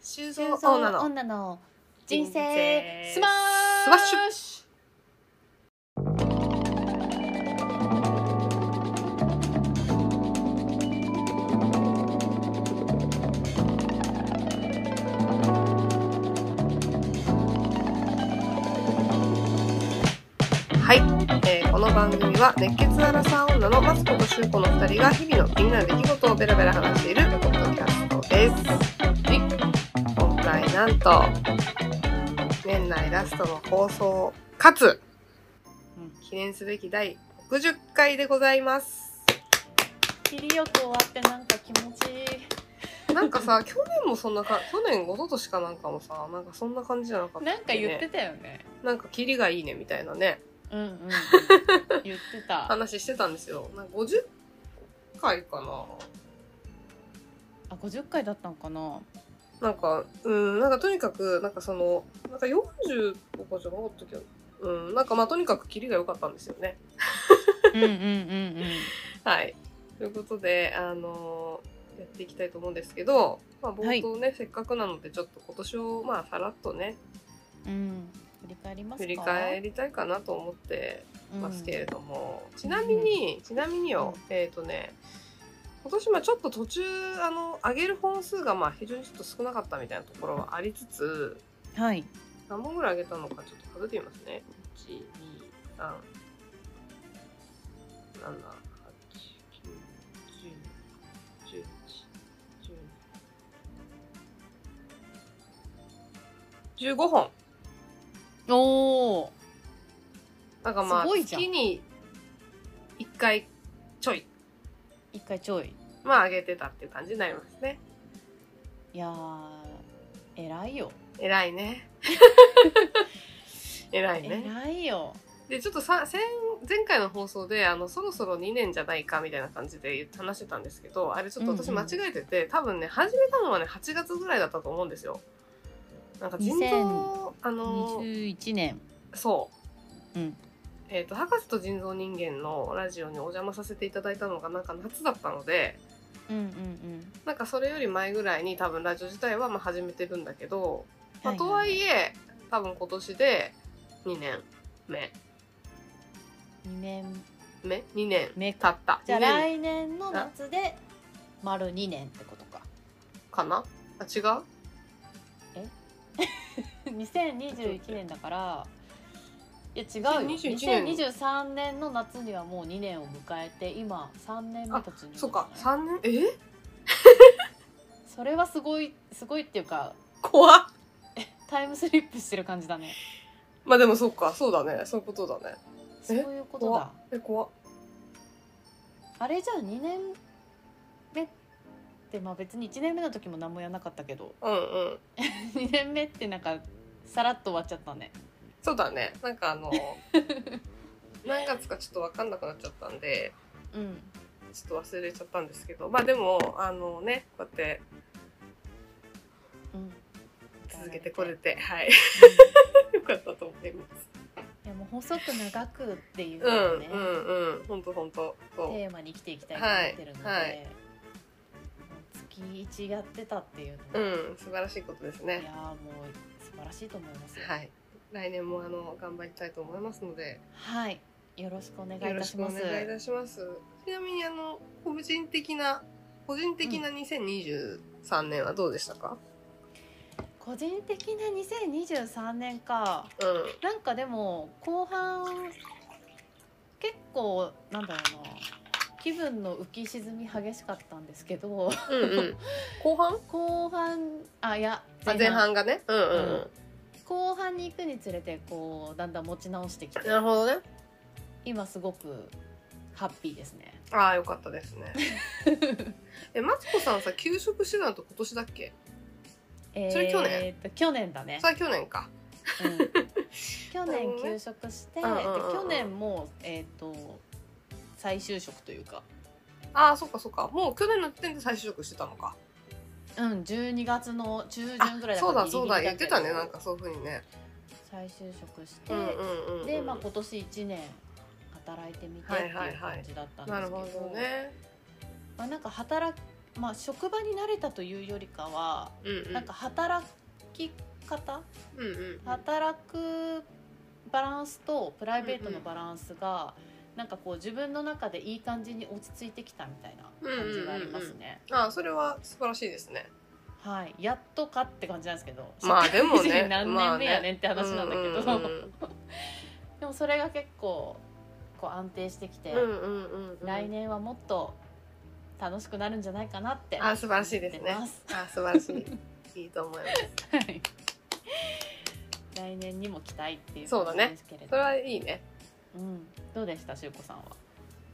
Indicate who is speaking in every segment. Speaker 1: 修造
Speaker 2: 人生
Speaker 1: 女の
Speaker 2: 女の人生スマ
Speaker 1: ス
Speaker 2: ッ
Speaker 1: マッシ
Speaker 2: シュ
Speaker 1: はい、えーこの番組は熱血アラサー女のマツコとシュウコの2人が日々の気になる出来事をベラベラ話しているポッドキャストです。今回なんと年内ラストの放送かつ
Speaker 2: うん
Speaker 1: 記念すべき第60回でございます。
Speaker 2: 切りよく終わってなんか気持ちいい
Speaker 1: なんか さ去年もそんなか去年ごととしかなんかもさなんかそんな感じじゃなかった
Speaker 2: なんか言って
Speaker 1: ね
Speaker 2: たよね
Speaker 1: なんかキリがいいねみたいなね
Speaker 2: うん うん、うん、言ってた
Speaker 1: 話してたんですよ。なんか50回かな
Speaker 2: あ50回だったのかな
Speaker 1: なんか、うん、なんかとにかく、なんかその、なんか40とかじゃなかったけど、うん、なんかまあとにかくキリが良かったんですよね。
Speaker 2: うんうんうんうん
Speaker 1: はい。ということで、あのーやっていきたいと思うんですけど、まあ
Speaker 2: は
Speaker 1: 冒
Speaker 2: い
Speaker 1: 頭ね、せっかくなのでちょっと今年をまあさらっとね、
Speaker 2: うん振り返りますか
Speaker 1: 振り返りたいかなと思ってますけれども、ちなみに、ちなみによ
Speaker 2: う、
Speaker 1: えっ、とね、今年まあちょっと途中、あの、上げる本数がまあ非常にちょっと少なかったみたいなところはありつつ、
Speaker 2: うんはい
Speaker 1: 何本ぐらいあげたのかちょっと数えてみますね。1、2、3、7、8、9、10、11、12、15本。
Speaker 2: おお
Speaker 1: なんかまあ、
Speaker 2: すごいじゃん
Speaker 1: 月に1回ちょい、
Speaker 2: 一回ちょい
Speaker 1: まあ上げてたっていう感じになりますね。
Speaker 2: いやー偉いよ
Speaker 1: 偉いね。偉いね。
Speaker 2: 偉いよ
Speaker 1: でちょっとさ先前回の放送であのそろそろ2年じゃないかみたいな感じで言って話してたんですけどあれちょっと私
Speaker 2: うんう
Speaker 1: 間
Speaker 2: ん
Speaker 1: 違えてて、多分ね始めたのはね8月ぐらいだったと思うんですよ。なんか腎臓あの
Speaker 2: 21年
Speaker 1: そう、
Speaker 2: うん
Speaker 1: えっと博士と腎臓人間のラジオにお邪魔させていただいたのがなんか夏だったので
Speaker 2: うんうんうん
Speaker 1: なんかそれより前ぐらいに多分ラジオ自体はまあ始めてるんだけど、まあ、とはいえ多分今年で2年目
Speaker 2: 2年
Speaker 1: 目2年
Speaker 2: 目か
Speaker 1: 経った
Speaker 2: じゃあ
Speaker 1: 2年
Speaker 2: 来年の夏で丸2年ってことか
Speaker 1: かなあ違う
Speaker 2: 2021年だからいや違うよ
Speaker 1: 2021
Speaker 2: 2023年の夏にはもう2年を迎えて今3年目突入
Speaker 1: そっか
Speaker 2: じゃない
Speaker 1: 3年え
Speaker 2: それはすごいすごいっていうか
Speaker 1: 怖っ
Speaker 2: タイムスリップしてる感じだね
Speaker 1: まあでもそっかそうだねそういうことだね
Speaker 2: そういうことだ
Speaker 1: え怖っ
Speaker 2: あれじゃあ2年目ってまあ別に1年目の時も何もやらなかったけど
Speaker 1: うんうん
Speaker 2: 2年目ってなんかさらっと終わっちゃったね
Speaker 1: そうだねなんかあ の何月かちょっと分かんなくなっちゃったんで
Speaker 2: うん
Speaker 1: ちょっと忘れちゃったんですけどまあでもあのねこうやって
Speaker 2: うん
Speaker 1: 続けてこれて はいよかったと思います
Speaker 2: いやもう細く長くっていう
Speaker 1: うん
Speaker 2: のをね、
Speaker 1: うんうんほんとほんとそう
Speaker 2: テーマに生きていきたいと思ってるので、
Speaker 1: はいはい
Speaker 2: 月1やってたっていう
Speaker 1: う
Speaker 2: のは、
Speaker 1: ん素晴らしいことです
Speaker 2: い
Speaker 1: ね
Speaker 2: やーもう素晴らしいと思いますよ
Speaker 1: はい来年もあの頑張りたいと思いますので
Speaker 2: はい、よろしくお願いい
Speaker 1: よろ
Speaker 2: た
Speaker 1: し
Speaker 2: し
Speaker 1: くお
Speaker 2: ます
Speaker 1: 願いいたします。ちなみにあの個人的な個人的な2023年はどうでしたか？
Speaker 2: 個人的な2023年か
Speaker 1: う
Speaker 2: なんかでも後半結構なんだろうな気分の浮き沈み激しかったんですけど
Speaker 1: ん、うん、うん。 後半？
Speaker 2: 後半あいや
Speaker 1: あ前半がね。うんうんうん。
Speaker 2: 後半に行くにつれてこうだんだん持ち直してきて
Speaker 1: なるほどね。
Speaker 2: 今すごくハッピーで すね
Speaker 1: ああよかったですね。 えマツコさんさ休職してたのと今年だっけ？それ去年
Speaker 2: えーっと去年だね
Speaker 1: そ、れは去年か。
Speaker 2: うん去年休職して、
Speaker 1: うんうんうんうん
Speaker 2: で去年もえーっと再就職というか
Speaker 1: ああそっかそっか。もう去年の時点で再就職してたのか。
Speaker 2: うん12月の中
Speaker 1: あ
Speaker 2: 旬ぐらいだ
Speaker 1: そう
Speaker 2: から
Speaker 1: だそうだ
Speaker 2: ギ
Speaker 1: 言
Speaker 2: リギ
Speaker 1: っ
Speaker 2: リけ
Speaker 1: て
Speaker 2: ど
Speaker 1: たねなんかそういう風にね。
Speaker 2: 再就職して、
Speaker 1: うんうんうん。
Speaker 2: で、まあ、今年1年働いてみてっていう感じだったんですけど、
Speaker 1: なるほどね。
Speaker 2: まあ、なんか働まあ、職場に慣れたというよりかは、
Speaker 1: うんうん
Speaker 2: なんか働き方
Speaker 1: うんうん
Speaker 2: 働くバランスとプライベートのバランスが、なんかこう自分の中でいい感じに落ち着いてきたみたいな感じがありますね。
Speaker 1: あそれは素晴らしいですね
Speaker 2: はい、やっとかって感じなんですけど、
Speaker 1: まあでもね
Speaker 2: 社会人 何年目やねんって話
Speaker 1: 話
Speaker 2: な
Speaker 1: なんん
Speaker 2: だ
Speaker 1: だ
Speaker 2: け
Speaker 1: け
Speaker 2: ど、
Speaker 1: ど
Speaker 2: でもそれが結構こう安定してきて、来
Speaker 1: 来年
Speaker 2: 年はもっと楽しくなるんじゃないかなって
Speaker 1: あ素晴らしいですね
Speaker 2: 思ってます
Speaker 1: あ素晴らしいいいと思います
Speaker 2: はい来年にも期待っていう
Speaker 1: そうだね
Speaker 2: 感じですけれ
Speaker 1: そ
Speaker 2: ど、
Speaker 1: れはいいね
Speaker 2: うん、どうでしたしゅうこさんは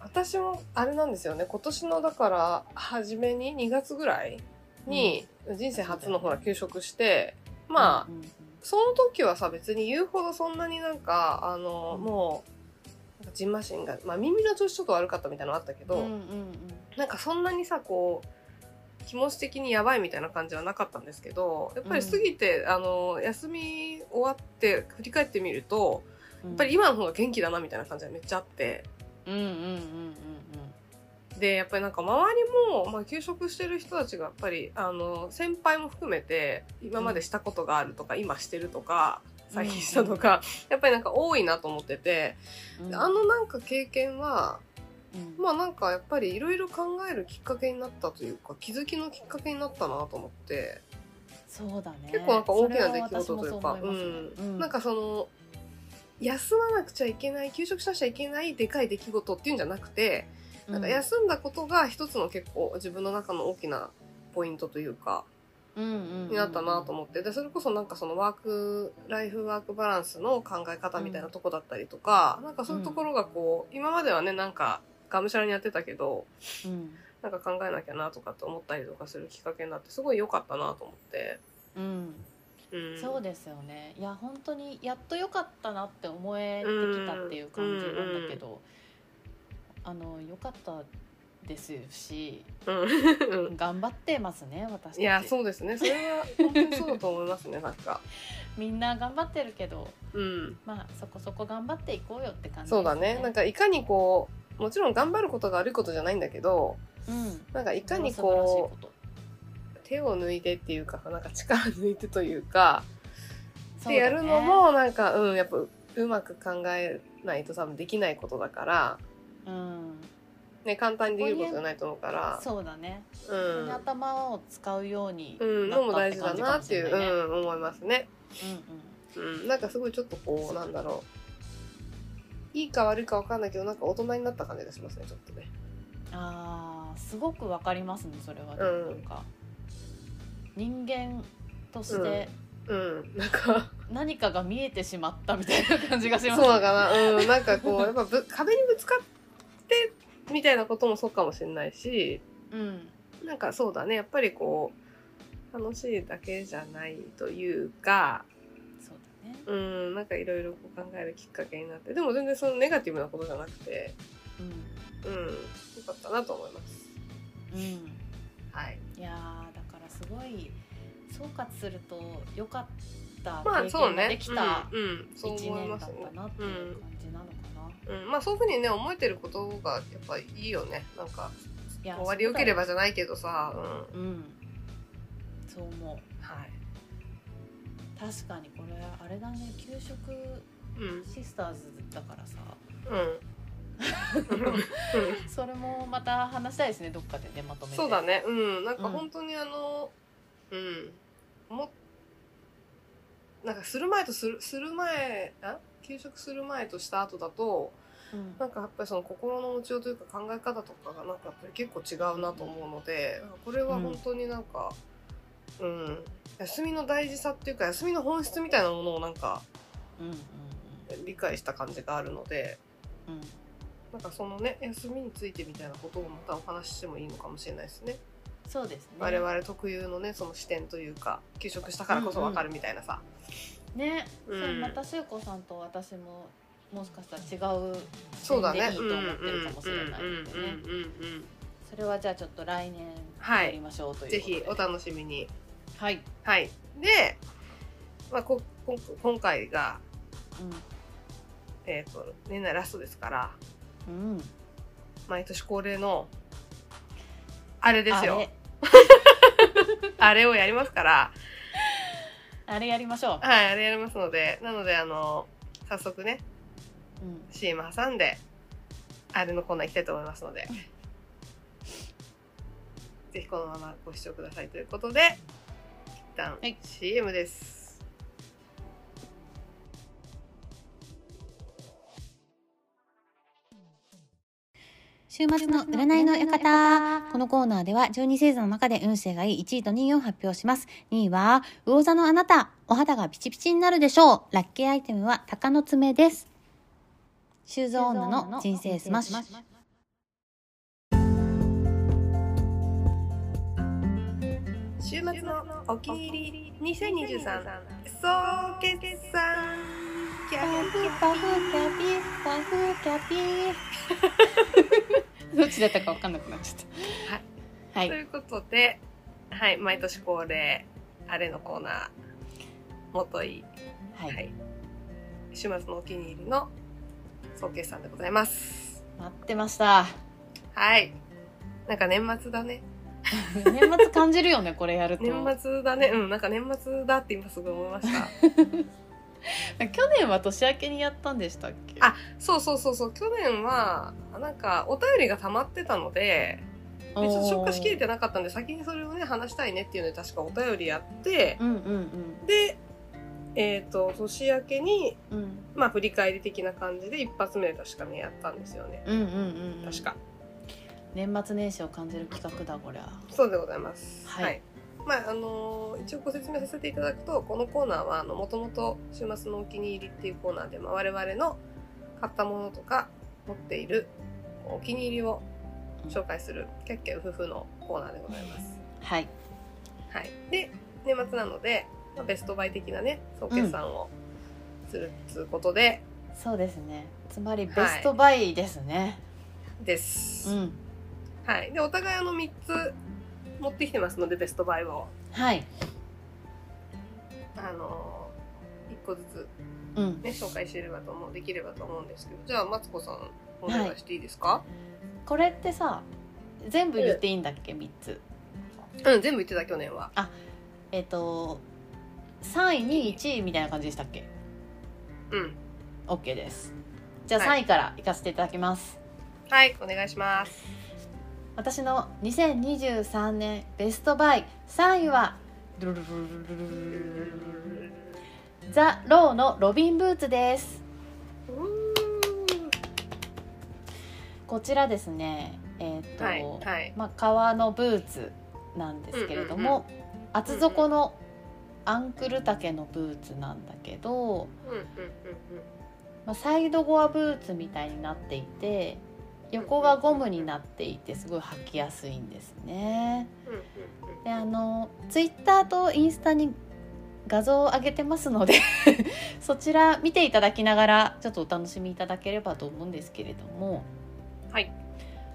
Speaker 1: 私もあれなんですよね今年のだから初めに2月ぐらいに人生初のほら休職して、まあ、
Speaker 2: うんうんうん
Speaker 1: その時はさ別に言うほどそんなになんかあの、
Speaker 2: うん
Speaker 1: もうなんかジンマシンが、まあ、耳の調子ちょっと悪かったみたいなのあったけど、
Speaker 2: うんうんうん
Speaker 1: なんかそんなにさこう気持ち的にやばいみたいな感じはなかったんですけどやっぱり過ぎて、あの休み終わって振り返ってみると
Speaker 2: うん、
Speaker 1: やっぱり今の方が元気だなみたいな感じがめっちゃあって。
Speaker 2: うんうんうんうん
Speaker 1: でやっぱりなんか周りも、まあ、休職してる人たちがやっぱりあの先輩も含めて今までしたことがあるとか、今してるとか最近したとか、やっぱりなんか多いなと思ってて、
Speaker 2: うんうん
Speaker 1: あのなんか経験は
Speaker 2: うん
Speaker 1: まあなんかやっぱりいろいろ考えるきっかけになったというか気づきのきっかけになったなと思って
Speaker 2: そうだね
Speaker 1: 結構なんか大きな出来事というか
Speaker 2: それは私もそ思ますね
Speaker 1: うんなんかその休まなくちゃいけない休職しなくちゃいけないでかい出来事っていうんじゃなくてなんか休んだことが一つの結構自分の中の大きなポイントというか、に
Speaker 2: に
Speaker 1: なったなと思って、で、それこそなんかそのワーク、ライフワークバランスの考え方みたいなとこだったりとか、なんかそういうところがこう、今まではね、なんかがむしゃらにやってたけど、
Speaker 2: うんうん
Speaker 1: なんか考えなきゃなとかって思ったりとかするきっかけになって、すごい良かったなと思って。
Speaker 2: うん
Speaker 1: うん。
Speaker 2: そうですよねいや本当にやっと良かったなって思えてきたっていう感じなんだけど、あの良かったですし
Speaker 1: うん。
Speaker 2: 頑張ってますね私たち
Speaker 1: いや、そうですね。それは本当にそうだと思いますね、なんか。
Speaker 2: みんな頑張ってるけど
Speaker 1: うん。
Speaker 2: まあそこそこ頑張っていこうよって感じ
Speaker 1: そうだね。なんかいかにこう、もちろん頑張ることが悪いことじゃないんだけど、
Speaker 2: うん
Speaker 1: なんかいかに
Speaker 2: それは素晴ら
Speaker 1: こ
Speaker 2: しいこと
Speaker 1: う手を抜いてっていうかなんか力抜いてというか
Speaker 2: そう
Speaker 1: で
Speaker 2: だね
Speaker 1: やるのもなんかうんやっぱうまく考えないと多分できないことだから、
Speaker 2: うん
Speaker 1: ね、簡単にできることじゃないと思うから
Speaker 2: そうだね、
Speaker 1: う
Speaker 2: 本当に頭を使うように
Speaker 1: ん、うん、
Speaker 2: な
Speaker 1: のも
Speaker 2: ったっ
Speaker 1: 大
Speaker 2: て
Speaker 1: 事だ
Speaker 2: 感じか
Speaker 1: な
Speaker 2: も
Speaker 1: っ
Speaker 2: して
Speaker 1: い
Speaker 2: れ
Speaker 1: う、
Speaker 2: ないね
Speaker 1: うん、思いますね、
Speaker 2: うんうん
Speaker 1: うん、なんかすごいちょっとこうなんだろういいか悪いかわかんないけどなんか大人になった感じがしますねちょっとね
Speaker 2: あーすごくわかりますねそれは、ね
Speaker 1: うん
Speaker 2: なんか人間として
Speaker 1: うんなんか
Speaker 2: 何かが見えてしまったみたいな感じがし
Speaker 1: そう
Speaker 2: ます、
Speaker 1: だかなうんなんかこうやっぱぶ壁にぶつかってみたいなこともそうかもしれないし
Speaker 2: うん
Speaker 1: なんかそうだねやっぱりこう楽しいだけじゃないというか
Speaker 2: そうだね
Speaker 1: うんなんかいろいろこう考えるきっかけになってでも全然そのネガティブなことじゃなくて
Speaker 2: う
Speaker 1: うんよかったなと思います
Speaker 2: ん、
Speaker 1: はい
Speaker 2: うん、いやーだからすごい総括すると良かった
Speaker 1: まあ
Speaker 2: 経
Speaker 1: そう
Speaker 2: 験が
Speaker 1: ね
Speaker 2: できた
Speaker 1: うん、うんそう
Speaker 2: 1
Speaker 1: 思い
Speaker 2: 年だ
Speaker 1: ま
Speaker 2: っ
Speaker 1: すね
Speaker 2: たなっていう感じなのかな、
Speaker 1: うん、うんまあそういうふうにね思えてることがやっぱいいよねなんか
Speaker 2: いや
Speaker 1: 終わり良ければ
Speaker 2: そ
Speaker 1: じゃないけどさうん
Speaker 2: うだようんそう思う
Speaker 1: はい
Speaker 2: 確かにこれあれだね給食
Speaker 1: うん
Speaker 2: シスターズだからさ
Speaker 1: うん、うん
Speaker 2: それもまた話したいですねどっかでねまとめて
Speaker 1: そうだねうんなん
Speaker 2: う
Speaker 1: か
Speaker 2: ん
Speaker 1: 本当にあのうん、もなんかする前とするする前あ休職する前とした後だと
Speaker 2: うん
Speaker 1: なんかやっぱりその心の持ちようというか考え方とかがなんかやっぱり結構違うなと思うのでなんかこれは本当になんかうん、休みの大事さっていうか休みの本質みたいなものをなんか
Speaker 2: うんうん
Speaker 1: 理解した感じがあるので
Speaker 2: うん
Speaker 1: なんかそのね休みについてみたいなことをまたお話ししてもいいのかもしれないですね。
Speaker 2: そうですね
Speaker 1: 我々特有のねその視点というか休職したからこそ分かるみたいなさ、
Speaker 2: ね、
Speaker 1: うん
Speaker 2: そうまたしゅうこさんと私ももしかしたら違う
Speaker 1: そうだね
Speaker 2: いいと思ってるかもしれないの
Speaker 1: う
Speaker 2: でね
Speaker 1: んうんうんうんうん
Speaker 2: それはじゃあちょっと来年
Speaker 1: は
Speaker 2: やり
Speaker 1: い
Speaker 2: ましょうとい
Speaker 1: ぜ
Speaker 2: うことで、
Speaker 1: ひお楽しみに
Speaker 2: はい、
Speaker 1: はいで、まあ、ここ今回が、えー、と年内ラストですから
Speaker 2: うんうん、
Speaker 1: 毎年恒例のあれです
Speaker 2: あ
Speaker 1: よ
Speaker 2: れ
Speaker 1: あれをやりますから、
Speaker 2: あれやりましょう、
Speaker 1: はい、あれやりますので、なので、あの、早速ね、
Speaker 2: うん、
Speaker 1: CM 挟んで、あれのコーナー行きたいと思いますので、ぜひこのままご視聴くださいということで、一旦
Speaker 2: はい
Speaker 1: CM です。
Speaker 3: 週末の占いの館このコーナーでは12星座の中で運勢がいい1位と2位を発表します2位は魚座のあなたお肌がピチピチになるでしょうラッキーアイテムは鷹の爪です修造女の人生スマッシュ
Speaker 1: 週末のお気に入り2023総決算キャーキャー
Speaker 2: パフキャピパフキャピどっちだったか分かんなくなっちゃったは
Speaker 1: と
Speaker 2: はい
Speaker 1: いうことで、はい、毎年恒例、あれのコーナー、もとい、
Speaker 2: はい、
Speaker 1: はい、週末のお気に入りの総決算でございます。
Speaker 2: 待ってました
Speaker 1: はい。なんか年末だね。
Speaker 2: 年末感じるよねこれやると
Speaker 1: 年末だね。うん、なんか年末だって今すぐ思いま した。
Speaker 2: 去年は年明けにやったんでしたっけ
Speaker 1: あそうそうそうそう、去年は、なんかお便りが溜まってたので、でちょっと消化しきれてなかったんで、先にそれをね、話したいねっていうので確かお便りやって
Speaker 2: おー、うんうん
Speaker 1: で、えっ、と、年明けに、
Speaker 2: うんうん
Speaker 1: まあ、振り返り的な感じで一発目で確かねやったんですよね
Speaker 2: うんうんうん
Speaker 1: 確か、
Speaker 2: 年末年始を感じる企画だこりゃ
Speaker 1: そうでございます
Speaker 2: はい
Speaker 1: まああのー一応ご説明させていただくとこのコーナーはもともと「週末のお気に入り」っていうコーナーで、まあ、我々の買ったものとか持っているお気に入りを紹介するキャッキャウフフのコーナーでございます、
Speaker 2: はい
Speaker 1: はい、で年末なので、まあ、ベストバイ的なね総決算をするっつうことで、
Speaker 2: そうですねつまりベストバイですね、
Speaker 1: です、
Speaker 2: うん
Speaker 1: はい、でお互いあの3つ持ってきてますのでベストバイを
Speaker 2: はい
Speaker 1: あの1個ずつ、
Speaker 2: うん
Speaker 1: ね、紹介してればと思うできればと思うんですけどじゃあマツコさんお願いしていいですか、
Speaker 2: これってさ全部言っていいんだっけ3つ
Speaker 1: うん全部言ってた去年は
Speaker 2: えっ、と3位に1位みたいな感じでしたっけ
Speaker 1: うん
Speaker 2: OK ですじゃあ
Speaker 1: は
Speaker 2: 3位からいかせていただきます、
Speaker 1: はいお願いします
Speaker 2: 私の2023年ベストバイ3位はザ・ローのロビンブーツですこちらですねえっ、と、
Speaker 1: はいはい
Speaker 2: まあ、革のブーツなんですけれども、厚底のアンクル丈のブーツなんだけど、
Speaker 1: うんうんうん
Speaker 2: まあ、サイドゴアブーツみたいになっていて横がゴムになっていてすごい履きやすいんですね。
Speaker 1: うんうん
Speaker 2: であのツイッターとインスタに画像を上げてますので そちら見ていただきながらちょっとお楽しみいただければと思うんですけれども
Speaker 1: はい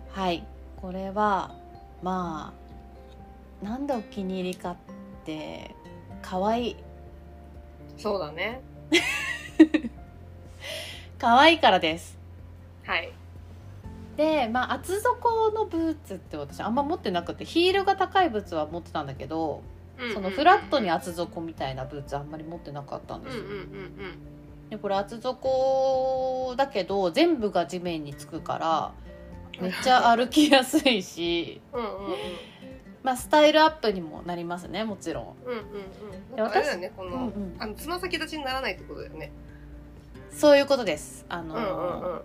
Speaker 2: はいこれはまあなんでお気に入りかって可愛い
Speaker 1: そうだね
Speaker 2: 可愛いからです
Speaker 1: はい
Speaker 2: でまあ厚底のブーツって私あんま持ってなくてヒールが高いブーツは持ってたんだけどそのフラットに厚底みたいなブーツあんまり持ってなかったん
Speaker 1: う
Speaker 2: で
Speaker 1: ん
Speaker 2: す
Speaker 1: うんう
Speaker 2: よ、
Speaker 1: んうん
Speaker 2: でこれ厚底だけど全部が地面につくからめっちゃ歩きやすいし、
Speaker 1: うんうんうん
Speaker 2: まあ、スタイルアップにもなりますねもちろん
Speaker 1: うんうんうん
Speaker 2: で
Speaker 1: なんかあれだよねこ
Speaker 2: う
Speaker 1: の、
Speaker 2: んうん
Speaker 1: あのつま先立ちにならないってことだよね
Speaker 2: そういうことですあ
Speaker 1: う
Speaker 2: の
Speaker 1: んう
Speaker 2: ー、
Speaker 1: んうん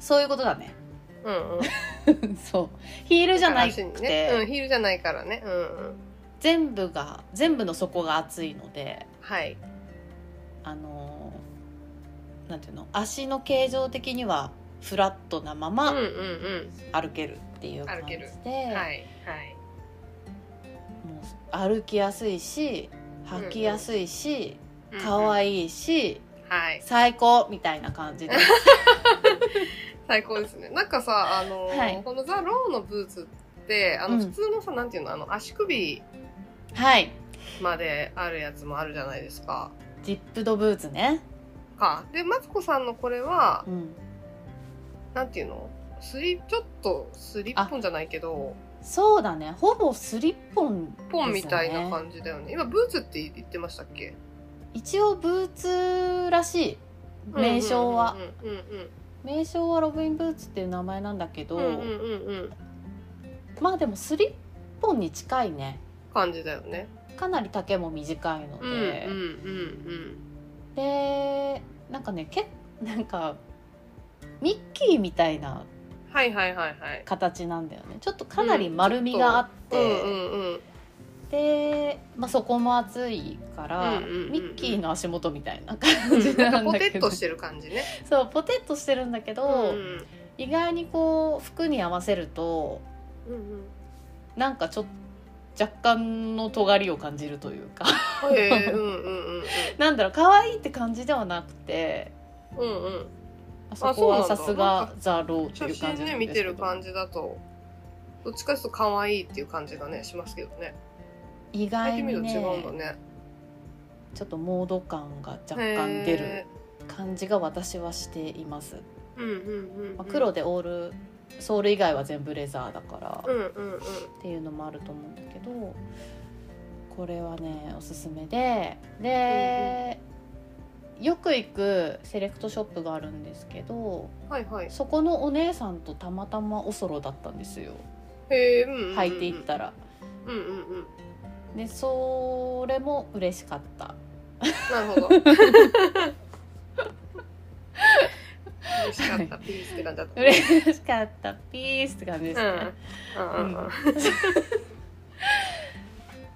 Speaker 2: そういうことだね
Speaker 1: うんうん
Speaker 2: そうヒールじゃなくて、
Speaker 1: 足にねうん、ヒールじゃないからねうんうん
Speaker 2: 全部が全部の底が厚いので
Speaker 1: はい
Speaker 2: あのーなんていうの足の形状的にはフラットなま
Speaker 1: うんうん
Speaker 2: ま
Speaker 1: うん
Speaker 2: 歩けるっていう感
Speaker 1: 歩
Speaker 2: じ
Speaker 1: け
Speaker 2: で
Speaker 1: る、はいはい
Speaker 2: もう歩きやすいし履きやすいし、可
Speaker 1: い
Speaker 2: 愛いし、
Speaker 1: はい
Speaker 2: 最高みたいな感じ で
Speaker 1: 最高ですねなんかさあの、
Speaker 2: はい
Speaker 1: このザ・ローのブーツってあの
Speaker 2: うん
Speaker 1: 普通のさ、なんていうのあの足首
Speaker 2: はい
Speaker 1: まであるやつもあるじゃないですか
Speaker 2: ジップドブーツね、
Speaker 1: かでマツコさんのこれは
Speaker 2: うん、
Speaker 1: なんていうのスリちょっとスリッポンじゃないけど
Speaker 2: そうだねほぼスリッポン、ね、
Speaker 1: ポンみたいな感じだよね今ブーツって言ってましたっけ
Speaker 2: 一応ブーツらしい名称は、
Speaker 1: うんうんうんうん
Speaker 2: 名称はロブインブーツっていう名前なんだけど、
Speaker 1: うんうんうんうん
Speaker 2: まあでもスリッポンに近いね
Speaker 1: 感じだよね
Speaker 2: かなり丈も短いので、
Speaker 1: うんうんうん
Speaker 2: でなんかねけなんかミッキーみたいな
Speaker 1: うんはいはいはいはい
Speaker 2: 形なんだよねちょっとかなり丸みがあっ
Speaker 1: う
Speaker 2: て、
Speaker 1: んうんうん
Speaker 2: で、まあ、そこも厚いから、
Speaker 1: うんうんうんうん
Speaker 2: ミッキーの足元みたいな
Speaker 1: う
Speaker 2: 感じ
Speaker 1: んなん
Speaker 2: な
Speaker 1: か
Speaker 2: ん
Speaker 1: ポ
Speaker 2: だ
Speaker 1: テ
Speaker 2: け
Speaker 1: ッ
Speaker 2: ど、
Speaker 1: としてる感じね
Speaker 2: そうポテッとしてるんだけど、
Speaker 1: うん
Speaker 2: 意外にこう服に合わせると
Speaker 1: うんうん
Speaker 2: なんかちょっと若干の尖りを感じるというか
Speaker 1: へえうんうんうん
Speaker 2: なんだろう可愛いって感じではなくて
Speaker 1: うんうん
Speaker 2: あそこは
Speaker 1: そうなんだ
Speaker 2: さすがザ・ローって
Speaker 1: 写
Speaker 2: いう感じ
Speaker 1: 真ね
Speaker 2: なん
Speaker 1: 見
Speaker 2: で
Speaker 1: て
Speaker 2: すけど
Speaker 1: る感じだとどっちかというと可愛いっていう感じがねしますけどね
Speaker 2: 意
Speaker 1: 入っ
Speaker 2: 外
Speaker 1: てみ
Speaker 2: に
Speaker 1: ると
Speaker 2: ね
Speaker 1: 違うんだね
Speaker 2: ちょっとモード感が若干出る
Speaker 1: へ
Speaker 2: 感じが私はしています、
Speaker 1: ーうんうんうん、うん
Speaker 2: まあ、黒でオールソール以外は全部レザーだから
Speaker 1: うんうんうん
Speaker 2: っていうのもあると思うんだけどこれはねおすすめでで、よく行くセレクトショップがあるんですけど
Speaker 1: はいはい
Speaker 2: そこのお姉さんとたまたまおそろだったんですよ
Speaker 1: へえうんうんうん
Speaker 2: 履いていったら。
Speaker 1: うんうんうん
Speaker 2: でそれも嬉しかった
Speaker 1: なるほど嬉しかったピースって感じだった
Speaker 2: 嬉しかったピースって感じですね。
Speaker 1: うんうんうんうん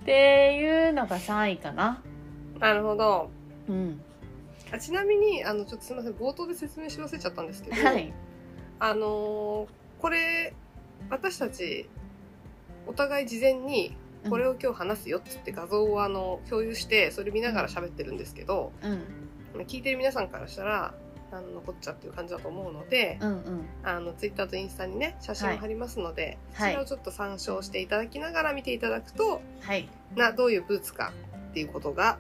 Speaker 2: っていうのが3位かな。
Speaker 1: なるほど
Speaker 2: うん、
Speaker 1: あちなみにあのちょっとすみません冒頭で説明し忘れちゃったんですけど、
Speaker 2: はい、
Speaker 1: あのーこれ私たちお互い事前に
Speaker 2: う ん
Speaker 1: これを今日話すよっつって画像をあの共有してそれ見ながら喋ってるんですけど
Speaker 2: うん、
Speaker 1: 聞いてる皆さんからしたら何のこっちゃっていう感じだと思うので
Speaker 2: うんうん
Speaker 1: あのツイッターとインスタにね写真を貼りますので、
Speaker 2: はい
Speaker 1: それをちょっと参照していただきながら見ていただくと
Speaker 2: はい
Speaker 1: などういうブーツかっていうことが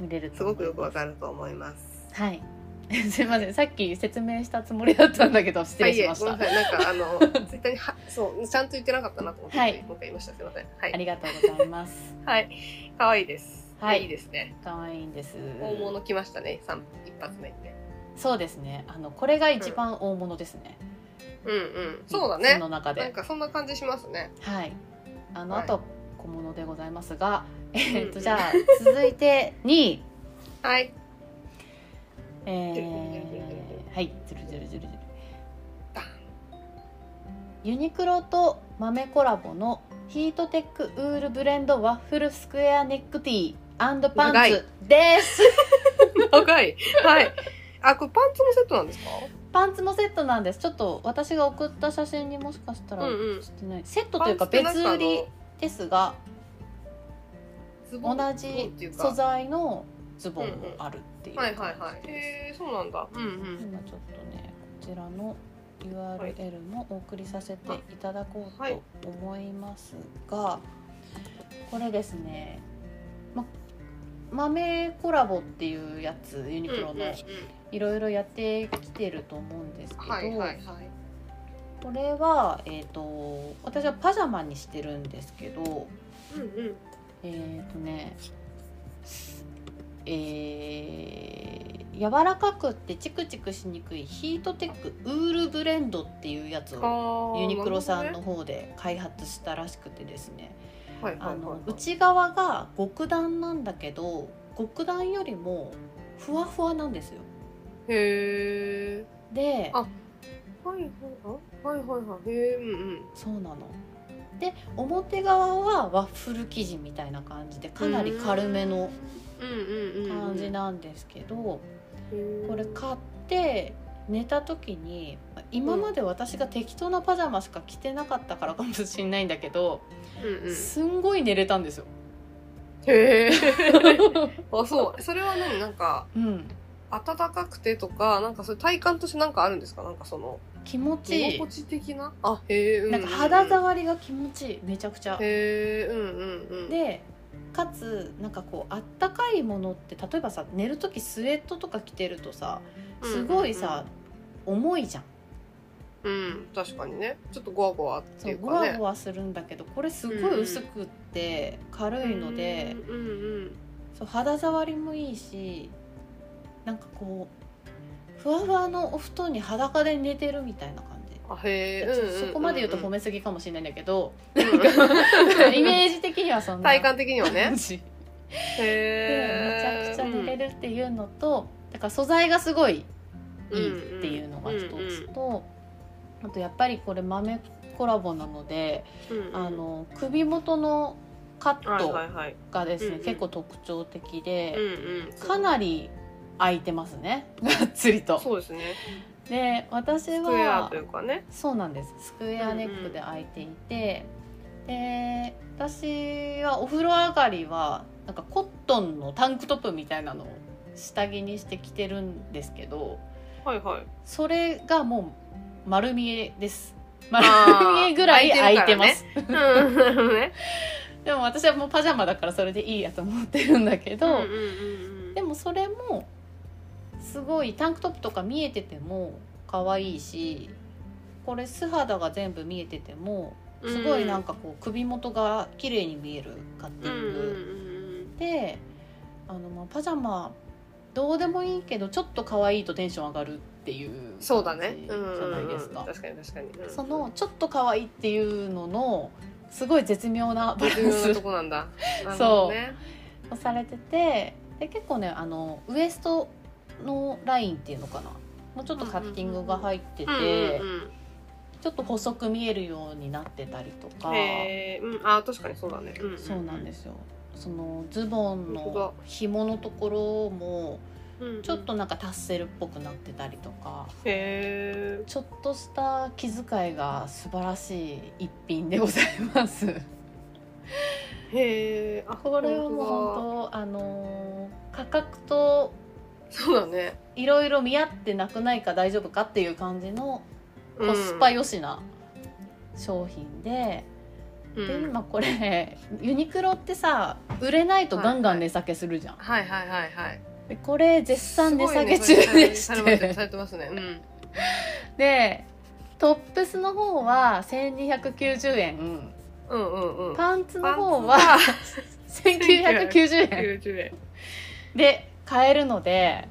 Speaker 2: 見れる
Speaker 1: す
Speaker 2: と思
Speaker 1: ご
Speaker 2: います
Speaker 1: くよくわかると思います。
Speaker 2: はい すいませんさっき説明したつもりだったんだけど失
Speaker 1: は
Speaker 2: 礼
Speaker 1: い、い
Speaker 2: し
Speaker 1: え
Speaker 2: ま、し
Speaker 1: ご
Speaker 2: た、
Speaker 1: めんなさい。なんか、あの、 絶対には、そう、ちゃんと言ってなかったなと思って、
Speaker 2: はい
Speaker 1: もう一回言いました。すいません。はい
Speaker 2: あ。りがとうございます
Speaker 1: はい、可愛いです。
Speaker 2: はい
Speaker 1: いいですね。
Speaker 2: 可愛いんです
Speaker 1: 大物来ましたね、三一発目にね。
Speaker 2: そうですねあのこれが一番大物ですね、
Speaker 1: うんうん、そうだ
Speaker 2: 三つ
Speaker 1: ね
Speaker 2: の。中
Speaker 1: なん
Speaker 2: で
Speaker 1: かそんな感じしますね。
Speaker 2: はいあの、
Speaker 1: はい
Speaker 2: あと小物でございますがえーっ
Speaker 1: うんう
Speaker 2: と
Speaker 1: ん
Speaker 2: じゃあ続いて2位
Speaker 1: はい、
Speaker 2: えー、はいずるずるずるずる
Speaker 1: バン
Speaker 2: ユニクロと豆コラボのヒートテックウールブレンドワッフルスクエアネックティーパ
Speaker 1: 長
Speaker 2: ン
Speaker 1: い
Speaker 2: ツです
Speaker 1: 長い。はい。あ、これパンツのセットなんですか。
Speaker 2: パンツもセットなんですちょっと私が送った写真にもしかしたら
Speaker 1: う
Speaker 2: 写
Speaker 1: んうん
Speaker 2: ってない、セットと
Speaker 1: パ
Speaker 2: い
Speaker 1: ン
Speaker 2: う
Speaker 1: ツ
Speaker 2: か
Speaker 1: って
Speaker 2: 別
Speaker 1: なんかあの
Speaker 2: 売りですが
Speaker 1: ズボ
Speaker 2: 同
Speaker 1: ンズボン
Speaker 2: じ
Speaker 1: っていうか
Speaker 2: 素材のズボンもあるっていう
Speaker 1: は
Speaker 2: 感
Speaker 1: いはいはい。
Speaker 2: じです
Speaker 1: へえ、そうなんだ。うんうん。
Speaker 2: 今ちょっとねこちらの URL もお送りさせていただこう
Speaker 1: はい
Speaker 2: と思いますが、これですね、ま、豆コラボっていうやつユニクロ
Speaker 1: うんうんう
Speaker 2: の
Speaker 1: ん
Speaker 2: いろいろやってきてると思うんですけど、
Speaker 1: はいはいはい。
Speaker 2: これは、えー、と私はパジャマにしてるんですけど
Speaker 1: うんうん。
Speaker 2: えっ、とねえー柔らかくってチクチクしにくいヒートテックウールブレンドっていうやつ
Speaker 1: あ
Speaker 2: を
Speaker 1: ー
Speaker 2: ユニクロさん
Speaker 1: なる
Speaker 2: の方で開発したらしくてですね
Speaker 1: ほどねはいはいは
Speaker 2: あ
Speaker 1: いは
Speaker 2: の
Speaker 1: い。
Speaker 2: 内側が極暖なんだけど極暖よりもふわふわなんですよ。
Speaker 1: へえ。
Speaker 2: で
Speaker 1: あはいはいあはいはいはい。へえ、うんうん。
Speaker 2: そうなので表側はワッフル生地みたいな感じでかなり軽めの
Speaker 1: うんうんうんうん。
Speaker 2: 感じなんですけど、
Speaker 1: へー。
Speaker 2: これ買って寝た時に今まで私が適当なパジャマしか着てなかったからかもしれないんだけど、
Speaker 1: うんうん。
Speaker 2: すんごい寝れたんですよ。
Speaker 1: へえ。 あ、そう。それは何なんか、
Speaker 2: うん、
Speaker 1: 暖かくてとか、なんかそれ体感としてなんかあるんですかなんかその、
Speaker 2: 気持ちい
Speaker 1: 居
Speaker 2: い
Speaker 1: 心地的なあ、へえ、うん。
Speaker 2: なんか肌触りが気持ちいいめちゃくちゃ。
Speaker 1: へえ、うんうんうん。、
Speaker 2: でかつなんかこうあったかいものって例えばさ寝る時スウェットとか着てるとさすごいさ、、重いじゃん。
Speaker 1: うん、確かにね。ちょっとゴワゴワって
Speaker 2: そ
Speaker 1: いうう
Speaker 2: ゴ
Speaker 1: か
Speaker 2: ワ
Speaker 1: ね
Speaker 2: ゴ。ワするんだけどこれすごい薄くって軽いので、
Speaker 1: うんうん
Speaker 2: そう肌触りもいいしなんかこうふわふわのお布団に裸で寝てるみたいな感じ、
Speaker 1: うん。あへえ、
Speaker 2: ちょ
Speaker 1: うん
Speaker 2: っと
Speaker 1: うんうん。
Speaker 2: そこまで言うと褒めすぎかもしれないんだ けど、
Speaker 1: うん。
Speaker 2: イメージ的にはそんな
Speaker 1: 体感的にはね
Speaker 2: 感。じで
Speaker 1: へえ。
Speaker 2: めちゃくちゃ寝れ
Speaker 1: る
Speaker 2: るっていうのと、だから素材がすごいいいっていうのが一つと、あとやっぱりこれ豆コラボなので、あの首元のカッ
Speaker 1: はい
Speaker 2: ト
Speaker 1: はいはい。
Speaker 2: がですね、
Speaker 1: うんうん
Speaker 2: 結構特徴的
Speaker 1: うん
Speaker 2: で、
Speaker 1: うん。
Speaker 2: かなり空いてますね がっつりと。
Speaker 1: そうですね。
Speaker 2: で私
Speaker 1: スクエア
Speaker 2: は
Speaker 1: というかね。
Speaker 2: そうなんですスクエアネックで開いていて、で私はお風呂上がりはなんかコットンのタンクトップみたいなのを下着にして着てるんですけど
Speaker 1: はいはい。
Speaker 2: それがもう丸見えです丸
Speaker 1: あー
Speaker 2: 見えぐらい開いてます
Speaker 1: うんなるほどね。
Speaker 2: でも私はもうパジャマだからそれでいいやと思ってるんだけど、
Speaker 1: うんうんうん。
Speaker 2: でもそれもすごいタンクトップとか見えてても可愛いしこれ素肌が全部見えててもすごいなんかこう首元が綺麗に見えるカッテ
Speaker 1: うんうん
Speaker 2: ィ
Speaker 1: う
Speaker 2: ング、
Speaker 1: ん
Speaker 2: であのまあパジャマどうでもいいけどちょっと可愛いとテンション上がるっていう
Speaker 1: うん。そうだ
Speaker 2: 感
Speaker 1: ね。
Speaker 2: じじ
Speaker 1: う
Speaker 2: ゃ
Speaker 1: んうんうん
Speaker 2: ないですか。
Speaker 1: 確かに確かに。うん
Speaker 2: そのちょっと可愛いっていうののすごい絶妙なバ
Speaker 1: 微
Speaker 2: ラン
Speaker 1: 妙なと
Speaker 2: ス
Speaker 1: こなん だ。なるほどね
Speaker 2: をされててで結構ねあのウエストのラインっていうのかなもうちょっとカッティングが入って
Speaker 1: うん
Speaker 2: て
Speaker 1: うんうん。
Speaker 2: ちょっと細く見えるようになってたりとか。
Speaker 1: へえ、うん、あー、確かにそうだね。ん。
Speaker 2: そうなんですすよ。そのズボン
Speaker 1: 本当だ
Speaker 2: の紐のところも
Speaker 1: うんうん
Speaker 2: ちょっと。なんかタッセルっぽくなってたりとか、
Speaker 1: へえ。
Speaker 2: ちょっとした気遣いが素晴らしい一品でございます。
Speaker 1: へえ。あ、
Speaker 2: これはもう
Speaker 1: 本
Speaker 2: 本当あのー価格と
Speaker 1: 当だそうだね。
Speaker 2: いろいろ見合ってなくないか大丈夫かっていう感じの
Speaker 1: うん
Speaker 2: コスパ良しな商品で、
Speaker 1: うん
Speaker 2: で今これユニクロってさ売れないとガンガン値下げするじゃん。
Speaker 1: はいはいはいはい。
Speaker 2: でこれ絶賛値下げ
Speaker 1: す
Speaker 2: 中
Speaker 1: ごいね
Speaker 2: でし
Speaker 1: されてます
Speaker 2: て
Speaker 1: ねされてますね。うん。
Speaker 2: でトップスの方は1290円
Speaker 1: うんうんうん。
Speaker 2: パンツの
Speaker 1: パン
Speaker 2: 方
Speaker 1: ツ
Speaker 2: は
Speaker 1: は
Speaker 2: 1990円
Speaker 1: 90円。
Speaker 2: で買えるので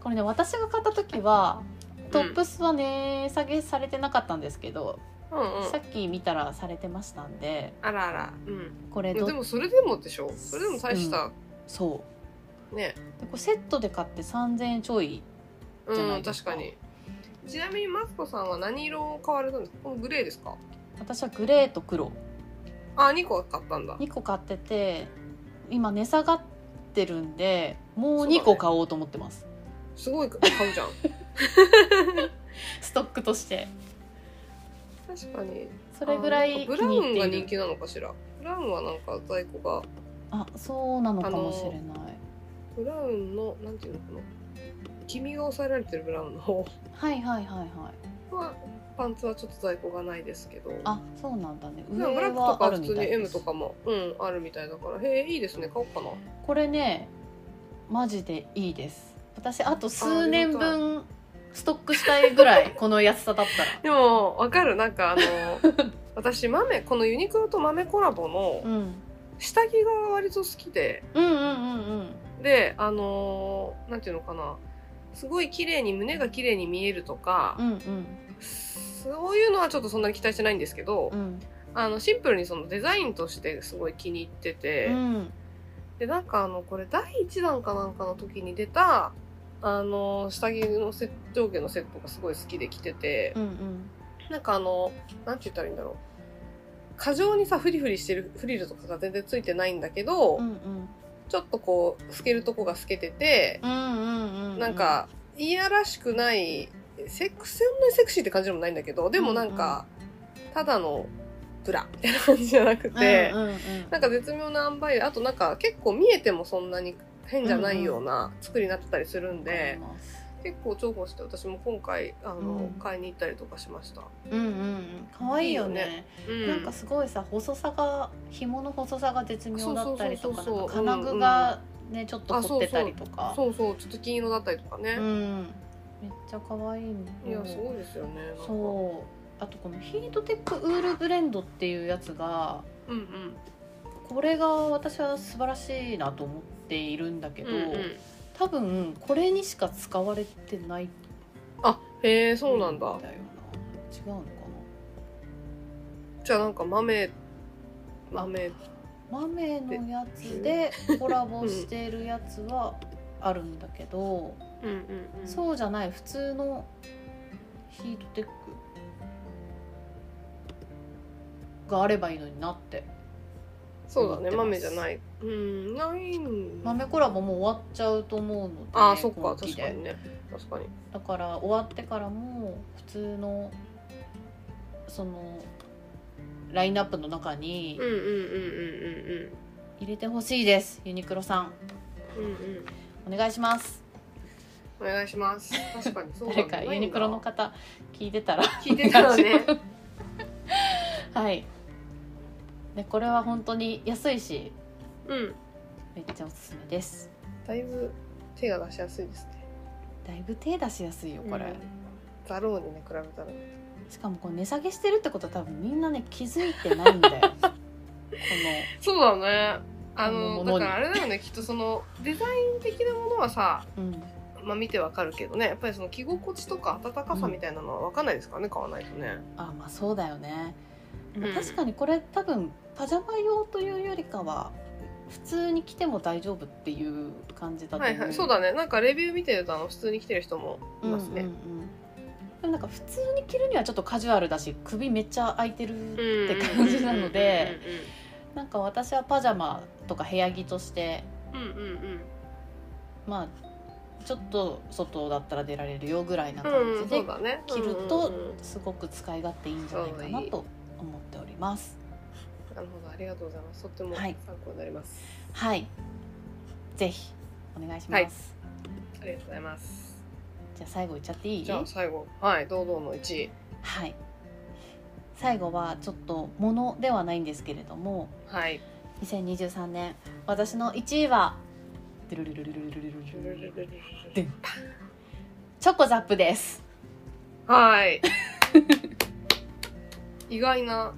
Speaker 2: これね私が買った時はトップスは値下げされてなかったんですけど、
Speaker 1: うんうん
Speaker 2: さ。っき見たらされてましたんで
Speaker 1: あらあら。うん。
Speaker 2: これど
Speaker 1: でもそれでもでしょ。それでも大した
Speaker 2: そ
Speaker 1: ね。
Speaker 2: うでこれセットで買って3000円ちょいじゃな
Speaker 1: う
Speaker 2: い
Speaker 1: ん
Speaker 2: です
Speaker 1: 確
Speaker 2: か
Speaker 1: かに。ちなみにマツコさんは何色を買われたんですか。このグレーですか。
Speaker 2: 私はグレーと黒
Speaker 1: あ、二個買ったんだ。
Speaker 2: 2個買ってて今値下がってるんで
Speaker 1: そ
Speaker 2: も
Speaker 1: ううだね
Speaker 2: 2個買おうと思ってます、
Speaker 1: すごい買う じゃん。
Speaker 2: ストックとして
Speaker 1: 確かに。
Speaker 2: それぐらい
Speaker 1: ブ
Speaker 2: 気
Speaker 1: ラウ
Speaker 2: に入
Speaker 1: ンが
Speaker 2: って
Speaker 1: 人
Speaker 2: いる
Speaker 1: 気なのかしらブラウンはなんか在庫が
Speaker 2: あそうなのかもしれない
Speaker 1: ブラウンのなんていうのかな黄身が抑えられてるブラウンの方
Speaker 2: はいはいはいはい
Speaker 1: はパンツはちょっと在庫がないですけど
Speaker 2: あそうなんだね
Speaker 1: で
Speaker 2: 上
Speaker 1: もブラックと
Speaker 2: はあ
Speaker 1: か
Speaker 2: る
Speaker 1: 普
Speaker 2: み
Speaker 1: 通
Speaker 2: た
Speaker 1: に
Speaker 2: い
Speaker 1: M
Speaker 2: で
Speaker 1: と
Speaker 2: す
Speaker 1: かもうんあるみたいだからへえいいですね買おうかな
Speaker 2: これねマジでいいです私あと数年分ストックしたいぐらいこの安さだったら
Speaker 1: でもわかるなんかあ の私豆このユニクロと豆コラボ
Speaker 2: う
Speaker 1: の
Speaker 2: ん、
Speaker 1: 下着が割と好きで
Speaker 2: うんうんうんうん
Speaker 1: であのーなんていうのかなすごい綺麗に胸が綺麗に見えるとか、
Speaker 2: うんうん
Speaker 1: そういうのはちょっとそんなに期待してないんですけど、
Speaker 2: うん
Speaker 1: あのシンプルにそのデザインとしてすごい気に入ってて、
Speaker 2: うん
Speaker 1: でなんかあのこれ第1弾かなんかの時に出たあの下着のセ上下のセットがすごい好きで着てて
Speaker 2: う、ん
Speaker 1: なんかあのなんて言ったらいいんだろう過剰にさフリフリしてるフリルとかが全然ついてないんだけど、
Speaker 2: うんうん
Speaker 1: ちょっとこう透けるとこが透けてて、
Speaker 2: うんうん
Speaker 1: なんかいやらしくないセクそんなにセクシーって感じでもないんだけどでもなんか、ただのブラみたいな感じじゃなくて。
Speaker 2: うんうんうん
Speaker 1: なんか絶妙な塩梅で、あとなんか結構見えてもそんなに変じゃないような作りになってたりするんで、結構重宝して私も今回、あの
Speaker 2: うん、
Speaker 1: 買いに行ったりとかしました。
Speaker 2: うんうんうん可愛いよね
Speaker 1: うん
Speaker 2: なんかすごいさ細さが紐の細さが絶妙だったりとか
Speaker 1: そうそうそうそう
Speaker 2: なんか金具がねちょっと凝ってたりとか
Speaker 1: そうそう、ちょっと金色だったりとかね
Speaker 2: う。んめっちゃ可愛いんだ
Speaker 1: いやすごいですよねなんか
Speaker 2: そうあとこのヒートテックウールブレンドっていうやつが
Speaker 1: うんうん
Speaker 2: これが私は素晴らしいなと思っているんだけど、
Speaker 1: うんうん
Speaker 2: 多分これにしか使われてない
Speaker 1: あへえそうなんだ
Speaker 2: みたいな違うのか
Speaker 1: じゃあなんか豆豆
Speaker 2: な豆のやつでコラボしてるやつはあるんだけど、
Speaker 1: うんうんうん
Speaker 2: そうじゃない普通のヒートテックがあればいいのになって
Speaker 1: そうだ
Speaker 2: 思っ
Speaker 1: ね
Speaker 2: てます
Speaker 1: 豆じゃないうんないん
Speaker 2: 豆コラボもう終わっちゃうと思うので、
Speaker 1: ああそっか
Speaker 2: 今期
Speaker 1: 確
Speaker 2: で
Speaker 1: かにね確かに
Speaker 2: だから終わってからも普通のそのラインナップの中に
Speaker 1: うんうんうん
Speaker 2: 入れてほしいです、ユニクロさん
Speaker 1: うんうんうんうんうん
Speaker 2: お願いします
Speaker 1: お願いします確かにそう
Speaker 2: 誰
Speaker 1: なんだ
Speaker 2: かユニクロの方聞いて たら
Speaker 1: 聞いてたら ね
Speaker 2: はいでこれは本当に安いし
Speaker 1: うん
Speaker 2: めっちゃおすすめです
Speaker 1: だいぶ手が出しやすいですね
Speaker 2: だいぶ手出しやすいよこれ、
Speaker 1: うんザローにね比べたら
Speaker 2: しかもこう値下げしてるってことは多分みんなね気づいてない んだよこの
Speaker 1: そうだねあ
Speaker 2: この
Speaker 1: の
Speaker 2: もの
Speaker 1: だか
Speaker 2: に
Speaker 1: らあれだよねきっとそのデザイン的なものはさ
Speaker 2: うん
Speaker 1: まあ見てわかるけどねやっぱりその着心地とか温かさみたいなのはわかんないですからね、買わないとね、
Speaker 2: あまあそうだよね、まあ
Speaker 1: うん
Speaker 2: 確かにこれ多分パジャマ用というよりかは普通に着ても大丈夫っていう感じだと思う、
Speaker 1: はいはいそうだねなんかレビュー見てるとあの普通に着てる人もいますね
Speaker 2: うんうんうんでもなんか普通に着るにはちょっとカジュアルだし首めっちゃ開いてるって感じなのでなんか私はパジャマとか部屋着として
Speaker 1: うんうんうんうんうん
Speaker 2: まあちょっと外だったら出られるよぐらいな
Speaker 1: うんうんう
Speaker 2: 感
Speaker 1: ん
Speaker 2: じで
Speaker 1: そうだね
Speaker 2: 着ると
Speaker 1: うんうんうん
Speaker 2: すごく使い勝手いいんじゃないかなと思っております。
Speaker 1: なるほどありがとうございますとっても
Speaker 2: は
Speaker 1: 参
Speaker 2: い
Speaker 1: 考になります、
Speaker 2: はい。ぜひお願いします。
Speaker 1: はいありがとうございます
Speaker 2: じゃあ最後いっちゃっていい？
Speaker 1: じゃあ最後はい堂々の1位
Speaker 2: はい。最後はちょっと物ではないんですけれども、
Speaker 1: はい
Speaker 2: 2023年私の1位はドゥルルルルルルルルルルルチョコザップです。
Speaker 1: はい 意外な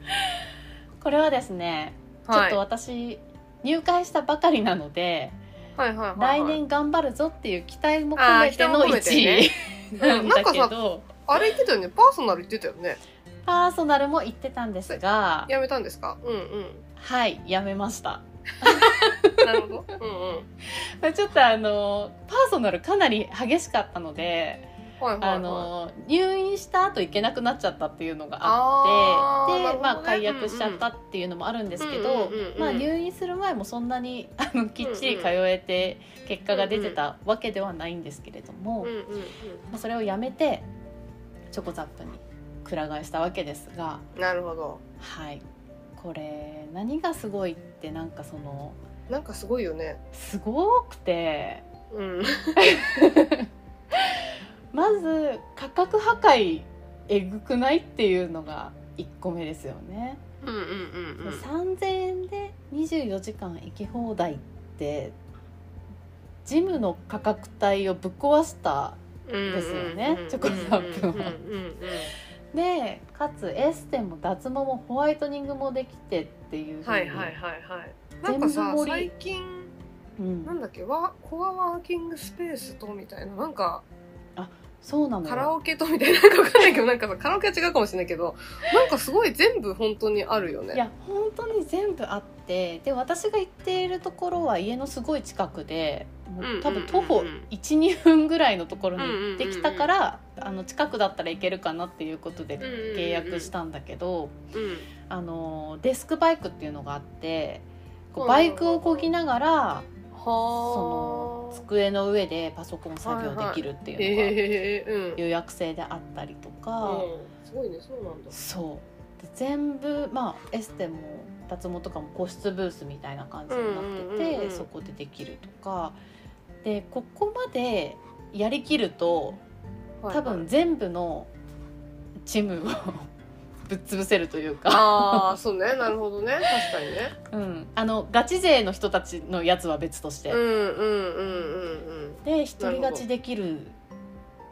Speaker 2: これはですね、ちょ
Speaker 1: は
Speaker 2: っ
Speaker 1: い
Speaker 2: と私入会したばかりなので、
Speaker 1: はいはいはい、
Speaker 2: 来
Speaker 1: はい、
Speaker 2: 年頑張るぞっていう期待も込めての
Speaker 1: あー期待も込め
Speaker 2: 1位、
Speaker 1: て
Speaker 2: なんだけ
Speaker 1: うんなん
Speaker 2: ど、
Speaker 1: あれ言ってたよねパーソナル言ってたよね
Speaker 2: パーソナルも言ってたんですが、
Speaker 1: やめたんですかうんうん
Speaker 2: はい、やめました。
Speaker 1: なるほど。うんうん。
Speaker 2: まあちょっとあのパーソナルかなり激しかったので、
Speaker 1: はいはい、はい。
Speaker 2: あの入院した後行けなくなっちゃったっていうのが
Speaker 1: あ
Speaker 2: あって
Speaker 1: ー
Speaker 2: で、
Speaker 1: なるほどね
Speaker 2: まあ、解約しちゃったっていうのもあるんですけど、
Speaker 1: うんうんうんうん
Speaker 2: まあ、入院する前もそんなにあのきっちり通えて結果が出てたわけではないんですけれども、
Speaker 1: うんうん
Speaker 2: まあ、それをやめてチョコザップにくら替えしたわけですが、
Speaker 1: うん。なるほど。
Speaker 2: はい、これ何がすごいってなんかその
Speaker 1: なんかすごいよね。
Speaker 2: すごくて。
Speaker 1: うん。
Speaker 2: まず価格破壊えぐくないっていうのが1個目ですよね、
Speaker 1: うんうんうんうん。
Speaker 2: 3000円で24時間行き放題ってジムの価格帯をぶっ壊したですよねチョコザップは
Speaker 1: うんうん
Speaker 2: でかつエステも脱毛もホワイトニングもできてっていう
Speaker 1: うん。
Speaker 2: ふうに
Speaker 1: はいはいはいはい。なんかさ
Speaker 2: 全部盛り
Speaker 1: 最近
Speaker 2: うん
Speaker 1: なんだっけわコアワーキングスペースとみたいななんか
Speaker 2: そうなの
Speaker 1: カラ
Speaker 2: よ
Speaker 1: オケとみたいななんかわかんないけどなんかさカラオケは違うかもしれないけどなんかすごい全部本当にあるよね。
Speaker 2: いや本当に全部あってで私が行っているところは家のすごい近くでもう
Speaker 1: うんうんうんうん
Speaker 2: 多分徒歩12分ぐらいのところに行ってきたから、あの近くだったら行けるかなっていうことで
Speaker 1: 契
Speaker 2: 契約し。たんだけど、
Speaker 1: うん。
Speaker 2: あのデスクバイクっていうのがあってこう
Speaker 1: は
Speaker 2: バ
Speaker 1: いはい
Speaker 2: イクをこぎながら
Speaker 1: はあ。
Speaker 2: 机の上でパソコン作業できるっていうのが
Speaker 1: ええうん。
Speaker 2: 予約制であったりとか。
Speaker 1: うんすごいねそうなんだ。
Speaker 2: そうで全部、まあ、エステも脱毛とかも個室ブースみたいな感じになってて、
Speaker 1: うんうんうんうん
Speaker 2: そこでできるとかでここまでやりきると
Speaker 1: はい
Speaker 2: 多分全部のチームを ぶっ潰せるというか、
Speaker 1: ああそうねなるほどね確かにね
Speaker 2: うん、あのガチ勢の人たちのやつは別として、
Speaker 1: うんうんうんうんうん
Speaker 2: で一人勝ちできる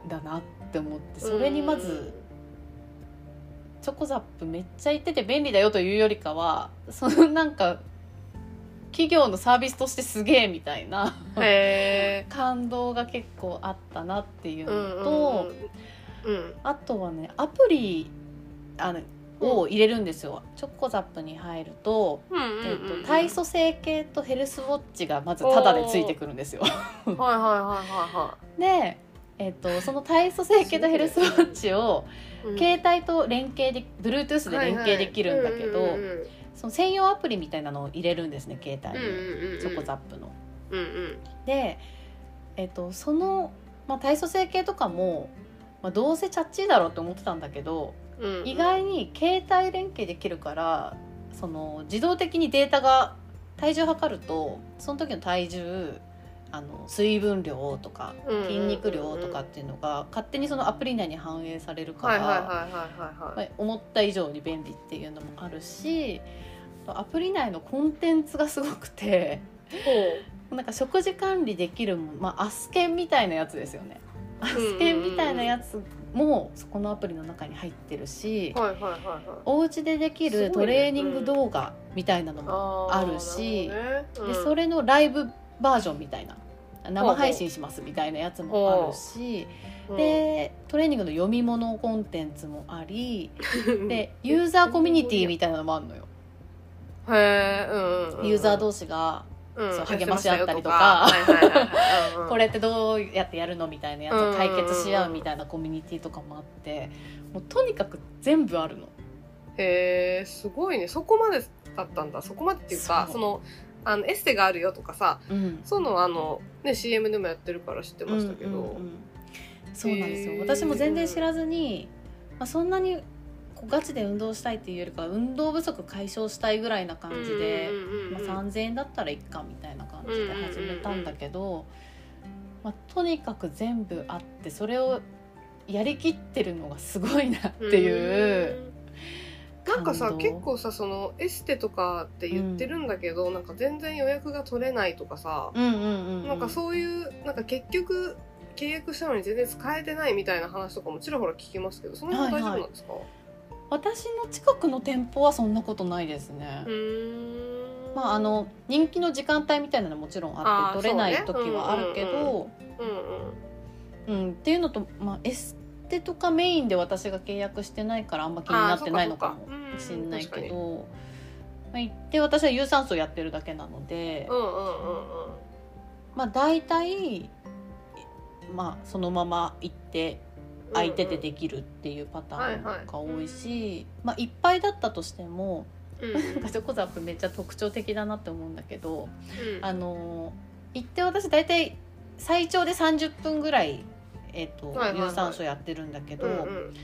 Speaker 2: だなって思ってそれにまずチョコザップめっちゃ行ってて便利だよというよりかはそのなんか企業のサービスとしてすげえみたいな
Speaker 1: うんへ
Speaker 2: 感動が結構あったなっていう
Speaker 1: え
Speaker 2: のと、
Speaker 1: うんうん
Speaker 2: あとはねアプリあのを入れるんですよ、チョコザップに入ると,、
Speaker 1: うんうん
Speaker 2: えっ
Speaker 1: うんうん
Speaker 2: と体組成計とヘルスウォッチがまずタダでついてくるんですよ。
Speaker 1: はいはいはいは
Speaker 2: で、えっとその体組成計とヘルスウォッチを
Speaker 1: いはいうん。
Speaker 2: 携帯と連携で Bluetooth で連携できるんだけど、
Speaker 1: はいはいうん
Speaker 2: その専用アプリみたいなのを入れるんですね携帯
Speaker 1: うん
Speaker 2: に、
Speaker 1: うんうん、
Speaker 2: チョコザ
Speaker 1: ッ
Speaker 2: ップの。
Speaker 1: プ。うんうん
Speaker 2: で、えっとその、まあ、体組成計とかも、まあ、どうせチャッチーだろうって思ってたんだけど、
Speaker 1: うんうん、
Speaker 2: 意外に携帯連携できるからその自動的にデータが体重測るとその時の体重あの水分量とか
Speaker 1: うんうんうんうん
Speaker 2: 筋肉量とかっていうのが勝手にそのアプリ内に反映されるか
Speaker 1: はい
Speaker 2: ら、
Speaker 1: はいはいはいはい
Speaker 2: まあ思った以上に便利っていうのもあるしあとアプリ内のコンテンツがすごくてなんか食事管理できるもん、まあ、アスケンみたいなやつですよね。アスケンみたいなやつもそこのアプリの中に入ってるし、
Speaker 1: はいはいはいはい
Speaker 2: お家でできるトレーニング動画みたいなのも、
Speaker 1: あー
Speaker 2: あるし
Speaker 1: なるほどね
Speaker 2: で
Speaker 1: うん
Speaker 2: それのライブバージョンみたいな生配信しますみたいなやつもあるし、でトレーニングの読み物コンテンツもあり
Speaker 1: うん
Speaker 2: でユーザーコミュニティみたいなのもあるのよ。
Speaker 1: へえうんうんうん
Speaker 2: ユーザー同士が
Speaker 1: うん
Speaker 2: そう励まし合ったりとか
Speaker 1: はいはいはいはいうんうん
Speaker 2: これってどうやってやるのみたいなやつを解決し合うみたいなコミュニティとかもあってもうとにかく全部あるの。
Speaker 1: へえすごいねそこまでだったんだそこまでっていうか
Speaker 2: そう
Speaker 1: そのあのエステがあるよとかさ
Speaker 2: うん
Speaker 1: そういうのはあのね CM でもやってるから知ってましたけど、
Speaker 2: うんうんうんそうなんです
Speaker 1: へ
Speaker 2: よ
Speaker 1: ー
Speaker 2: 私も全然知らずに、まあ、そんなにこうガチで運動したいっていうよりかは運動不足解消したいぐらいな感じで、まあ、3,000円だったらいっかみたいな感じで始めたんだけど、まあ、とにかく全部あってそれをやりきってるのがすごいなっていう。
Speaker 1: うなんかさ
Speaker 2: 感動
Speaker 1: 結構さそのエステとかって言ってるんだけど、なんか全然予約が取れないとかさ、
Speaker 2: うんうんうんうん
Speaker 1: なんかそういうなんか結局契約したのに全然使えてないみたいな話とかもちらほら聞きますけどその辺大丈夫なんですか、
Speaker 2: 私の近くの店舗はそんなことないですね。
Speaker 1: うーん
Speaker 2: まあ、あの人気の時間帯みたいなのももちろんあ
Speaker 1: あー
Speaker 2: って取れな
Speaker 1: そう
Speaker 2: い
Speaker 1: ね
Speaker 2: 時はあるけど、
Speaker 1: うんうんうんうん
Speaker 2: うん、っていうのと、まあ、エステとかメインで私が契約してないからあんま気になってないのかもしんないけど、まあ、行って私は有酸素やってるだけなので、
Speaker 1: うんうんうんうん
Speaker 2: まあ大体、まあ、そのまま行って空いててできるっていうパターンが多いし、まあ、いっぱいだったとしても
Speaker 1: うん
Speaker 2: なんかチョコザップめっちゃ特徴的だなって思うんだけど、
Speaker 1: うん
Speaker 2: あの行って私大体最長で30分ぐらい。えっと
Speaker 1: はいはいはい
Speaker 2: 有酸素やってるんだけど、
Speaker 1: うんうん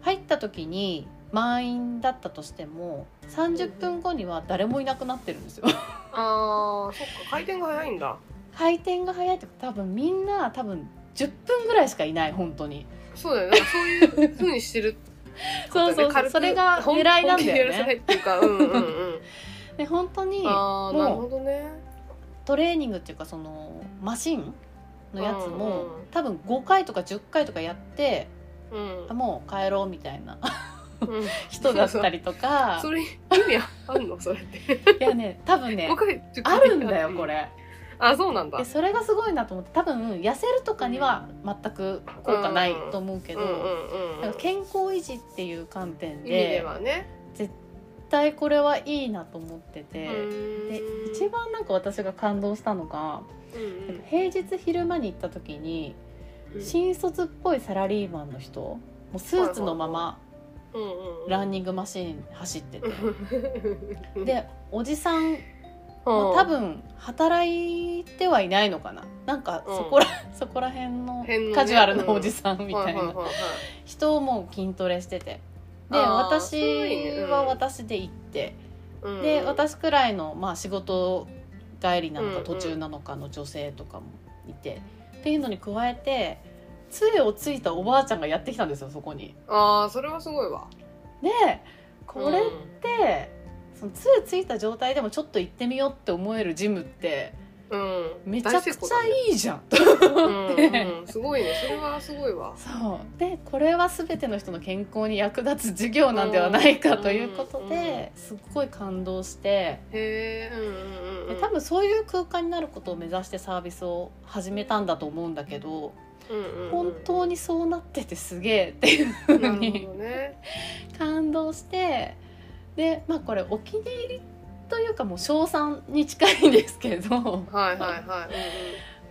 Speaker 2: 入った時に満員だったとしても30分後には誰もいなくなってるんですよ
Speaker 1: あーそっか回転が早いんだ
Speaker 2: 回転が早いってこと多分みんな多分10分ぐらいしかいない本当に
Speaker 1: そうだよねなんかそういう風にしてる
Speaker 2: そうそうそうそれが狙いなんだよ
Speaker 1: 本気でやらせない
Speaker 2: ね
Speaker 1: っていうか、うんうん うん。
Speaker 2: で本当に
Speaker 1: ああ、
Speaker 2: もう
Speaker 1: なるほどね。
Speaker 2: トレーニングっていうかそのマシンのやつも、
Speaker 1: うんうん
Speaker 2: 多分5回とか10回とかやって
Speaker 1: うん
Speaker 2: あ。もう帰ろうみたいな
Speaker 1: うん
Speaker 2: 人だったりとか
Speaker 1: それ意味あんのそれ って。
Speaker 2: いやね多分ね
Speaker 1: 5回10
Speaker 2: あ
Speaker 1: 回
Speaker 2: るんだよこ。れ。
Speaker 1: あ、そうなんだ
Speaker 2: で。それがすごいなと思って多分痩せるとかには全く効果ないと思うけ
Speaker 1: うん
Speaker 2: ど、
Speaker 1: うんう
Speaker 2: なん
Speaker 1: ん
Speaker 2: か。健康維持っていう観
Speaker 1: 意
Speaker 2: 点
Speaker 1: 味で
Speaker 2: で
Speaker 1: はね。
Speaker 2: 絶対これはいいなと思ってて、で
Speaker 1: で
Speaker 2: 一。番なんか私が感動したのが、
Speaker 1: うんうん
Speaker 2: 平日昼間に行った時に新卒っぽいサラリーマンの人もうスーツのまま
Speaker 1: うんうんうん
Speaker 2: ランニングマシーン走ってて、
Speaker 1: うん
Speaker 2: でおじさん
Speaker 1: う
Speaker 2: も
Speaker 1: ん
Speaker 2: 多分働いてはいないのかななんかそこら、 そこら辺の
Speaker 1: 辺のね
Speaker 2: カジュアルなおじさんみ
Speaker 1: は
Speaker 2: た
Speaker 1: はいは
Speaker 2: な
Speaker 1: は
Speaker 2: 人をもう筋トレしててで
Speaker 1: あーす
Speaker 2: 私
Speaker 1: ごいねうん
Speaker 2: は私で行って、
Speaker 1: うん
Speaker 2: で私くらいの、まあ、仕事帰りなの
Speaker 1: うんう
Speaker 2: か
Speaker 1: ん
Speaker 2: 途中なのかの女性とかもいて、っていうのに加えて杖をついたおばあちゃんがやってきたんですよそこに。
Speaker 1: ああそれはすごいわ
Speaker 2: でこれって、その杖ついた状態でもちょっと行ってみようって思えるジムって
Speaker 1: ううん、
Speaker 2: めちゃくちゃいいじゃん。
Speaker 1: 大成功だねうんうんすごいねそれはすごいわ
Speaker 2: そうでこれは全ての人の健康に役立つ授業なんではないかということですっごい感動して
Speaker 1: へえうんうんう
Speaker 2: で
Speaker 1: ん
Speaker 2: 多分そういう空間になることを目指してサービスを始めたんだと思うんだけど
Speaker 1: うんうん
Speaker 2: 本当にそうなっててすげえっていう
Speaker 1: う
Speaker 2: 風に
Speaker 1: なるほどね
Speaker 2: 感動してでまあこれお気に入りというかもう賞賛に近いんですけど、
Speaker 1: はいはいはい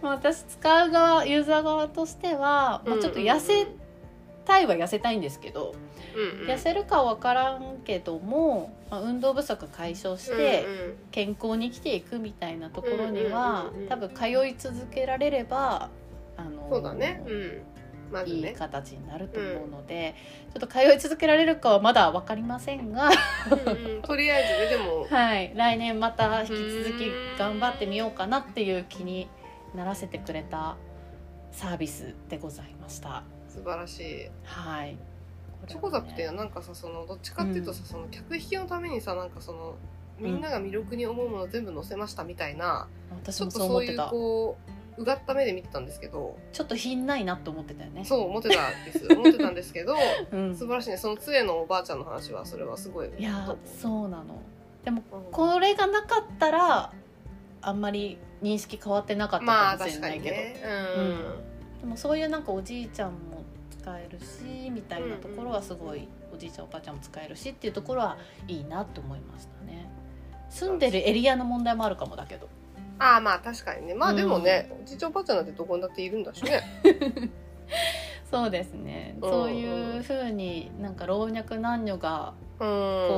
Speaker 2: まあ、私使う側ユーザー側としては、
Speaker 1: うんう
Speaker 2: まあ、
Speaker 1: ん
Speaker 2: ちょっと痩せたいは痩せたいんですけど、
Speaker 1: うんうん
Speaker 2: 痩せるかは分からんけども、まあ、運動不足解消して健康に生きていくみたいなところに
Speaker 1: う
Speaker 2: は
Speaker 1: んうんうんうん
Speaker 2: 多分通い続けられればあの
Speaker 1: そうだねうんまず
Speaker 2: いい
Speaker 1: ね
Speaker 2: 形になると思うので、ちょっと通い続けられるかはまだ分かりませんが、
Speaker 1: うんうんとりあえずねでも
Speaker 2: はい、来年また引き続き頑張ってみようかなっていう気にならせてくれたサービスでございました。
Speaker 1: 素晴らしい
Speaker 2: はい、
Speaker 1: チョ
Speaker 2: こ
Speaker 1: コ
Speaker 2: れ
Speaker 1: ザ
Speaker 2: は
Speaker 1: ップ
Speaker 2: ね
Speaker 1: ってなんかさそのどっちかっていうとさ、その客引きのためにさなんかそのみんなが魅力に思うもの全部載せましたみたいな、
Speaker 2: 私
Speaker 1: ちょ
Speaker 2: も
Speaker 1: っと
Speaker 2: そう
Speaker 1: そ
Speaker 2: 思っ
Speaker 1: うい
Speaker 2: て
Speaker 1: う
Speaker 2: た
Speaker 1: こううがった目で見てたんですけど
Speaker 2: ちょっと品ないなって思ってたよね。
Speaker 1: そう思ってたん です思ってたんですけど
Speaker 2: うん
Speaker 1: 素晴らしいねその杖のおばあちゃんの話はそれはすごい
Speaker 2: いやそうなのでも
Speaker 1: うん
Speaker 2: これがなかったらあんまり認識変わってなかった
Speaker 1: まあ
Speaker 2: かもし
Speaker 1: 確
Speaker 2: れ
Speaker 1: か
Speaker 2: ない
Speaker 1: に
Speaker 2: けど、
Speaker 1: ね
Speaker 2: でもそういうなんかおじいちゃんも使えるしみたいなところはすごいおじいちゃんおばあちゃんも使えるしっていうところはいいなと思いましたね住んでるエリアの問題もあるかもだけど
Speaker 1: うんああまあ確かにねまあでもね、おじいちゃんおばあちゃんなんてどこにだっているんだしね
Speaker 2: そうですね
Speaker 1: うん
Speaker 2: そういうふうになんか老若男女が
Speaker 1: う
Speaker 2: こ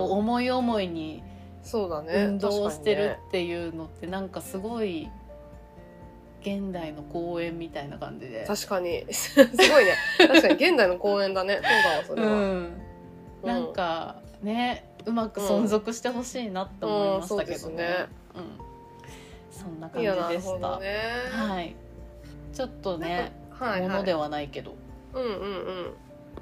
Speaker 2: うん思い思いに
Speaker 1: そうだね
Speaker 2: 運動をしてる
Speaker 1: 確か
Speaker 2: っていうのってなんかすごい現代の公園みたいな感じで、
Speaker 1: にね確かに すごいね確かに現代の公園だねそうだわそうれは、
Speaker 2: ん、なんかねうまく存続してほしいなって思いましたけどね,、うんそんな
Speaker 1: い
Speaker 2: 感じ
Speaker 1: やなる
Speaker 2: で
Speaker 1: ほ
Speaker 2: し
Speaker 1: ど
Speaker 2: た、
Speaker 1: ね。
Speaker 2: はいちょっとね
Speaker 1: はい
Speaker 2: も
Speaker 1: は
Speaker 2: ので
Speaker 1: い。
Speaker 2: はないけど、
Speaker 1: うんうんうん。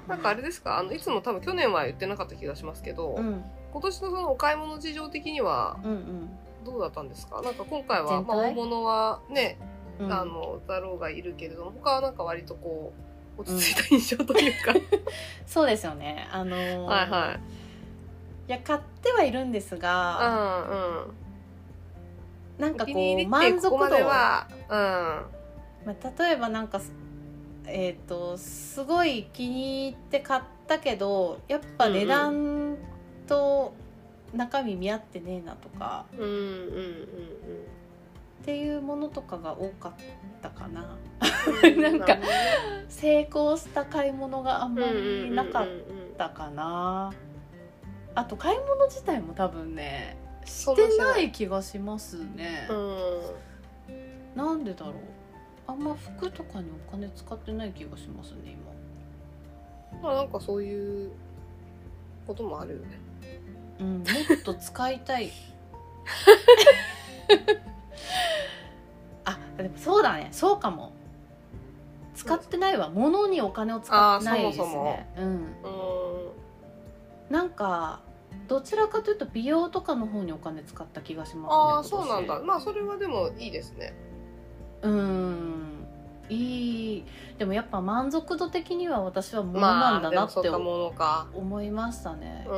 Speaker 1: なんかあれですかあのいつも多分去年は言ってなかった気がしますけど、
Speaker 2: うん、うん
Speaker 1: 今年のそのお買い物事情的には
Speaker 2: うん
Speaker 1: どうだったんですかなんか今回は、
Speaker 2: 全体
Speaker 1: まあ、大物はね、
Speaker 2: うん
Speaker 1: あのだろうがいるけれども他はなんか割とこう落ち着いた印象という か、
Speaker 2: そうですよねあの
Speaker 1: はいはい
Speaker 2: いや買ってはいるんですが
Speaker 1: うんうん
Speaker 2: なんか
Speaker 1: お気に
Speaker 2: こ
Speaker 1: 入
Speaker 2: う
Speaker 1: りってこ
Speaker 2: 満足度
Speaker 1: こまではう
Speaker 2: まあ、例えばなんかすえっ、とすごい気に入って買ったけどやっぱ値段と中身見合ってねえなとか
Speaker 1: んうんうん
Speaker 2: っていうものとかが多かったかな
Speaker 1: うんうん
Speaker 2: なんか成功した買い物があんまりなかっ
Speaker 1: うんうんうんうん
Speaker 2: たかなあと買い物自体も多分ねし
Speaker 1: そんなしててない
Speaker 2: ない気がしますね
Speaker 1: うん
Speaker 2: なんでだろうあんま服とかにお金使ってない気がしますね
Speaker 1: ま
Speaker 2: 今
Speaker 1: あなんかそういうこともあるよね。
Speaker 2: うん、もっと使いたい あでもそうだねそうかも使ってないわ物にお金を使ってないですね
Speaker 1: あーそも
Speaker 2: うん、
Speaker 1: う
Speaker 2: なんかどちらかというと美容とかの方にお金使った気がしますね
Speaker 1: ああ
Speaker 2: 今
Speaker 1: そ
Speaker 2: 年
Speaker 1: うなんだ。まあそれはでもいいですね。
Speaker 2: うんいいでもやっぱ満足度的には私は物なん
Speaker 1: ま
Speaker 2: だな
Speaker 1: あ、でもそ
Speaker 2: って
Speaker 1: うかものか。
Speaker 2: 思いましたね、
Speaker 1: う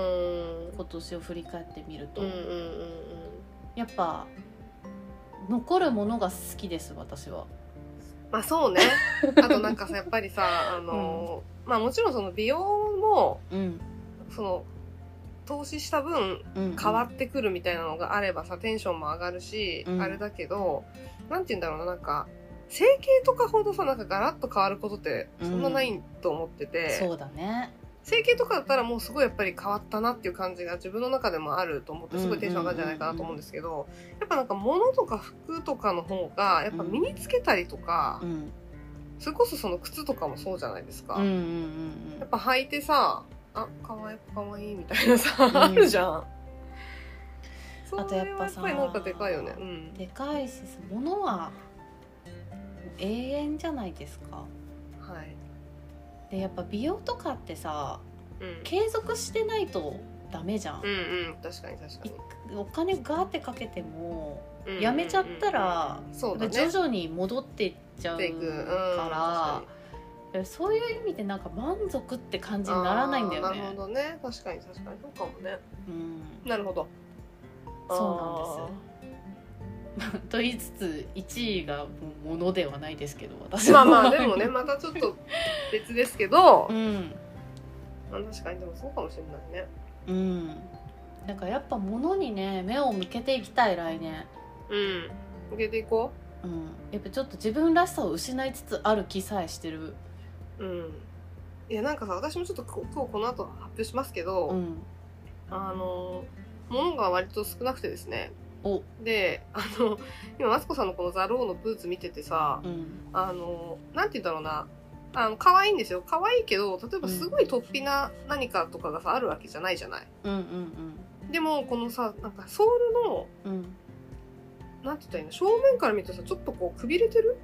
Speaker 1: ん。
Speaker 2: 今年を振り返ってみると、
Speaker 1: うんうんうん
Speaker 2: やっぱ残るものが好きです私は
Speaker 1: まあそう ね。あとなんかさやっぱりさあのー、まあもちろんその美容も
Speaker 2: うん
Speaker 1: その投資した分
Speaker 2: うん
Speaker 1: 変わってくるみたいなのがあればさテンションも上がるし、
Speaker 2: うん
Speaker 1: あれだけどなんて言うんだろうななんか整形とかほどさなんかガラッと変わることってそんなないと思ってて。
Speaker 2: そうだね
Speaker 1: 整形とかだったらもうすごいやっぱり変わったなっていう感じが自分の中でもあると思ってすごいテンション上がるんじゃないかなと思うんですけどやっぱなんか物とか服とかの方がやっぱ身につけたりとか
Speaker 2: うん
Speaker 1: それこそその靴とかもそうじゃないですか
Speaker 2: うんうん
Speaker 1: やっぱ履いてさあかわいいかわいいみたいなさあるじゃんそれ
Speaker 2: あとやっぱ
Speaker 1: は
Speaker 2: さ
Speaker 1: やっぱりなんかでかいよねうん
Speaker 2: でかいし物は永遠じゃないですか
Speaker 1: はい
Speaker 2: でやっぱ美容とかってさ
Speaker 1: うん
Speaker 2: 継続してないとダメじゃん
Speaker 1: う、んうん確かに確かに
Speaker 2: いお金ガーってかけても
Speaker 1: うん
Speaker 2: やめちゃったら
Speaker 1: そうだね
Speaker 2: 徐々に戻っていっちゃう
Speaker 1: っていく、うん、
Speaker 2: か、
Speaker 1: 確から
Speaker 2: そういう意味でなんか満足って感
Speaker 1: に
Speaker 2: じにならないんだよ
Speaker 1: あーなるほ
Speaker 2: ね。
Speaker 1: どね確かに確かにそうかもね
Speaker 2: うん
Speaker 1: なるほど
Speaker 2: そうなんです。 と言いつつ1位がものではないですけど私
Speaker 1: まあ
Speaker 2: は
Speaker 1: まあでもねまたちょっと別ですけど
Speaker 2: う、ん
Speaker 1: まあ確かにでもそうかもしれないね
Speaker 2: うんだからやっぱ物にね目を向けていきたい来年、
Speaker 1: うん受けていこ
Speaker 2: うん、やっぱちょっと自分らしさを失いつつある気さえしてる
Speaker 1: ううんいやなんかさ私もちょっとこ今日この後発表しますけど、
Speaker 2: うん
Speaker 1: あの物が割と少なくてですね
Speaker 2: お
Speaker 1: であの今マツコさんのこの「ザ・ロー」のブーツ見ててさ
Speaker 2: うん
Speaker 1: あのなんて言うんだろうなあの可愛いんですよ可愛いけど例えばすごい突飛な何かとかがさあるわけじゃないじゃない
Speaker 2: うんうん
Speaker 1: でもこのさなんかソールの
Speaker 2: うんうん
Speaker 1: なんて言ったらいいの正面から見るとさちょっとこうくびれてる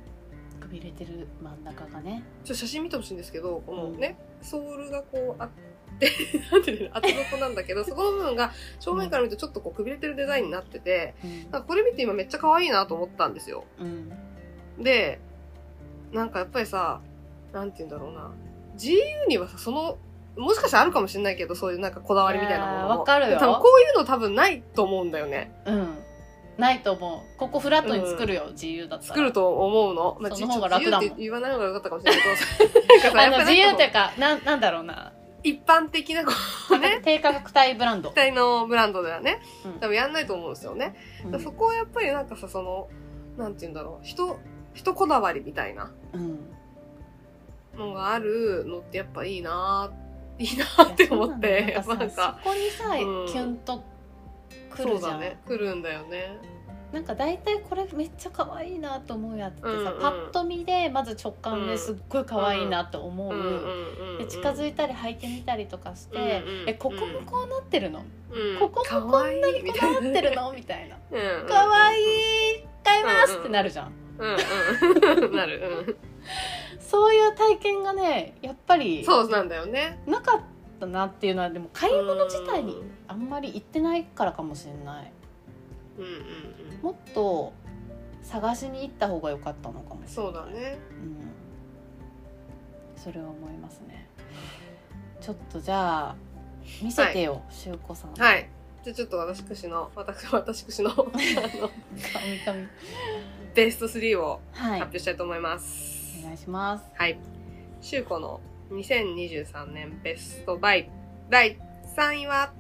Speaker 2: くびれてる真ん中がね
Speaker 1: ちょっと写真見てほしいんですけどこの
Speaker 2: うん
Speaker 1: ね、ソールがこうあって なんていうの厚底なんだけどそこの部分が正面から見るとちょっとこうくびれてるデザインになってて
Speaker 2: うん
Speaker 1: なんかこれ見て今めっちゃ可愛いなと思ったんですよ
Speaker 2: うん
Speaker 1: でなんかやっぱりさなんて言うんだろうな GU にはさそのもしかしたらあるかもしれないけどそういうなんかこだわりみたいなもの
Speaker 2: いやー
Speaker 1: も
Speaker 2: わかるよ
Speaker 1: 多分こういうの多分ないと思うんだよね
Speaker 2: うんないと思うここフラットに作るよ、自由だったら
Speaker 1: 作ると思うの、まあ、
Speaker 2: その方が楽だもん
Speaker 1: 自由って言わない方が良かったかもしれないけ ど
Speaker 2: あ
Speaker 1: なん
Speaker 2: の
Speaker 1: かさ
Speaker 2: 自由
Speaker 1: やっ
Speaker 2: っ
Speaker 1: ぱ
Speaker 2: てい
Speaker 1: り
Speaker 2: うかなんなんだろうな
Speaker 1: 一般的なこうね
Speaker 2: 低価格帯ブランド
Speaker 1: 絶、対のブランドではね
Speaker 2: うん
Speaker 1: 多分やんないと思うんですよね、
Speaker 2: う
Speaker 1: だ からそこはやっぱりなんかさそのなんて言うんだろう人人こだわりみたいなんのがあるのってやっぱいいなぁいいなぁって思って
Speaker 2: なんかさ
Speaker 1: なんか
Speaker 2: そこにさ、
Speaker 1: うん
Speaker 2: キュンとく
Speaker 1: そ
Speaker 2: る
Speaker 1: う
Speaker 2: じゃ
Speaker 1: だ
Speaker 2: ん、
Speaker 1: ね来るんだよね
Speaker 2: なんか大体これめっちゃ可愛いなと思うやつってさ、
Speaker 1: うんうん
Speaker 2: パッと見でまず直感
Speaker 1: う
Speaker 2: で
Speaker 1: ん
Speaker 2: すっごい可愛いなと思う、
Speaker 1: うんうんうん
Speaker 2: で近づいたり履いてみたりとかして、
Speaker 1: うんうん
Speaker 2: えここもこうなってるの、
Speaker 1: うん
Speaker 2: ここもこんなにこだわってる
Speaker 1: か
Speaker 2: のみたいな
Speaker 1: わいいみたいなうんうん
Speaker 2: 可愛い買いますってなるじゃん、
Speaker 1: うんうんなる
Speaker 2: そういう体験がねやっぱ
Speaker 1: うん
Speaker 2: り
Speaker 1: そうなんだよね
Speaker 2: なかったなっていうのはでも買い物自体にあんまり行ってないからかもしれない
Speaker 1: うんうんうん
Speaker 2: もっと探しに行った方が良かったのかもしれない
Speaker 1: そうだ、ね
Speaker 2: うん、それは思いますねちょっとじゃあ見せてよ、しゅうこさん、
Speaker 1: はいじゃあちょっと私くしの私私くしのあの
Speaker 2: 神々
Speaker 1: ベスト3を
Speaker 2: はい
Speaker 1: 発表したいと思います
Speaker 2: お願いします
Speaker 1: はい。シュウコの2023年ベストバイ第3位は、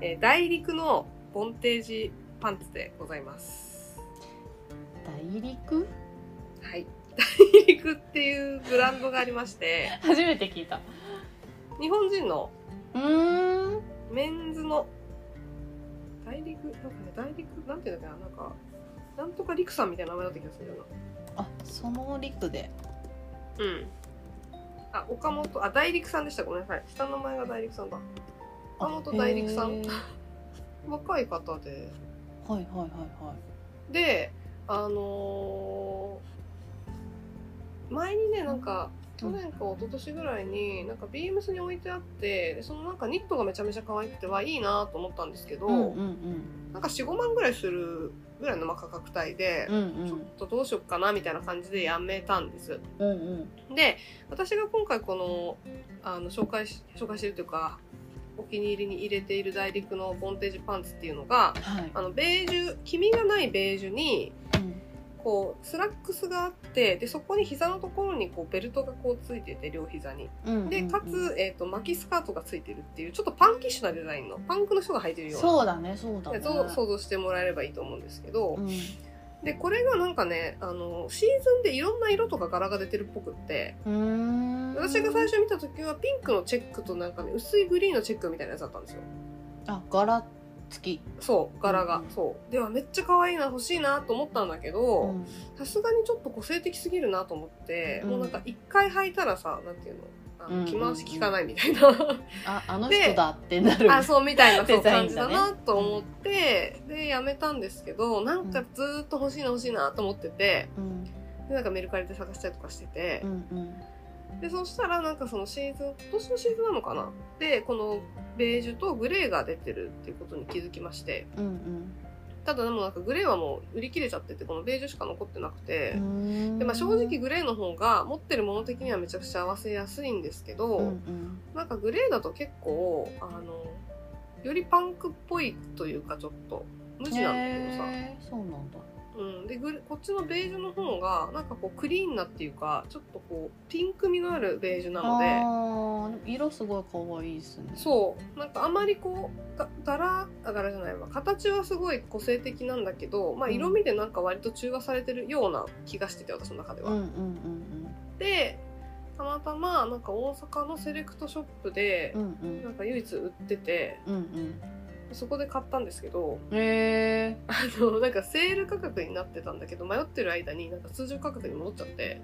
Speaker 1: えー大陸のボンテージパンツでございます。
Speaker 2: 大陸
Speaker 1: はい。大陸っていうブランドがありまして、
Speaker 2: 初めて聞いた
Speaker 1: 日本人の
Speaker 2: うーん
Speaker 1: メンズの大陸、なんかね、大陸、なんていうんだっけな、なんか、なんとか陸さんみたいな名前だった気がするよ
Speaker 2: あその陸で
Speaker 1: な。うん。あ、岡本、あ、大陸さんでした。ごめんなさい。下の名前が大陸さんだ。
Speaker 2: あ
Speaker 1: 岡本大陸さん
Speaker 2: へー
Speaker 1: 若い方で。
Speaker 2: はいはいはいはい
Speaker 1: であのー前にねなんか去年か一昨年ぐらいになんかビームスに置いてあってでそのなんかニットがめちゃめちゃ可愛くてはいいなと思ったんですけど、
Speaker 2: うんうん
Speaker 1: なんか45万ぐらいするぐらいのまあ価格帯で
Speaker 2: うんう、ん
Speaker 1: ちょっとどうしよっかなみたいな感じでやめたんです。
Speaker 2: うんうん
Speaker 1: で私が今回このあの紹介し紹介してるというかお気に入りに入れている大陸のボンテージパンツっていうのが
Speaker 2: はい
Speaker 1: あのベージュ黄身がないベージュにこうスラックスがあってでそこに膝のところにこうベルトがこうついてて両膝に
Speaker 2: うんうん
Speaker 1: でか
Speaker 2: うんうん
Speaker 1: つ、えー、と巻きスカートがついてるっていうちょっとパンキッシュなデザインのパンクの人が履いてるような
Speaker 2: そうだねそうだね
Speaker 1: やつを想像してもらえればいいと思うんですけど、
Speaker 2: うん
Speaker 1: でこれがなんかねあのシーズンでいろんな色とか柄が出てるっぽくって
Speaker 2: うーん
Speaker 1: 私が最初見た時はピンクのチェックとなんかね薄いグリーンのチェックみたいなやつだったんですよ
Speaker 2: あ柄付き
Speaker 1: そう柄が、
Speaker 2: うんうん
Speaker 1: そうではめっちゃ可愛いな欲しいなと思ったんだけど、
Speaker 2: うん
Speaker 1: さすがにちょっと個性的すぎるなと思って、
Speaker 2: うん
Speaker 1: もうなんか一回履いたらさなんていうのあ
Speaker 2: うんうんう
Speaker 1: の
Speaker 2: ん
Speaker 1: 着回し効かないみたいな、
Speaker 2: ああの人だってなる
Speaker 1: あ そうみたいなそう
Speaker 2: デザイ
Speaker 1: 感
Speaker 2: ン
Speaker 1: じ
Speaker 2: だ
Speaker 1: だ
Speaker 2: ね
Speaker 1: なと思って、でやめたんですけどなんかずーっと欲しいな欲しいなと思ってて
Speaker 2: うん
Speaker 1: でなんかメルカリで探したりとかしてて
Speaker 2: う、んうん
Speaker 1: でそしたらなんかそのシーズン今年のシーズンなのかなでこのベージュとグレーが出てるっていうことに気づきまして
Speaker 2: うん
Speaker 1: ただでもなんかグレーはもう売り切れちゃっててこのベージュしか残ってなくて、
Speaker 2: うん
Speaker 1: でまあ、正直グレーの方が持ってるもの的にはめちゃくちゃ合わせやすいんですけど、
Speaker 2: うんうん
Speaker 1: なんかグレーだと結構あのよりパンクっぽいというかちょっと無地なんだけどさ、
Speaker 2: へーそうなんだ
Speaker 1: うん、でグレこっちのベージュの方がなんかこうクリーンなっていうかちょっとこうピンク味のあるベージュなので。
Speaker 2: あー色すごい可愛いですね
Speaker 1: そうなんかあまりこうが柄あ柄じゃないわ形はすごい個性的なんだけど、まあ、
Speaker 2: うん
Speaker 1: 色味でなんか割と中和されてるような気がしてて私の中では。
Speaker 2: うんうんうん
Speaker 1: でたまたまなんか大阪のセレクトショップで
Speaker 2: うんう、んう
Speaker 1: なんんか唯一売ってて
Speaker 2: うんうん
Speaker 1: そこで買ったんですけど
Speaker 2: へえ
Speaker 1: あのなんかセール価格になってたんだけど迷ってる間になんか通常価格に戻っちゃって。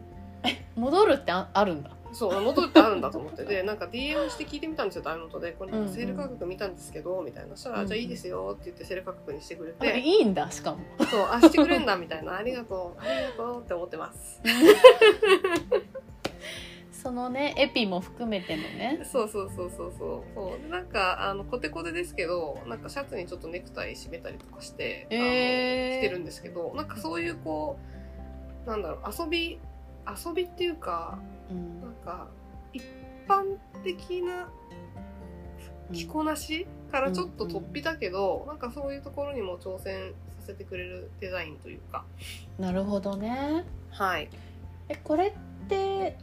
Speaker 2: 戻るってああるんだ
Speaker 1: そう戻るってあるんだと思ってでなんか DM して聞いてみたんですよダメ元でこれ
Speaker 2: うんうん
Speaker 1: セール価格見たんですけどみたいなそした
Speaker 2: うん
Speaker 1: ら
Speaker 2: う
Speaker 1: 「
Speaker 2: ん
Speaker 1: じゃあいいですよ」って言ってセール価格にしてくれ
Speaker 2: あい
Speaker 1: て
Speaker 2: いんだしかも
Speaker 1: そうあしてくれんだみたいなありがとうありがとうって思ってます
Speaker 2: そのねエピも含めてのね
Speaker 1: そうそうそうそうそうそうでなんかあのコテコテですけどなんかシャツにちょっとネクタイ締めたりとかして、あの
Speaker 2: へー
Speaker 1: 着てるんですけどなんかそういうこうなんだろう遊び遊びっていうか
Speaker 2: うん
Speaker 1: なんか一般的な着こなしからちょっと突飛だけど、なんかそういうところにも挑戦させてくれるデザインというか
Speaker 2: なるほどね
Speaker 1: はい
Speaker 2: えこれって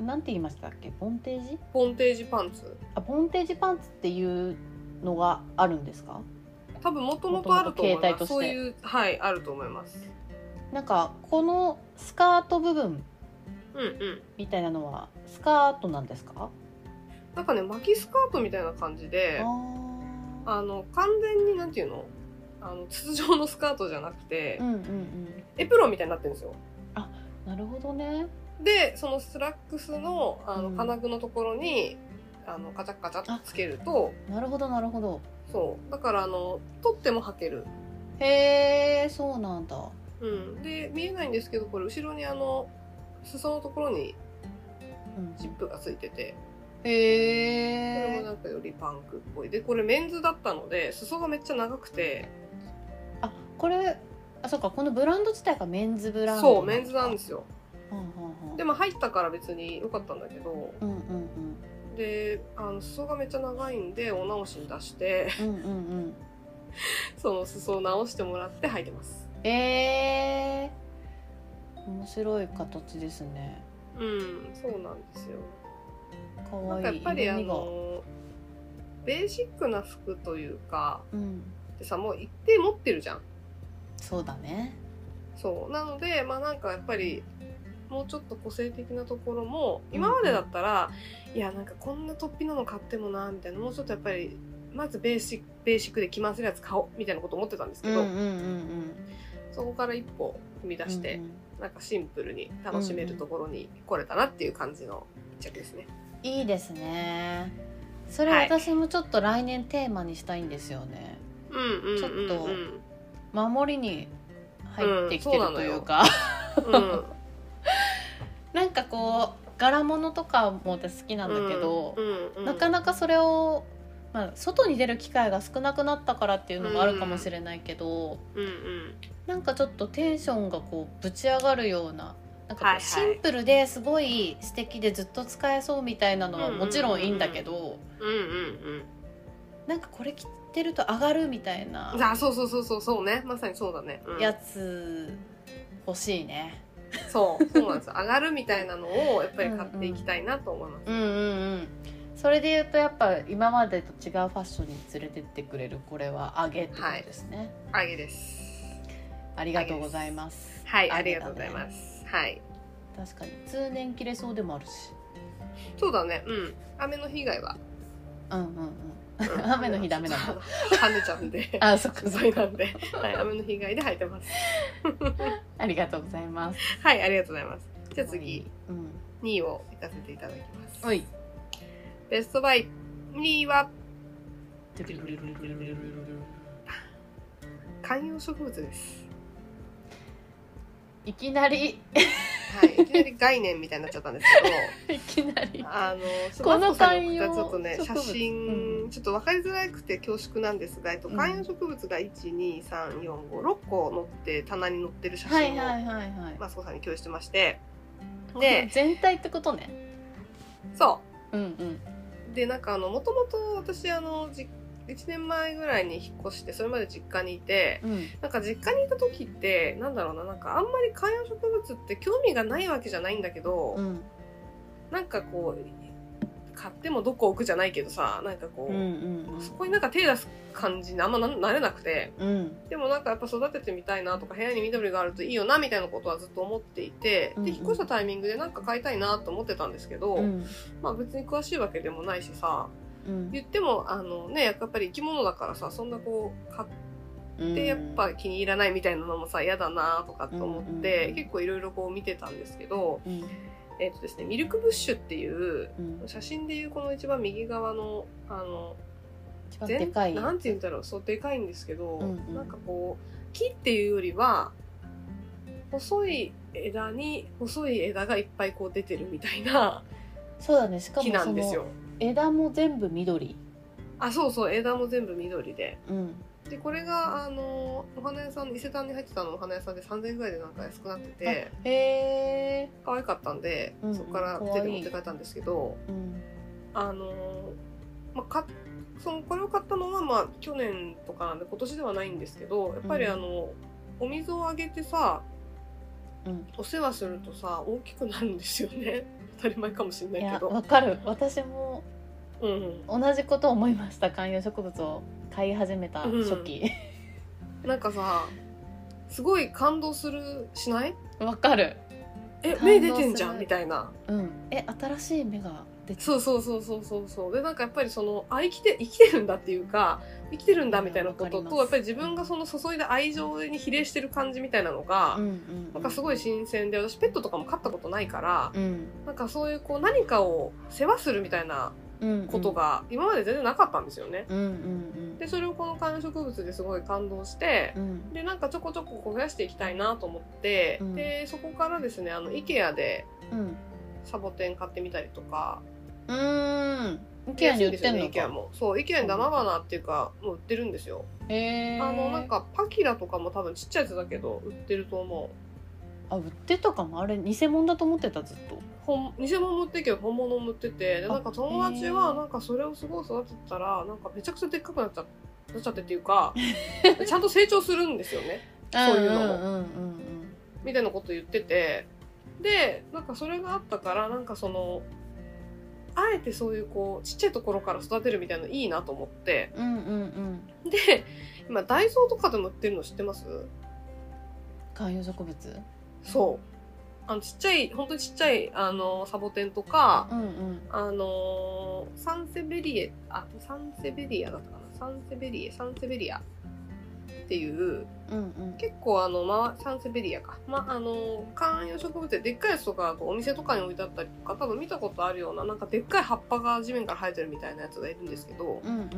Speaker 2: なんて言いましたっけボンテージ
Speaker 1: ボンテージパンツ
Speaker 2: あボンテージパンツっていうのがあるんですか
Speaker 1: 多分もともとあると思い
Speaker 2: 携
Speaker 1: ま
Speaker 2: 帯と
Speaker 1: す
Speaker 2: して
Speaker 1: そういうはいあると思います
Speaker 2: なんかこのスカート部分
Speaker 1: うんうん
Speaker 2: みたいなのはスカートなんですか
Speaker 1: なんかね巻きスカートみたいな感じで
Speaker 2: あ
Speaker 1: あの完全になんていうのあの筒状のスカートじゃなくて、
Speaker 2: ーうんうんうん
Speaker 1: エプロンみたいになってるんですよ
Speaker 2: なるほどね
Speaker 1: でそのスラックスのあの
Speaker 2: うん
Speaker 1: 金具のところに、あのカチャカチャっとつけると
Speaker 2: なるほどなるほど
Speaker 1: そうだからあの取っても履ける
Speaker 2: へえそうなんだ
Speaker 1: うん、で見えないんですけどこれ後ろにあの裾のところに
Speaker 2: うん
Speaker 1: ジップがついててこれも
Speaker 2: へえ
Speaker 1: なんかよりパンクっぽいでこれメンズだったので裾がめっちゃ長くて
Speaker 2: あこれあそうかこのブランド自体がメンズブランド
Speaker 1: そうメンズなんですすよ
Speaker 2: はんはんはん
Speaker 1: でも入ったから別に良かったんだけど
Speaker 2: うんうんうん
Speaker 1: であの裾がめっちゃ長いんでお直しに出して
Speaker 2: うんうん
Speaker 1: その裾を直してもらって履いてます
Speaker 2: うんえー、面白い形ですね
Speaker 1: うんそうなんですよ
Speaker 2: か
Speaker 1: なん
Speaker 2: わいい
Speaker 1: かやっぱりあ
Speaker 2: 色味が
Speaker 1: のベーシックな服というか
Speaker 2: うん
Speaker 1: でさもう一定持ってるじゃん
Speaker 2: そうだね
Speaker 1: そうなのでまあなんかやっぱりもうちょっと個性的なところも今までだったら、いやなんかこんな突飛なの買ってもなみたいなもうちょっとやっぱりまずベーシックベーシックで決ませるやつ買おうみたいなこと思ってたんですけど、
Speaker 2: うんうん
Speaker 1: そこから一歩踏み出して、
Speaker 2: うんうん
Speaker 1: なんかシンプルに楽しめるところに来れたなっていう感じの一着ですね。
Speaker 2: いいですねそれ
Speaker 1: はい
Speaker 2: 私もちょっと来年テーマにしたいんですよね、
Speaker 1: うんうんうんうん
Speaker 2: 守りに入ってきてるというか、
Speaker 1: うん
Speaker 2: なんかこう柄物とかも私好きなんだけど、
Speaker 1: うんうん
Speaker 2: なかなかそれを、まあ、外に出る機会が少なくなったからっていうのもあるかもしれないけど、
Speaker 1: うんうん
Speaker 2: なんかちょっとテンションがこうぶち上がるような
Speaker 1: は
Speaker 2: なんか
Speaker 1: い
Speaker 2: こ
Speaker 1: は
Speaker 2: う
Speaker 1: い
Speaker 2: シンプルですごい素敵でずっと使えそうみたいなのはもちろんいいんだけど、
Speaker 1: うんうん
Speaker 2: なんかこれ着てると上がるみたい
Speaker 1: うん
Speaker 2: な
Speaker 1: あそうそうそうそうそうねまさにそうだね、うん
Speaker 2: やつ欲しいね。
Speaker 1: そう、そうなんですよ。上がるみたいなのをやっぱり買っていきたいなと思います。
Speaker 2: うんうんうんそれで言うとやっぱ今までと違うファッションに連れてってくれるこれはあげってことですね、
Speaker 1: あげです。
Speaker 2: ありがとうございます
Speaker 1: はい、あ
Speaker 2: あ
Speaker 1: り
Speaker 2: げ
Speaker 1: が
Speaker 2: だね
Speaker 1: とうございます。はい。
Speaker 2: 確かに通年着れそうでもあるし
Speaker 1: そうだね。うん。雨の日以外は。
Speaker 2: うんうんうん
Speaker 1: うん
Speaker 2: 雨の日ダメなんだ。
Speaker 1: 跳ねちゃうん で。
Speaker 2: あそっか
Speaker 1: そ
Speaker 2: そっ
Speaker 1: うな
Speaker 2: か
Speaker 1: んで。はい、雨の日以外で履いてます。
Speaker 2: ありがとうございます
Speaker 1: はい、ありがとうございます。じゃあ次、
Speaker 2: うん
Speaker 1: 2位を行かせていただきます。
Speaker 2: はい
Speaker 1: ベストバイ2位は観葉植物です。
Speaker 2: いきなり
Speaker 1: はい、いきなり概念みたいになっちゃったんですけど。
Speaker 2: いきなり
Speaker 1: あの、スマ
Speaker 2: この
Speaker 1: ホさんに送ったち
Speaker 2: 観葉
Speaker 1: ょっとね、
Speaker 2: 植
Speaker 1: 写
Speaker 2: 物
Speaker 1: 真、
Speaker 2: う
Speaker 1: ちょっと分かりづらくて恐縮なんですが、えっと、
Speaker 2: うん
Speaker 1: 観葉植物が1、2、3、4、5、6個載って、棚に載ってる写
Speaker 2: はい
Speaker 1: 真
Speaker 2: は
Speaker 1: を、
Speaker 2: いはいはい
Speaker 1: マスコさんに共有してまして、
Speaker 2: で
Speaker 1: で、
Speaker 2: 全体ってことね
Speaker 1: そ
Speaker 2: うんうん
Speaker 1: う。で、なんかあの、もともと私、あの、じ1年前ぐらいに引っ越して、それまで実家にいて、
Speaker 2: うん
Speaker 1: なんか実家にいた時って、なんだろうな、なんかあんまり観葉植物って興味がないわけじゃないんだけど、
Speaker 2: うん
Speaker 1: なんかこう、買ってもどこ置くじゃないけどさ、なんかこ
Speaker 2: う
Speaker 1: う、
Speaker 2: んうん
Speaker 1: そこになんか手出す感じにあんまななれなくて
Speaker 2: うんうん
Speaker 1: でもなんかやっぱ育ててみたいなとか部屋に緑があるといいよなみたいなことはずっと思っていて
Speaker 2: うんうん
Speaker 1: で引っ越したタイミングでなんか買いたいなと思ってたんですけど、
Speaker 2: うん
Speaker 1: まあ別に詳しいわけでもないしさ
Speaker 2: うん
Speaker 1: 言ってもあのねやっぱり生き物だからさそんなこう買ってやっぱ気に入らないみたいなのもさ嫌だなとかと思って、
Speaker 2: うんうん
Speaker 1: 結構いろいろこう見てたんですけど、
Speaker 2: うん
Speaker 1: えっとですね、ミルクブッシュっていう
Speaker 2: うん
Speaker 1: 写真でいうこの一番右側のあの
Speaker 2: 一番でかい
Speaker 1: なんて言うんだろうそうでかいんですけど、
Speaker 2: うんうん
Speaker 1: なんかこう木っていうよりは細い枝に細い枝がいっぱいこう出てるみたいな
Speaker 2: そうだねしか
Speaker 1: 木
Speaker 2: も
Speaker 1: な
Speaker 2: そ
Speaker 1: んですよ
Speaker 2: の。枝も全部緑
Speaker 1: あそうそう枝も全部緑で
Speaker 2: うん
Speaker 1: でこれがあのお花屋さん伊勢丹に入ってたのお花屋さんで3000円ぐらいでなんか安くなってて
Speaker 2: へえ
Speaker 1: 可愛かったんで、
Speaker 2: うんうん
Speaker 1: そこから手で持って帰ったんですけど
Speaker 2: うん
Speaker 1: あの、まあ、かそのこれを買ったのはまあ去年とかなんで今年ではないんですけどやっぱりあの、お水をあげてさ
Speaker 2: うん
Speaker 1: お世話するとさ大きくなるんですよね 当たり前かもしれ
Speaker 2: い
Speaker 1: ないけ
Speaker 2: や
Speaker 1: ど
Speaker 2: わかる私も
Speaker 1: うんうん、
Speaker 2: 同じことを思いました観葉植物を飼い始めた初期
Speaker 1: なんかさすごい感動するしない
Speaker 2: わ、かる
Speaker 1: え
Speaker 2: 感動する
Speaker 1: 目出てんじゃんみたいな
Speaker 2: うんえ新しい芽が出て
Speaker 1: そうそうそうそうそうそうでなんかやっぱりそのあ生きて生きてるんだっていうか生きてるんだみたいなこと
Speaker 2: わかります
Speaker 1: とやっぱり自分がその注いだ愛情に比例してる感じみたいなのが、
Speaker 2: うんうん
Speaker 1: なんかす
Speaker 2: ごい
Speaker 1: ごい新鮮で私ペットとかも飼ったことないから、
Speaker 2: うん
Speaker 1: なんかそういうこう何かを世話するみたいな
Speaker 2: うん
Speaker 1: ことが今まで全然なかったんですよね。
Speaker 2: うんうん
Speaker 1: でそれをこの観葉植物ですごい感動して
Speaker 2: うんう、ん
Speaker 1: でなんかちょこちょここう増やしていきたいなと思って、
Speaker 2: うん
Speaker 1: でそこからですねあの IKEA で
Speaker 2: うん
Speaker 1: サボテン買ってみたりとか
Speaker 2: うーん IKEA に売ってんの
Speaker 1: 安いですよね IKEA
Speaker 2: か
Speaker 1: もそう IKEA に生花っていうかもう売ってるんですよ、
Speaker 2: へえ
Speaker 1: あのなんかパキラとかも多分ちっちゃいやつだけど売ってると思う
Speaker 2: あ売ってたかもあれ偽物だと思ってたずっと
Speaker 1: 本偽物も売ってるけど本物も売っててで
Speaker 2: あ
Speaker 1: なんか友達
Speaker 2: へ
Speaker 1: は
Speaker 2: ー
Speaker 1: なんかそれをすごい育ててたらなんかめちゃくちゃでっかくなっちゃ なっちゃってっていう かちゃんと成長するんですよねそういうのも
Speaker 2: んうんうん
Speaker 1: みたいなこと言っててでなんかそれがあったからなんかそのあえてそういうこうちっちゃいところから育てるみたいなのいいなと思って
Speaker 2: うんうんうんうん
Speaker 1: で今ダイソーとかでも売ってるの知ってます
Speaker 2: 観葉植物
Speaker 1: そうあのちっちゃい本当にちっちゃいあのサボテンとか
Speaker 2: うんうん
Speaker 1: あのサンセベリエあサンセベリアだったかなサンセベリエサンセベリアっていう
Speaker 2: うんうん
Speaker 1: 結構あの、ま、サンセベリアか、ま、あの観葉植物ででっかいやつとかこうお店とかに置いてあったりとか多分見たことあるようななんかでっかい葉っぱが地面から生えてるみたいなやつがいるんですけど
Speaker 2: うんうん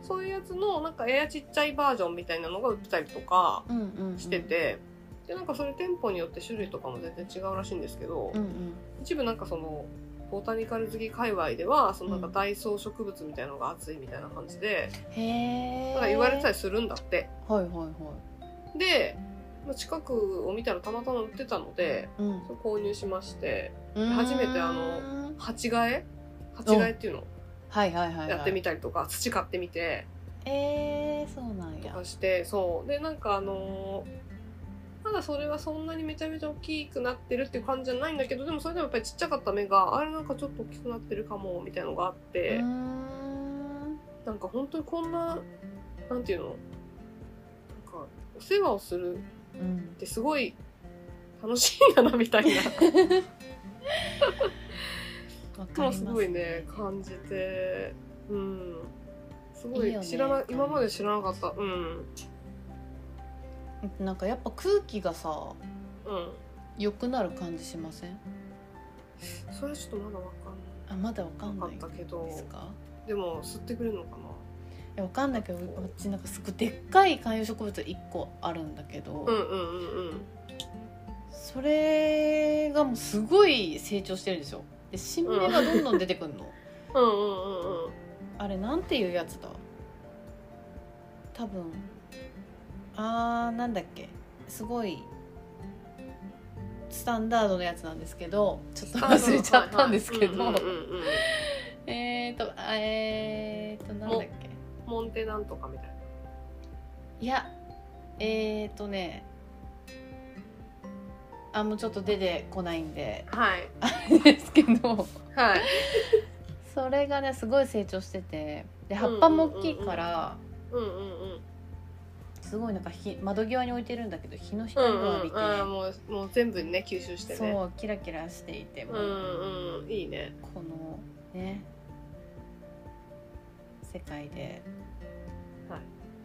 Speaker 1: そういうやつのなんかややちっちゃいバージョンみたいなのが売ってたりとか
Speaker 2: うんうんうん
Speaker 1: してて、でなんかそれ店舗によって種類とかも全然違うらしいんですけど、
Speaker 2: うんうん
Speaker 1: 一部なんかそのボタニカル好き界隈ではそのなんか
Speaker 2: うん
Speaker 1: ダイソー植物みたいなのが熱いみたいな感じで、
Speaker 2: へえ
Speaker 1: なんか言われてたりするんだって。
Speaker 2: はいはいはい
Speaker 1: でまあ近くを見たらたまたま売ってたので、
Speaker 2: うん
Speaker 1: 購入しまして
Speaker 2: 初
Speaker 1: 初めてあの鉢替え鉢替えっていうの
Speaker 2: はいはいはいはい、
Speaker 1: やってみたりとか土買ってみて
Speaker 2: えー、そうなん
Speaker 1: と
Speaker 2: や
Speaker 1: かしてそうでなんかあのーまだそれはそんなにめちゃめちゃ大きくなってるっていう感じじゃないんだけどでもそれでもやっぱりちっちゃかった目があれなんかちょっと大きくなってるかもみたいのがあっ
Speaker 2: う
Speaker 1: て
Speaker 2: ーん
Speaker 1: なんか本当にこんななんていうのなんかお世話をする
Speaker 2: うん
Speaker 1: ってすごい楽しいんだなみたい な。
Speaker 2: わかり
Speaker 1: ま
Speaker 2: ま
Speaker 1: あ
Speaker 2: す
Speaker 1: す
Speaker 2: ね
Speaker 1: ごいね感じてうんすご
Speaker 2: いい
Speaker 1: い
Speaker 2: よね
Speaker 1: 知らない今まで知らなかったうん
Speaker 2: なんかやっぱ空気がさ
Speaker 1: うん
Speaker 2: 良くなる感じしません
Speaker 1: それはちょっとまだわ
Speaker 2: あまだわか
Speaker 1: かん
Speaker 2: ん
Speaker 1: な
Speaker 2: ないい
Speaker 1: かったけど
Speaker 2: ですか
Speaker 1: でも吸ってくれるのか
Speaker 2: いやわかんないけどうちなんかすごいでっかい観葉植物1個あるんだけど、
Speaker 1: なうんうんうんうん
Speaker 2: それがもうすごい成長してるんですよで新芽がどんどん出てくるの、
Speaker 1: うんうんうんうん
Speaker 2: あれなんていうやつだ多分あーなんだっけすごいスタンダードのやつなんですけどちょっと忘れちゃったんですけど、
Speaker 1: はいはいうんうんうんうん
Speaker 2: えーとあえーとなんだっけ
Speaker 1: モンテなんとかみたいない
Speaker 2: やえーとねあもうちょっと出てこないんで
Speaker 1: はい
Speaker 2: ですけど
Speaker 1: はい
Speaker 2: それがねすごい成長しててで葉っぱも大きいから、
Speaker 1: うんうんうん
Speaker 2: すごいなんか日窓際に置いてるんだけど日の
Speaker 1: う
Speaker 2: 光を
Speaker 1: ん
Speaker 2: 浴
Speaker 1: う
Speaker 2: び
Speaker 1: ん
Speaker 2: て、
Speaker 1: あーもうもう全部にね吸収してね
Speaker 2: そうキラキラしていても
Speaker 1: う
Speaker 2: う、
Speaker 1: んうんいいね
Speaker 2: このね世界で
Speaker 1: こ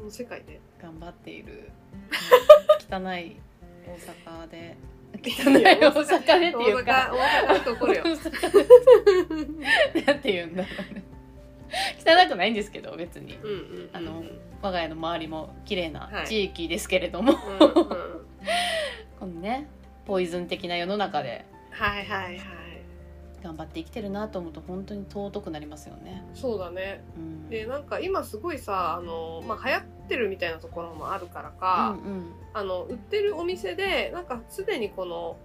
Speaker 1: の世界で
Speaker 2: 頑張ってい る汚い大阪で汚
Speaker 1: い
Speaker 2: い
Speaker 1: や
Speaker 2: 大
Speaker 1: 大阪
Speaker 2: 阪でって
Speaker 1: 大
Speaker 2: いう
Speaker 1: 阪
Speaker 2: か
Speaker 1: 大阪のところよ
Speaker 2: なんて言うんだろうね汚くないんですけど別に
Speaker 1: うんうんうんうん
Speaker 2: あの我が家の周りも綺麗な
Speaker 1: はい
Speaker 2: 地域ですけれども、
Speaker 1: うんうん
Speaker 2: このねポイズン的な世の中で
Speaker 1: はいはいはい
Speaker 2: 頑張って生きてるなと思うと本当に尊くなりますよね。
Speaker 1: そうだね
Speaker 2: うん、
Speaker 1: でなんか今すごいさあの、まあ、流行ってるみたいなところもあるから
Speaker 2: う
Speaker 1: か、
Speaker 2: んうん
Speaker 1: あの売ってるお店でなんかすでにこの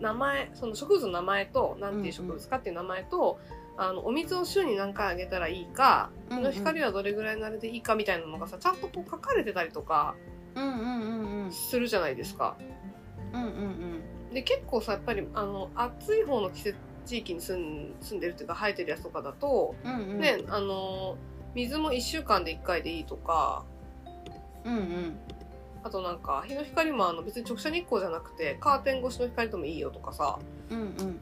Speaker 1: 名前その植物の名前となんていう植物かっていう名前と、あのお水を週に何回あげたらいいか、
Speaker 2: うんうん
Speaker 1: 日の光はどれぐらいのあれでいいかみたいなのがさちゃんとこう書かれてたりとか
Speaker 2: うんうんうんうん
Speaker 1: するじゃないですか。
Speaker 2: うんうん
Speaker 1: で結構さやっぱりあの暑い方の季節地域に住ん住んでるっていうか生えてるやつとかだと、
Speaker 2: うんうんうん
Speaker 1: ねあの水も1週間で1回でいいとか
Speaker 2: うんうん
Speaker 1: あとなんか日の光もあの別に直射日光じゃなくてカーテン越しの光でもいいよとかさ
Speaker 2: うんうん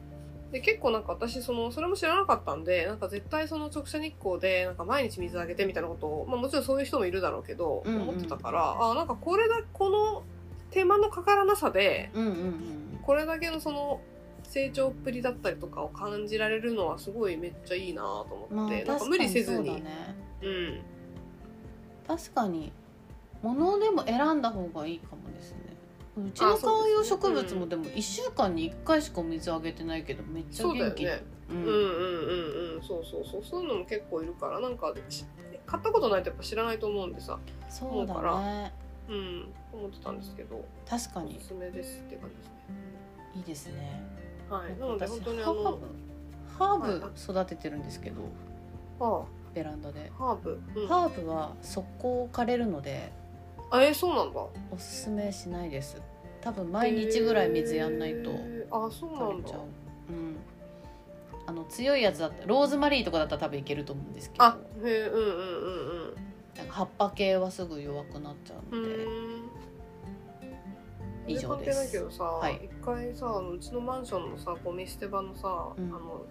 Speaker 1: で結構なんか私そのそれも知らなかったんでなんか絶対その直射日光でなんか毎日水あげてみたいなことを、まあ、もちろんそういう人もいるだろうけど、
Speaker 2: うんうん
Speaker 1: 思ってたからあなんかこれだこの手間のかからなさで
Speaker 2: うんうん
Speaker 1: これだけのその成長っぷりだったりとかを感じられるのはすごいめっちゃいいなと思
Speaker 2: まあ
Speaker 1: って、なん
Speaker 2: 確
Speaker 1: か
Speaker 2: か
Speaker 1: 無理せ
Speaker 2: に
Speaker 1: ず
Speaker 2: そう
Speaker 1: に
Speaker 2: だ
Speaker 1: う,、ん
Speaker 2: ね確かに物でも選んだ方がいいかもですねうち
Speaker 1: あ
Speaker 2: の観葉植
Speaker 1: そうですね
Speaker 2: 物
Speaker 1: う
Speaker 2: も
Speaker 1: ん
Speaker 2: でも1週間に1回しかお水あげてないけどめっちゃ
Speaker 1: そうだよ
Speaker 2: 元気
Speaker 1: ね
Speaker 2: うん
Speaker 1: うんうんうんうんそうそうそうそういうのも結構いるからなんかし買ったことないとやっぱ知らないと思うんでさ
Speaker 2: そう
Speaker 1: 思うか
Speaker 2: だね
Speaker 1: うん思ってたんですけど
Speaker 2: 確か
Speaker 1: お
Speaker 2: に
Speaker 1: すすめですって感じですね
Speaker 2: いいですね
Speaker 1: はいなので
Speaker 2: 私
Speaker 1: 本当にあ
Speaker 2: ハー
Speaker 1: の
Speaker 2: ブハ
Speaker 1: はい
Speaker 2: ーブ育ててるんですけど
Speaker 1: あ
Speaker 2: ベランダで
Speaker 1: あハーブ、うん、
Speaker 2: ハーブは速攻枯れるので
Speaker 1: あえーそうなんだ
Speaker 2: おすすめしないです多分毎日ぐらい水やんないと
Speaker 1: へーあそうな
Speaker 2: 枯
Speaker 1: ん
Speaker 2: れ
Speaker 1: だ
Speaker 2: ちゃううんあの強いやつだったローズマリーとかだったら多分いけると思うんですけど
Speaker 1: あへえうんうんうんうん
Speaker 2: なんか葉っぱ系はすぐ弱くなっちゃう
Speaker 1: う
Speaker 2: ので、
Speaker 1: ーん
Speaker 2: 以上
Speaker 1: 関係
Speaker 2: で
Speaker 1: ない
Speaker 2: す
Speaker 1: けどさ、
Speaker 2: はい
Speaker 1: 一回さあのうちのマンションのさゴミ捨て場のさ、
Speaker 2: うん
Speaker 1: あの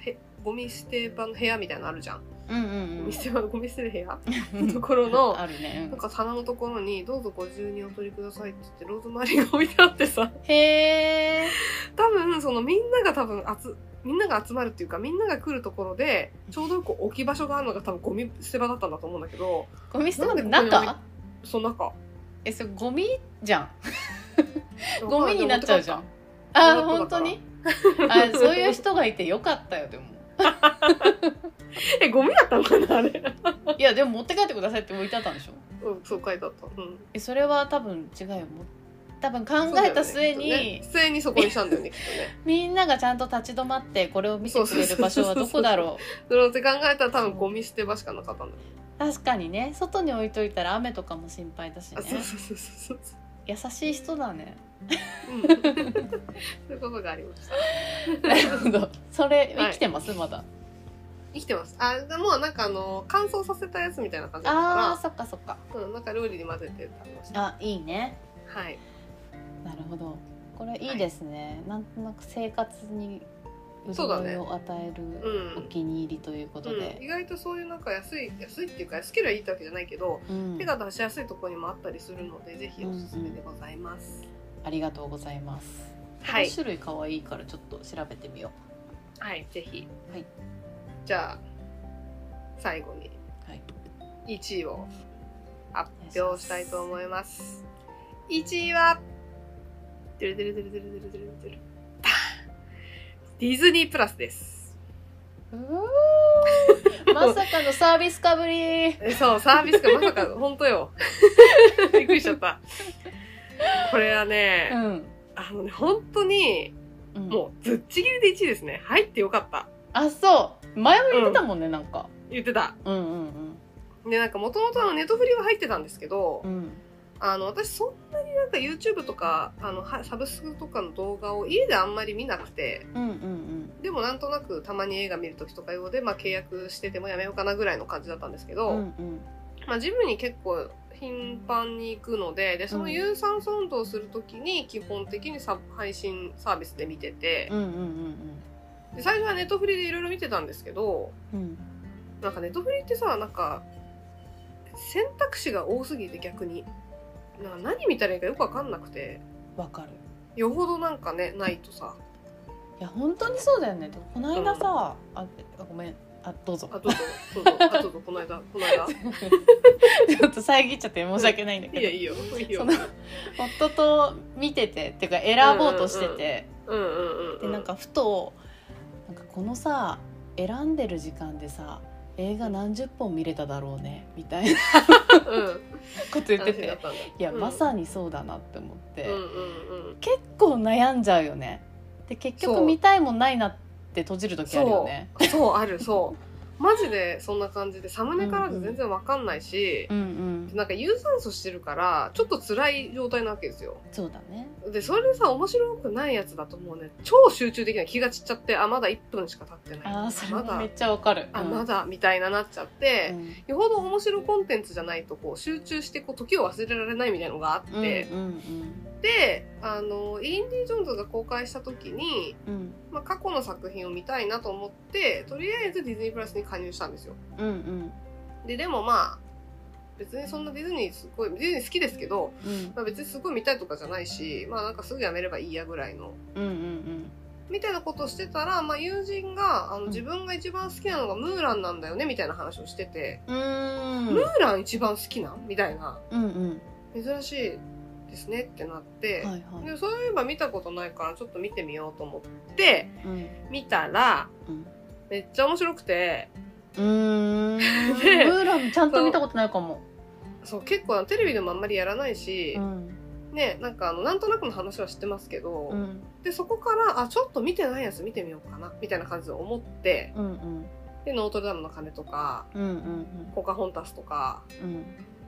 Speaker 1: へゴミ捨て場の部屋みたいなのあるじゃん、
Speaker 2: うんう
Speaker 1: ゴ
Speaker 2: ん
Speaker 1: ミ捨て場のゴミ捨てる部屋
Speaker 2: う
Speaker 1: のと
Speaker 2: ん
Speaker 1: ころの
Speaker 2: あるね、う
Speaker 1: なん
Speaker 2: ん
Speaker 1: か棚のところに「どうぞご自由にお取りください」って言ってローズマリーが置いてあってさ
Speaker 2: へえ
Speaker 1: 多分そのみんなが多分集みんなが集まるっていうかみんなが来るところでちょうどよく置き場所があるのが多分ゴミ捨て場だったんだと思うんだけど
Speaker 2: ゴミ捨て場の
Speaker 1: なんでここに置
Speaker 2: 中
Speaker 1: その中
Speaker 2: えそれゴミじゃんゴミになっちゃうじゃんあ
Speaker 1: かった
Speaker 2: 本当に あそういう人がいてよかったよでも
Speaker 1: えゴミだったのかなあれ
Speaker 2: いやでも持って帰ってくださいって置いてあったんでしょ
Speaker 1: うんそう書いてあったうん
Speaker 2: えそれは多分違うよもう多分考えた末に、
Speaker 1: そうだよねきっとね末にそこにしたんだよねきっとね
Speaker 2: みんながちゃんと立ち止まってこれを見てくれる場所はどこだろう
Speaker 1: それをって考えたら多分ゴミ捨て場しかなかったんだよね
Speaker 2: 確かにね外に置いといたら雨とかも心配だしね
Speaker 1: あそうそうそうそうそう
Speaker 2: 優しい人だね
Speaker 1: うんそういうことがありました
Speaker 2: なるほどそれ
Speaker 1: はい
Speaker 2: 生きてます、まだ
Speaker 1: 生きてますあもうなんかあの乾燥させたやつみたいな感じだった
Speaker 2: あ
Speaker 1: か
Speaker 2: ーそっかそっから
Speaker 1: うんなんか料理に混ぜて食べました
Speaker 2: あいいね
Speaker 1: はい
Speaker 2: なるほどこれいいですね、なんとなく生活に
Speaker 1: そうだ
Speaker 2: 潤
Speaker 1: ね
Speaker 2: いを与え
Speaker 1: う
Speaker 2: るお
Speaker 1: ん
Speaker 2: 気に入りということ
Speaker 1: うん、
Speaker 2: で、
Speaker 1: 意外とそういうなんか安い安いっていうか安ければいいってわけじゃないけど、
Speaker 2: うん
Speaker 1: 手が出しやすいところにもあったりするのでぜひおすすめでございます、
Speaker 2: ありがとうございます、
Speaker 1: は
Speaker 2: こ
Speaker 1: い
Speaker 2: の、種類可愛いからちょっと調べてみよ
Speaker 1: はい、ぜひ、
Speaker 2: はい
Speaker 1: じゃあ最後に
Speaker 2: はい
Speaker 1: 1位を発表したいと思います1位はてるてるてるてるてるてるてる。バーンディズニープラスです。
Speaker 2: うーん まさかのサービスかぶり。
Speaker 1: えそう、サービスがまさか、本当 よ。びっくりしちゃった。これはね、
Speaker 2: ん。
Speaker 1: あのね、本当に、
Speaker 2: うん、
Speaker 1: もう、ぶっちぎりで1位ですね。入ってよかった。
Speaker 2: あ、そう。前も言ってたもんね、なんか。
Speaker 1: 言ってた。
Speaker 2: うんうん
Speaker 1: で、なんか、もともとあの、ネトフリは入ってたんですけど、
Speaker 2: うん。うん。
Speaker 1: あの、私そんなになんか YouTube とか、あの、はサブスクとかの動画を家であんまり見なくて、
Speaker 2: うんうん
Speaker 1: でもなんとなくたまに映画見るときとか用で、まあ契約しててもやめようかなぐらいの感じだったんですけ
Speaker 2: う
Speaker 1: ど、
Speaker 2: ん。うんうん。
Speaker 1: まあジムに結構頻繁に行くので、で、その有酸素運動をするときに基本的にサ配信サービスで見てて
Speaker 2: う、んうんうん
Speaker 1: で最初はネットフリでいろいろ見てたんですけど、
Speaker 2: うん。うん。
Speaker 1: なんかネットフリってさ、なんか選択肢が多すぎて逆に、なんか何見たらいいかよくわかんなくて、
Speaker 2: わかる。
Speaker 1: よほどなんかねないとさ
Speaker 2: いや、本当にそうだよね。でもこの間さ、あ、ごめん。あ、どうぞ。
Speaker 1: あどうぞどうぞあどうぞこの間この間
Speaker 2: ちょっと遮っちゃって申し訳ないんだけど。
Speaker 1: いやいいよいい
Speaker 2: そ
Speaker 1: よ
Speaker 2: の夫と見ててっていうか選ぼうとしてて、
Speaker 1: うんうんうん
Speaker 2: でなんかふとなんかこのさ選んでる時間でさ映画何十本見れただろうねみたいな
Speaker 1: うん
Speaker 2: こと言って
Speaker 1: 話だってたんだ
Speaker 2: いや、
Speaker 1: うん
Speaker 2: まさにそうだなって思って、
Speaker 1: うんうんうん
Speaker 2: 結構悩んじゃうよねで結
Speaker 1: そ
Speaker 2: 局
Speaker 1: う
Speaker 2: 見たいもんないなって閉じる時あるよね
Speaker 1: そうそうあるそうマジでそんな感じでサムネからじゃ全然わかんないし
Speaker 2: う、んうん
Speaker 1: なんか有酸素してるからちょっと辛い状態なわけですよ
Speaker 2: そうだね
Speaker 1: でそれでさ面白くないやつだともうね超集中的な気が散っちゃってあまだ1分しか経ってない
Speaker 2: あーそれ
Speaker 1: ま
Speaker 2: も
Speaker 1: だ
Speaker 2: めっちゃわかる
Speaker 1: あま、だみたいななっちゃって、
Speaker 2: うんうん
Speaker 1: よほど面白コンテンツじゃないとこう集中してこう時を忘れられないみたいなのがあって、
Speaker 2: うんうん
Speaker 1: であのインディ・ジョーンズが公開した時に、
Speaker 2: うんうん
Speaker 1: まあ、過去の作品を見たいなと思ってとりあえずディズニープラスに加入したんですよ
Speaker 2: うんうん
Speaker 1: ででもまあ別にそんなディズニーすごいディズニー好きですけど、
Speaker 2: うん
Speaker 1: まあ、別にすごい見たいとかじゃないしまあなんかすぐやめればいいやぐらいの
Speaker 2: うんうん
Speaker 1: みたいなことをしてたら、まあ、友人があ
Speaker 2: う
Speaker 1: の
Speaker 2: ん
Speaker 1: 自分が一番好きなのがムーランなんだよねみたいな話をしてて、
Speaker 2: うんうん
Speaker 1: ムーラン一番好きなんみたいな
Speaker 2: うんうん
Speaker 1: 珍しいですねってなって、
Speaker 2: はいはい。
Speaker 1: でそういえば見たことないからちょっと見てみようと思って
Speaker 2: うん
Speaker 1: 見たら
Speaker 2: うん
Speaker 1: めっちゃ面白くて
Speaker 2: うーん。ム
Speaker 1: で
Speaker 2: ーランちゃんと見たことないかも。
Speaker 1: そう結構テレビでもあんまりやらないし
Speaker 2: う、ん。
Speaker 1: ねなんかあのなんとなくの話は知ってますけど、
Speaker 2: うん。
Speaker 1: でそこからあちょっと見てないやつ見てみようかなみたいな感じで思って
Speaker 2: うんうん。
Speaker 1: でノートルダムの鐘とか
Speaker 2: うんうん
Speaker 1: ポカホンタスとか
Speaker 2: うん。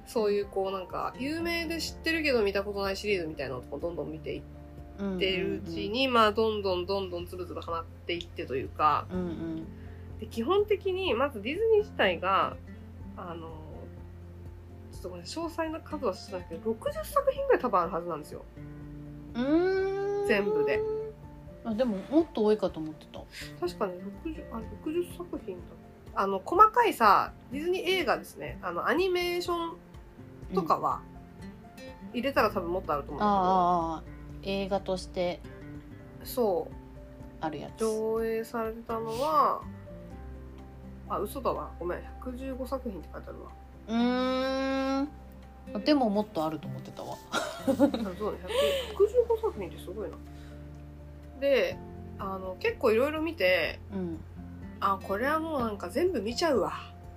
Speaker 1: そういうこうなんか有名で知ってるけど見たことないシリーズみたいなのをどんどん見ていっ
Speaker 2: うん。
Speaker 1: てるうち。に、まあどんどんどんどんつぶつぶはまっていってというか。
Speaker 2: うんうん。
Speaker 1: で基本的にまずディズニー自体があのちょっとごめん詳細な数は知らないけど60作品ぐらい多分あるはずなんですよ
Speaker 2: うーん。
Speaker 1: 全部で。
Speaker 2: あ、でも、もっと多いかと思ってた。
Speaker 1: 確かね60あ60作品だあの細かいさディズニー映画ですねあのアニメーションとかは入れたら多分もっとあると思うんだけど、
Speaker 2: ああ。映画として
Speaker 1: そう
Speaker 2: あるやつ。
Speaker 1: 上映されたのはあ嘘だわごめん115作品って書いてあるわ
Speaker 2: うーん。でも、もっとあると思ってたわ。
Speaker 1: あそうね115作品ってすごいなであの結構いろいろ見て
Speaker 2: うん。
Speaker 1: あこれはもうなんか全部見ちゃうわ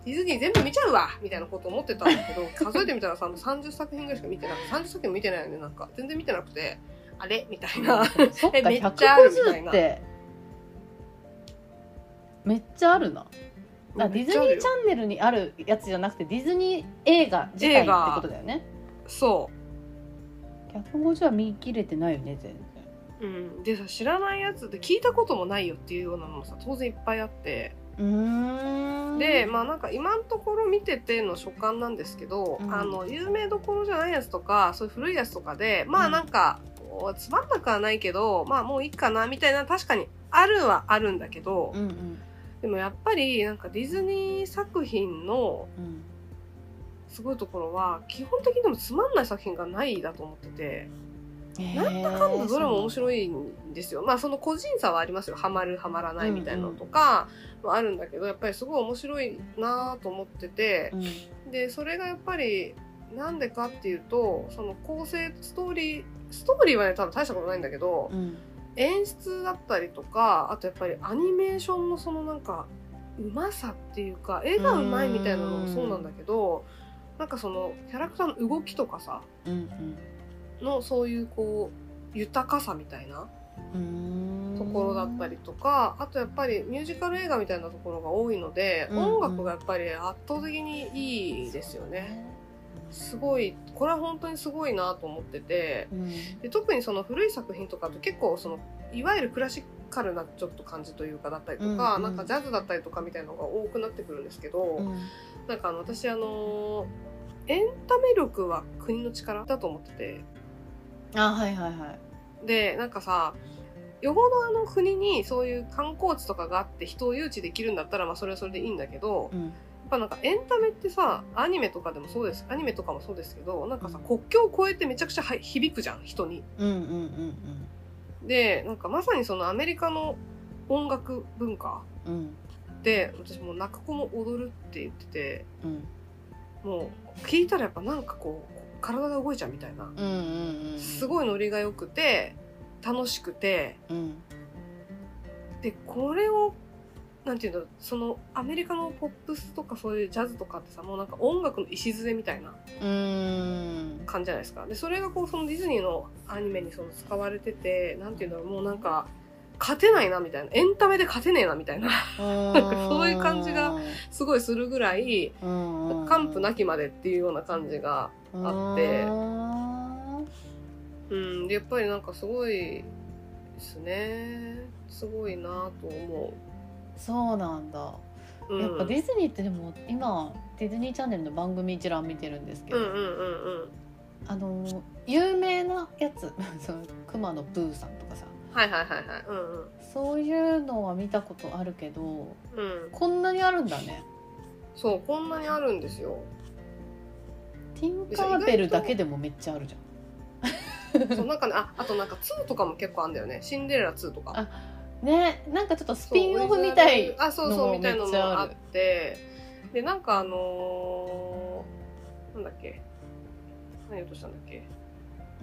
Speaker 1: ディズニー全部見ちゃうわみたいなこと思ってたんだけど 数えてみたらさもう30作品ぐらいしか見てなくて30作品見てないよねなんか全然見てなくてあれみたいな
Speaker 2: そっか、
Speaker 1: えめっちゃあるみたい
Speaker 2: 150
Speaker 1: な
Speaker 2: って。めっちゃあるな。あディズニーチャンネルにあるやつじゃなくてディズニー映画自体
Speaker 1: 映
Speaker 2: って
Speaker 1: 画
Speaker 2: ことだよね
Speaker 1: そ
Speaker 2: 150は見切れてないよね全然
Speaker 1: う、うん、でさ知らないやつで聞いたこともないよっていうようなのもさ当然いっぱいあって
Speaker 2: うーん
Speaker 1: でまあなんか今のところ見てての所感なんですけど、
Speaker 2: うん
Speaker 1: あの有名どころじゃないやつとかそういう古いやつとかでまあなんかこうつまんなくはないけどまあもういいかなみたいな確かにあるはあるんだけど、
Speaker 2: うんうん
Speaker 1: でもやっぱりなんかディズニー作品の
Speaker 2: うん
Speaker 1: すごいところは基本的にでもつまんない作品がないだと思っててなんだかんだどれも面
Speaker 2: い
Speaker 1: 白いんですよ、まあその個人差はありますよハマるハマらないみたいなのとかはあるんだけどやっぱりすごい面白いなと思ってて。
Speaker 2: うん
Speaker 1: でそれがやっぱりなんでかっていうとその構成ストーリーストーリーはね、多分大したことないんだけど、
Speaker 2: うん
Speaker 1: 演出だったりとか、あとやっぱりアニメーションのそのなんか、うまさっていうか、絵がうまいみたいなのもそうなんだけど、なんかその、キャラクターの動きとかさ、
Speaker 2: うん
Speaker 1: のそういうこう、豊かさみたいな
Speaker 2: うん
Speaker 1: ところだったりとか、あとやっぱりミュージカル映画みたいなところが多いので、
Speaker 2: うん
Speaker 1: 音楽がやっぱり圧倒的にいいですよね。すごい、これは本当にすごいなと思ってて、
Speaker 2: うん
Speaker 1: で特にその古い作品とかって結構そのいわゆるクラシカルなちょっと感じというかだったりとか、
Speaker 2: うんう
Speaker 1: な
Speaker 2: ん
Speaker 1: んかジャズだったりとかみたいなのが多くなってくるんですけど、
Speaker 2: うん
Speaker 1: なんかあの私あのエンタメ力は国の力だと思ってて
Speaker 2: あはいはいはい
Speaker 1: でなんかさよほどあの国にそういう観光地とかがあって人を誘致できるんだったらまあそれはそれでいいんだけど、
Speaker 2: う
Speaker 1: や
Speaker 2: ん
Speaker 1: っぱなんかエンタメってさアニメとかでもそうですアニメとかもそうですけどなんかさ
Speaker 2: うん
Speaker 1: 国境を越えてめちゃくちゃはい響くじゃん人に。
Speaker 2: うんうんうん
Speaker 1: でなんかまさにそのアメリカの音楽文化
Speaker 2: うんうん
Speaker 1: で私もう泣く子も踊るって言ってて
Speaker 2: うん
Speaker 1: もう聞いたらやっぱなんかこう体が動いちゃうみたいな
Speaker 2: うんうんうん
Speaker 1: すごいノリが良くて楽しくて
Speaker 2: うん
Speaker 1: でこれをなんていうのそのアメリカのポップスとかそういうジャズとかってさもうなんか音楽の礎みたいな
Speaker 2: うん
Speaker 1: 感じじゃないですかでそれがこうそのディズニーのアニメにその使われててなんていうんだろうもうなんか勝てないなみたいなエンタメで勝てねえなみたいな
Speaker 2: なん
Speaker 1: かそういう感じがすごいするぐらい完膚なきまでっていうような感じが、あってうん、でやっぱりなんかすごいですねすごいなと思
Speaker 2: そうなんだ、
Speaker 1: う、うん、
Speaker 2: やっぱディズニーってでも今ディズニーチャンネルの番組一覧見てるんですけ
Speaker 1: う
Speaker 2: ど、
Speaker 1: んうんうんうん
Speaker 2: あの有名なやつその熊野ブーさんとかさ
Speaker 1: はいはいはいはいうんうん
Speaker 2: そういうのは見たことあるけど
Speaker 1: うん、
Speaker 2: こんなにあるんだね
Speaker 1: そうこんなにあるんです よ。
Speaker 2: ティンカーベルだけでもめっちゃあるじゃん
Speaker 1: そうなんかねああとなんか2とかも結構あるんだよね。シンデレラ2とか。
Speaker 2: あねなんかちょっとス
Speaker 1: そう
Speaker 2: ピンオフ
Speaker 1: オリジナ
Speaker 2: み
Speaker 1: ル
Speaker 2: たい
Speaker 1: あそう
Speaker 2: の
Speaker 1: そう
Speaker 2: も
Speaker 1: みたいなのもあ
Speaker 2: めっちゃ
Speaker 1: ってでなんかあのーなんだっけ何言おうとしたんだっけ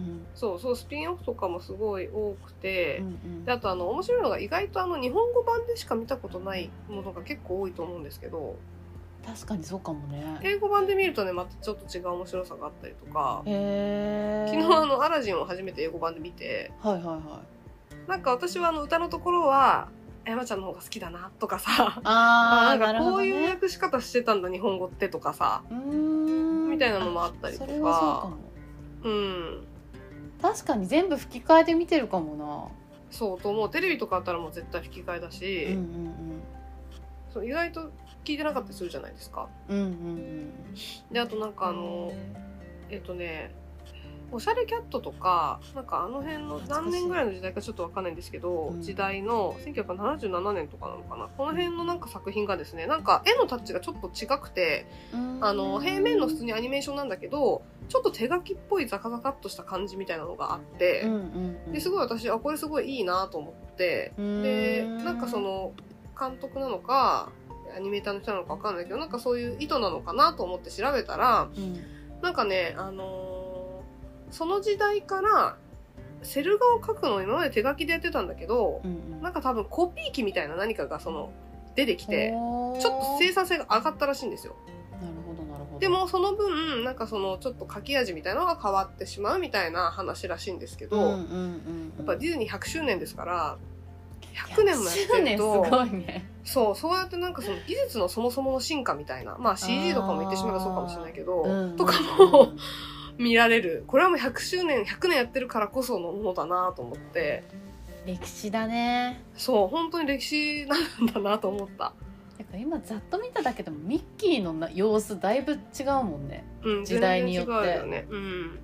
Speaker 2: うん
Speaker 1: そうそうスピンオフとかもすごい多くて
Speaker 2: う、ん
Speaker 1: であとあの面白いのが意外とあの日本語版でしか見たことないものが結構多いと思うんですけど
Speaker 2: 確かにそうかもね
Speaker 1: 英語版で見るとねまたちょっと違う面白さがあったりとか
Speaker 2: へえ
Speaker 1: 昨日あの「アラジン」を初めて英語版で見て
Speaker 2: はいはいはい
Speaker 1: なんか私はあの歌のところは山ちゃんの方が好きだなとかさ
Speaker 2: あ
Speaker 1: あ
Speaker 2: あ
Speaker 1: な
Speaker 2: なんる
Speaker 1: か
Speaker 2: ほ
Speaker 1: こ
Speaker 2: ど
Speaker 1: ういう
Speaker 2: ね
Speaker 1: 訳し方してたんだ日本語ってとかさ
Speaker 2: うーん
Speaker 1: みたいなのもあったりとか
Speaker 2: それはそうかも
Speaker 1: うん
Speaker 2: 確かに全部吹き替えで見てるかも
Speaker 1: そうと思うテレビとかあったらもう絶対吹き替えだし、
Speaker 2: な。うんうん
Speaker 1: そう意外と聞いてなかったりするじゃないですか
Speaker 2: うん。うんうん
Speaker 1: であとなん
Speaker 2: うん。
Speaker 1: かあのえっとねおしゃれキャットとかなんかあの辺の何年ぐらいの時代かちょっとわかんないんですけど、
Speaker 2: うん
Speaker 1: 時代の1977年とかなのかなこの辺のなんか作品がですねなんか絵のタッチがちょっと違くてあの平面の普通にアニメーションなんだけどちょっと手書きっぽいザカザカっとした感じみたいなのがあって、
Speaker 2: うんうんうん。
Speaker 1: ですごい私あこれすごいいいなと思って
Speaker 2: い
Speaker 1: でなんかその監督なのかアニメーターの人なのかわかんないけどなんかそういう意図なのかなと思って調べたら
Speaker 2: うん
Speaker 1: なんかねあのーその時代からセル画を描くのを今まで手書きでやってたんだけど
Speaker 2: うんうん。
Speaker 1: なんか多分コピー機みたいな何かがその出てきて
Speaker 2: ほー
Speaker 1: ちょっと生産性が上がったらしいんですよ。
Speaker 2: なるほどなるほど。
Speaker 1: でもその分なんかそのちょっと書き味みたいなのが変わってしまうみたいな話らしいんですけ
Speaker 2: う
Speaker 1: ど、
Speaker 2: んうんう
Speaker 1: や
Speaker 2: んうん。
Speaker 1: っぱディズニー100周年ですから100年もやってる
Speaker 2: 100年す
Speaker 1: と
Speaker 2: ごいね。
Speaker 1: そうそうやってなんかその技術のそもそもの進化みたいなまあ CG とかも言ってしまえばそうかもしれないけど、とかも見られるこれはもう100周年100年やってるからこそのものだなと思って
Speaker 2: 歴史だね。
Speaker 1: そう本当に歴史なんだなと思った。
Speaker 2: なんか今ざっと見ただけでもミッキーのな様子だいぶ違うもんね。
Speaker 1: うん、
Speaker 2: 時代によって
Speaker 1: 全然違うよね。うん。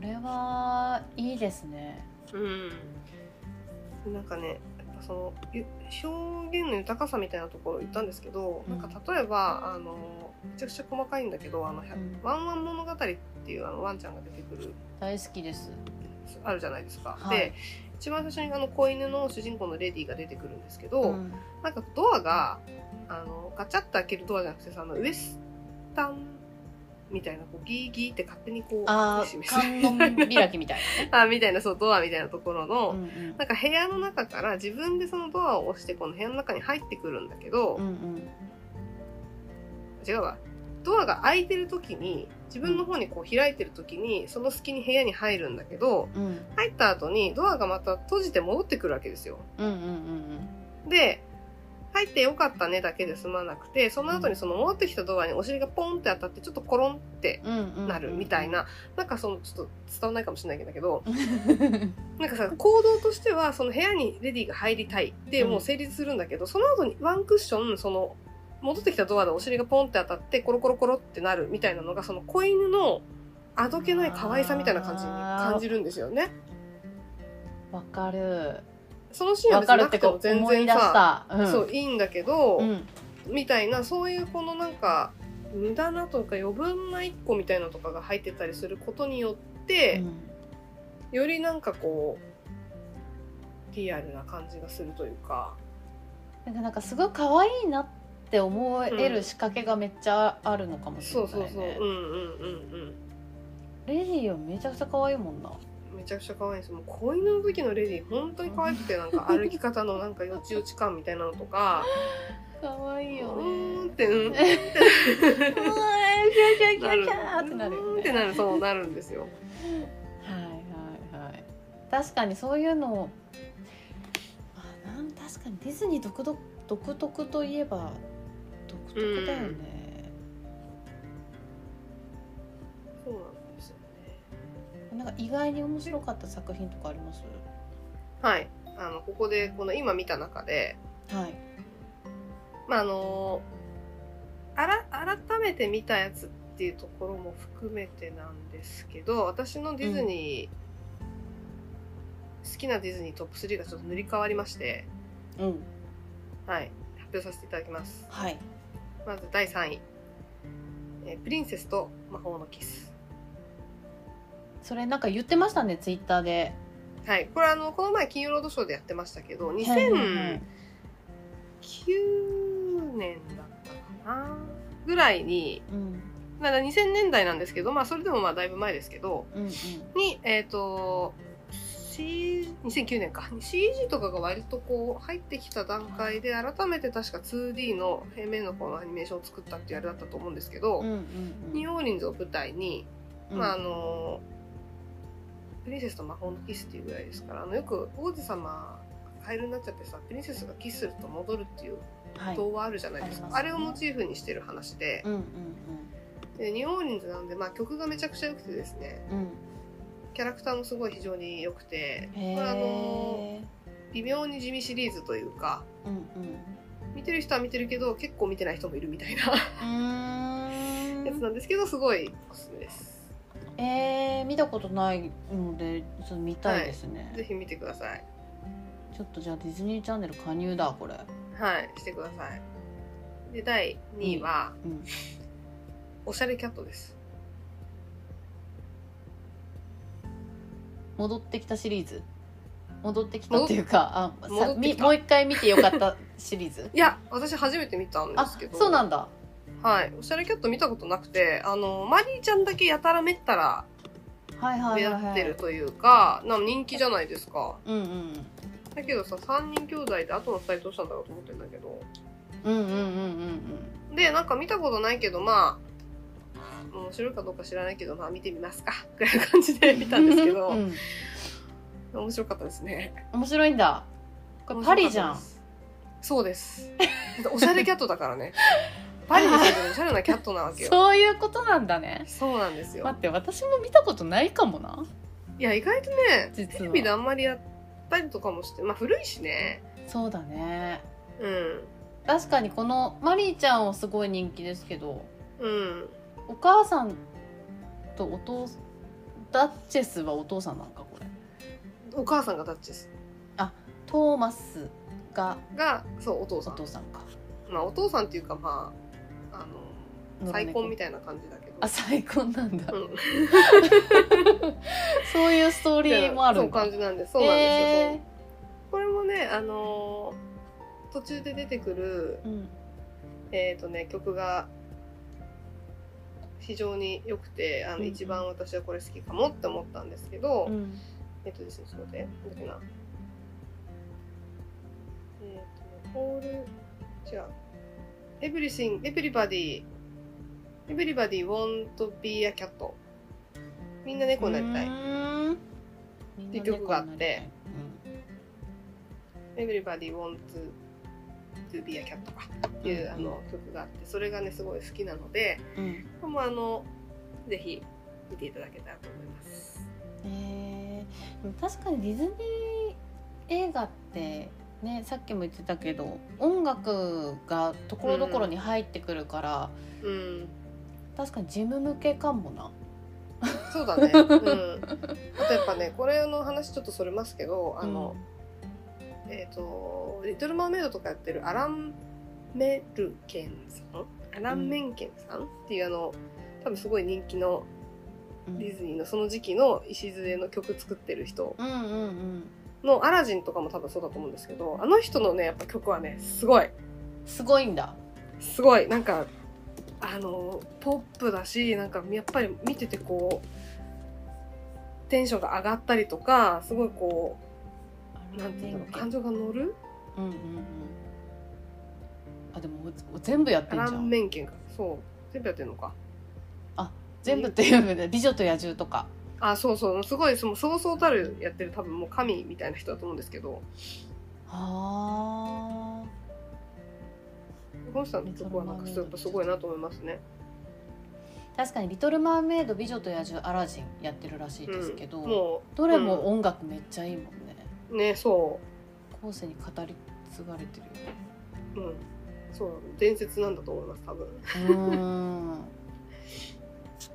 Speaker 2: これはいいですね。
Speaker 1: うん、なんかねやっぱそのゆ表現の豊かさみたいなところ言ったんですけど、
Speaker 2: うん
Speaker 1: なんか例えばあのめちゃくちゃ細かいんだけど「あのひゃ
Speaker 2: うん
Speaker 1: ワンワン物語」っていうあのワンちゃんが出てくる
Speaker 2: 大好きです。
Speaker 1: あるじゃないですか。
Speaker 2: はい
Speaker 1: で一番最初にあの子犬の主人公のレディが出てくるんですけど、
Speaker 2: ん
Speaker 1: なんかドアがあのガチャッと開けるドアじゃなくてさあのウエスタンみたいな、こうギーギーって勝手にこう、
Speaker 2: あ
Speaker 1: し
Speaker 2: ー
Speaker 1: めし
Speaker 2: 観音開きみたい
Speaker 1: あ、みたいな、そう、ドアみたいなところの、
Speaker 2: な、うんうん
Speaker 1: なんか部屋の中から自分でそのドアを押して、この部屋の中に入ってくるんだけど、
Speaker 2: うんうん、
Speaker 1: 違うわ。ドアが開いてる時に、自分の方にこう開いてる時に、その隙に部屋に入るんだけど、
Speaker 2: うん
Speaker 1: 入った後にドアがまた閉じて戻ってくるわけですよ。
Speaker 2: うんうんうん
Speaker 1: で、入ってよかったねだけで済まなくて、その後にその戻ってきたドアにお尻がポンって当たって、ちょっとコロンって
Speaker 2: うんうんうん
Speaker 1: なるみたい
Speaker 2: う
Speaker 1: な、なんかその、ちょっと伝わんないかもしれないけど、
Speaker 2: ん
Speaker 1: なんかさ、行動としては、その部屋にレディが入りたいってもう成立するんだけど、その後にワンクッション、その、戻ってきたドアでお尻がポンって当たって、コロコロコロってなるみたいなのが、その子犬のあどけない可愛さみたいな感じに感じるんですよね。
Speaker 2: わかる
Speaker 1: そのシーンは
Speaker 2: わ
Speaker 1: 別
Speaker 2: か
Speaker 1: に
Speaker 2: る
Speaker 1: な
Speaker 2: っ
Speaker 1: く
Speaker 2: て
Speaker 1: て
Speaker 2: こ
Speaker 1: も
Speaker 2: う
Speaker 1: 全
Speaker 2: 思い
Speaker 1: 然
Speaker 2: 出し
Speaker 1: さ、
Speaker 2: た、うん、
Speaker 1: そう、いいんだけど、
Speaker 2: うん
Speaker 1: みたいな、そういうこのなんか、無駄なとか余分な一個みたいなのとかが入ってたりすることによって、よりなんかこう、リアルな感じがするというか。
Speaker 2: なんかなんかすごい可愛いなって思える仕掛けがめっちゃあるのかもしれ
Speaker 1: そ
Speaker 2: な
Speaker 1: う
Speaker 2: いね、
Speaker 1: そうそう、うんうんうん
Speaker 2: レディーはめちゃくちゃ可愛いもんな
Speaker 1: うん。めちゃくちゃ可愛いです。もう子犬の時のレディ、本当に可愛くて、なんか歩き方のなんかよちよち感みたいなのとか、
Speaker 2: 可愛いうよ
Speaker 1: ーんっ
Speaker 2: ね
Speaker 1: て、うん、
Speaker 2: うわーキャーキャー
Speaker 1: なる。
Speaker 2: キャーキャーってなるよ
Speaker 1: うーん
Speaker 2: ね
Speaker 1: ってなる、そうなるんですよ。
Speaker 2: はいはいはい確かにそういうのをあなん確かにディズニー独特独特といえば独特だよね、
Speaker 1: そうなんですよね。
Speaker 2: なんか意外に面白かった作品とかあります
Speaker 1: はい。あの、ここで、この今見た中で、
Speaker 2: はい
Speaker 1: まあ、あのあら、改めて見たやつっていうところも含めてなんですけど、私のディズニー、好きなディズニートップ3がちょっと塗り替わりまして、
Speaker 2: うん
Speaker 1: はい、発表させていただきます。
Speaker 2: はい
Speaker 1: まず第3位。えープリンセスと魔法のキス。
Speaker 2: それなんか言ってましたねツイッターで
Speaker 1: はい。これあの、この前金曜ロードショーでやってましたけど、
Speaker 2: はいはい
Speaker 1: 2009年だったかなぐらいに、
Speaker 2: うん
Speaker 1: まだ2000年代なんですけど、まあそれでもまあだいぶ前ですけど、
Speaker 2: うんうん
Speaker 1: に、えっ、と、C、2009年か。CG とかが割とこう入ってきた段階で、改めて確か 2D の平面のこのアニメーションを作ったっていうあれだったと思うんですけど、
Speaker 2: うんうん
Speaker 1: ニューオーリンズを舞台に、
Speaker 2: うん
Speaker 1: まああのプリンセスと魔法のキスっていうぐらいですからあのよく王子様がカエルになっちゃってさプリンセスがキスすると戻るっていう
Speaker 2: はい
Speaker 1: 童話あるじゃないですか、
Speaker 2: あり
Speaker 1: あ
Speaker 2: ますね
Speaker 1: れをモチーフにしてる話で,
Speaker 2: う、んうん
Speaker 1: でニューオーリンズなんで、まあ、曲がめちゃくちゃ良くてですね
Speaker 2: うん
Speaker 1: キャラクターもすごい非常に良くて
Speaker 2: う
Speaker 1: こ
Speaker 2: んへ
Speaker 1: れあの
Speaker 2: え
Speaker 1: 微妙に地味シリーズというか
Speaker 2: うんうん
Speaker 1: 見てる人は見てるけど結構見てない人もいるみたいな
Speaker 2: うーん
Speaker 1: やつなんですけどすごいおすすめです
Speaker 2: えー、見たことないのでちょっと見たいですね、
Speaker 1: ぜひ見てください
Speaker 2: ちょっとじゃあディズニーチャンネル加入だこれ
Speaker 1: はいしてくださいで第2位は、
Speaker 2: うん
Speaker 1: おしゃれキャットです。
Speaker 2: 戻ってきたシリーズ戻ってきたっていうかあ
Speaker 1: 戻
Speaker 2: さ
Speaker 1: ってき
Speaker 2: み
Speaker 1: た
Speaker 2: もう一回見てよかったシ リーズ
Speaker 1: いや、私初めて見たんで
Speaker 2: あ
Speaker 1: すけど。
Speaker 2: そうなんだ
Speaker 1: はい。おしゃれキャット見たことなくて、あの、マリーちゃんだけやたらめったら
Speaker 2: はいは
Speaker 1: 目
Speaker 2: い
Speaker 1: 立
Speaker 2: はい、は
Speaker 1: っ
Speaker 2: い、
Speaker 1: てるというか、なんか人気じゃないですか。
Speaker 2: うんうん
Speaker 1: だけどさ、3人兄弟で後の2人どうしたんだろうと思ってんだけど。
Speaker 2: うんうんうんうん
Speaker 1: で、なんか見たことないけど、まあ、面白いかどうか知らないけど、まあ見てみますか。ぐらいの感じで
Speaker 2: うん
Speaker 1: 見たんですけど、
Speaker 2: うん、
Speaker 1: 面白かったですね。
Speaker 2: 面白いんだこれパリじゃ
Speaker 1: 面白かった
Speaker 2: ん
Speaker 1: です。そうです。だっておしゃれキャットだ からね。パリの人っておしゃれなキャットなわけよ。
Speaker 2: そういうことなんだね
Speaker 1: そうなんですよ
Speaker 2: 待。って私も見たことないかもない
Speaker 1: や、意外とね、
Speaker 2: 実は
Speaker 1: テレビであんまりやったりとかもして、まあ古いしね。
Speaker 2: そうだね
Speaker 1: うん。
Speaker 2: 確かにこのマリーちゃんはすごい人気ですけど
Speaker 1: うん。
Speaker 2: お母さんとお父ダッチェスはお父さんなんかこれ
Speaker 1: お母さんがダッチです。
Speaker 2: トーマスが
Speaker 1: が、そう、お父
Speaker 2: お
Speaker 1: さん。
Speaker 2: 父さんか
Speaker 1: まあお父さんっていうか、まあ、あの、再婚み
Speaker 2: たい
Speaker 1: たいな感じだけど。
Speaker 2: あ再婚なんだ、
Speaker 1: うん。
Speaker 2: そういうストーリーもある
Speaker 1: そ
Speaker 2: ん
Speaker 1: う感
Speaker 2: だ
Speaker 1: じなんです。そうなんですよ。
Speaker 2: へ
Speaker 1: そうこれもね、あのー途中で出てくる
Speaker 2: ー、うん
Speaker 1: えっ、とね、曲が、非常に良くてあ
Speaker 2: うん
Speaker 1: の一番私はこれ好きかもって思ったんですけど、
Speaker 2: うん
Speaker 1: えっとですねそうでなんだっけなえっとホール違う Everything Everybody Everybody want to be a cat みんな猫になりたい、
Speaker 2: うーん
Speaker 1: ていう曲があって
Speaker 2: みんな猫になりたい
Speaker 1: Everybody want to be a cat とかっていう、
Speaker 2: うん
Speaker 1: あの曲があってそれがねすごい好きなので
Speaker 2: うんうん
Speaker 1: これもあのぜひ見ていただけたらと思います。
Speaker 2: えーでも確かにディズニー映画ってねさっきも言ってたけど音楽がところどころに入ってくるから、
Speaker 1: うん
Speaker 2: 確かにジム向けかもな。
Speaker 1: そう だね。うん。あとやっぱね、これの話ちょっとそれますけど、あの、えっ、と、リトルマーメイドとかやってるアランメルケンさんアランメンケンさん、っていうあの、多分すごい人気の
Speaker 2: うん、
Speaker 1: ディズニーのその時期の礎の曲作ってる人
Speaker 2: うんうんうん
Speaker 1: のアラジンとかも多分そうだと思うんですけど、あの人のね、やっぱ曲はね、すごい、
Speaker 2: すごいんだ。
Speaker 1: すごい、なんか、あの、ポップだし、なんかやっぱり見ててこう、テンションが上がったりとか、すごいこう、なんていうんだろう感情が乗る
Speaker 2: うんうんうん。あでもお全部やってん
Speaker 1: ア
Speaker 2: じゃ
Speaker 1: ラ
Speaker 2: ん
Speaker 1: ン。メンケンかそう全部やってんのか
Speaker 2: 全部っていうので美女と野獣とか。
Speaker 1: あそうそうすごいそのそうそうたるやってる多分もう神みたいな人だと思うんですけど
Speaker 2: ああ。
Speaker 1: この人の曲はなんかすやっぱすごいなと思いますね
Speaker 2: 確かに「リトル・マーメイド」「美女と野獣」「アラジン」やってるらしいですけど、
Speaker 1: うん、も
Speaker 2: どれも音楽めっちゃいいもんね、
Speaker 1: うねそ
Speaker 2: 後世に語り継がれてるよね
Speaker 1: ううんそう伝説なんだと思います多分
Speaker 2: うん
Speaker 1: じ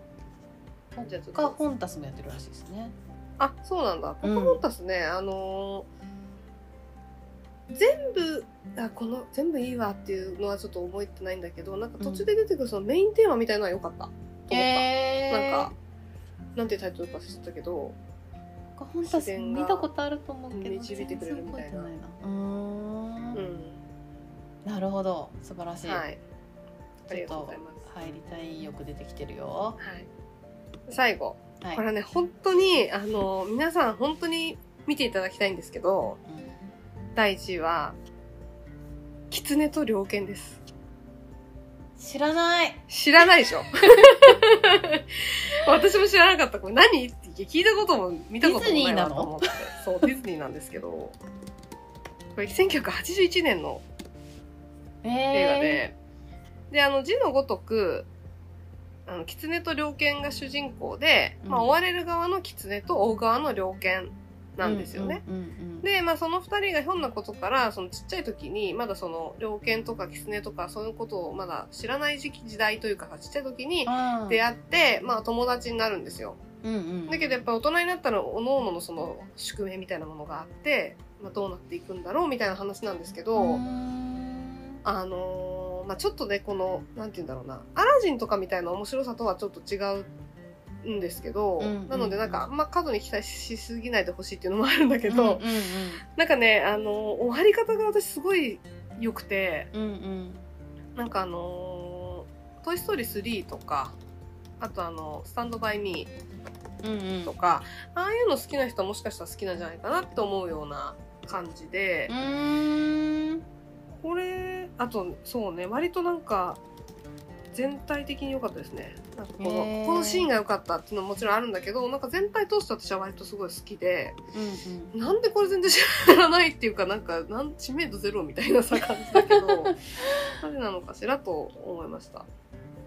Speaker 1: ゃあちょっと
Speaker 2: ポカホンタスもやってるらしいですね
Speaker 1: あそうなんだポ
Speaker 2: うん
Speaker 1: カホンタスね、あのー全部あこの全部いいわっていうのはちょっと覚えてないんだけどなんか途中で出てくるそのメインテーマみたいなのは良かったと思った、
Speaker 2: え
Speaker 1: なんか、なんていうタイトルか知ったけど、
Speaker 2: ポカホンタス見たことあると思うけど
Speaker 1: 導いてくれるみたいな、
Speaker 2: 全然覚えてないうなうんなるほど素晴らしい、
Speaker 1: はい、あ
Speaker 2: ち
Speaker 1: り
Speaker 2: ょっ
Speaker 1: がとうご
Speaker 2: と
Speaker 1: ざいます。
Speaker 2: 入りたい欲出てきてるよ
Speaker 1: はい、最後、
Speaker 2: はい
Speaker 1: これはね、本当に、あの、皆さん本当に見ていただきたいんですけど、
Speaker 2: うん
Speaker 1: 第1位は、狐と猟犬です。
Speaker 2: 知らない
Speaker 1: 知らないでしょ 私も知らなかった。これ何って聞いたことも見たこともないなと思って。そう、ディズニーなんですけど、これ1981年の
Speaker 2: え
Speaker 1: 映画
Speaker 2: え
Speaker 1: で、で、あの、字のごとく、あの、狐と猟犬が主人公で、
Speaker 2: うん
Speaker 1: まあ、追われる側の狐と追う側の猟犬なんですよね。
Speaker 2: うんうんうんうん
Speaker 1: で、まあ、その二人がひょんなことから、そのちっちゃい時に、まだその、猟犬とか狐とか、そういうことをまだ知らない時期、時代というかさ、ちっちゃい時に
Speaker 2: あー
Speaker 1: 出会って、まあ、友達になるんですよ。
Speaker 2: うんうん、
Speaker 1: だけど、やっぱ大人になったら、おのおののその、宿命みたいなものがあって、まあ、どうなっていくんだろうみたいな話なんですけど、
Speaker 2: うーん
Speaker 1: あのーまあ、ちょっとねこのなんて言うんだろうなアラジンとかみたいな面白さとはちょっと違うんですけど、
Speaker 2: うんうんうん
Speaker 1: なのでなんかあんま過度に期待しすぎないでほしいっていうのもあるんだけど、
Speaker 2: うんうんうん
Speaker 1: なんかね、あのー終わり方が私すごい良くて
Speaker 2: うんうん
Speaker 1: なんかあのートイ・ストーリー3」とかあとあの「スタンド・バイ・ミー
Speaker 2: うんうん」
Speaker 1: とか、ああいうの好きな人はもしかしたら好きなんじゃないかなって思うような感じで。
Speaker 2: うーん
Speaker 1: これあとそうね割となんか全体的に良かったですねなんかこの,、
Speaker 2: へー
Speaker 1: このシーンが良かったっていうのももちろんあるんだけどなんか全体通して私は割とすごい好きで
Speaker 2: うん
Speaker 1: なんでこれ全然知らないっていうかなんかなん知名度ゼロみたいなさ感じだけ どなぜなのかしらと思いました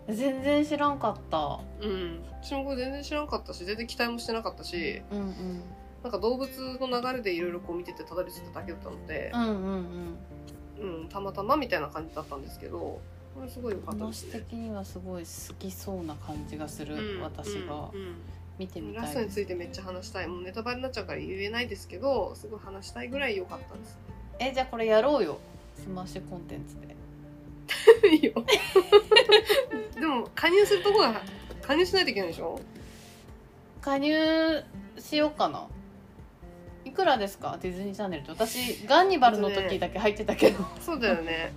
Speaker 2: うん全然知らんかった
Speaker 1: うん私もこれ全然知らなかったし全然期待もしてなかったし
Speaker 2: うんうん
Speaker 1: なんか動物の流れでいろいろこう見ててたどり着いただけだったので
Speaker 2: う、んうん
Speaker 1: うん、たまたまみたいな感じだったんですけどこれすごい良
Speaker 2: うん
Speaker 1: かったで
Speaker 2: 話
Speaker 1: すね
Speaker 2: 的にはすごい好きそうな感じがす
Speaker 1: う
Speaker 2: る、
Speaker 1: ん
Speaker 2: 私が
Speaker 1: うんうん
Speaker 2: 見てみた
Speaker 1: ラ
Speaker 2: い
Speaker 1: ストに
Speaker 2: です
Speaker 1: ついてめっちゃ話したいもうネタバレになっちゃうから言えないですけどすごい話したいぐらい良かったです
Speaker 2: えじゃあこれやろうよスマッシュコンテンツ
Speaker 1: い
Speaker 2: で
Speaker 1: いよ でも加入するとこが加入しないといけないでしょ
Speaker 2: 加入しようかないくらですかディズニーチャンネルって私ガンニバルの時だけ入ってたけど、
Speaker 1: そうだよね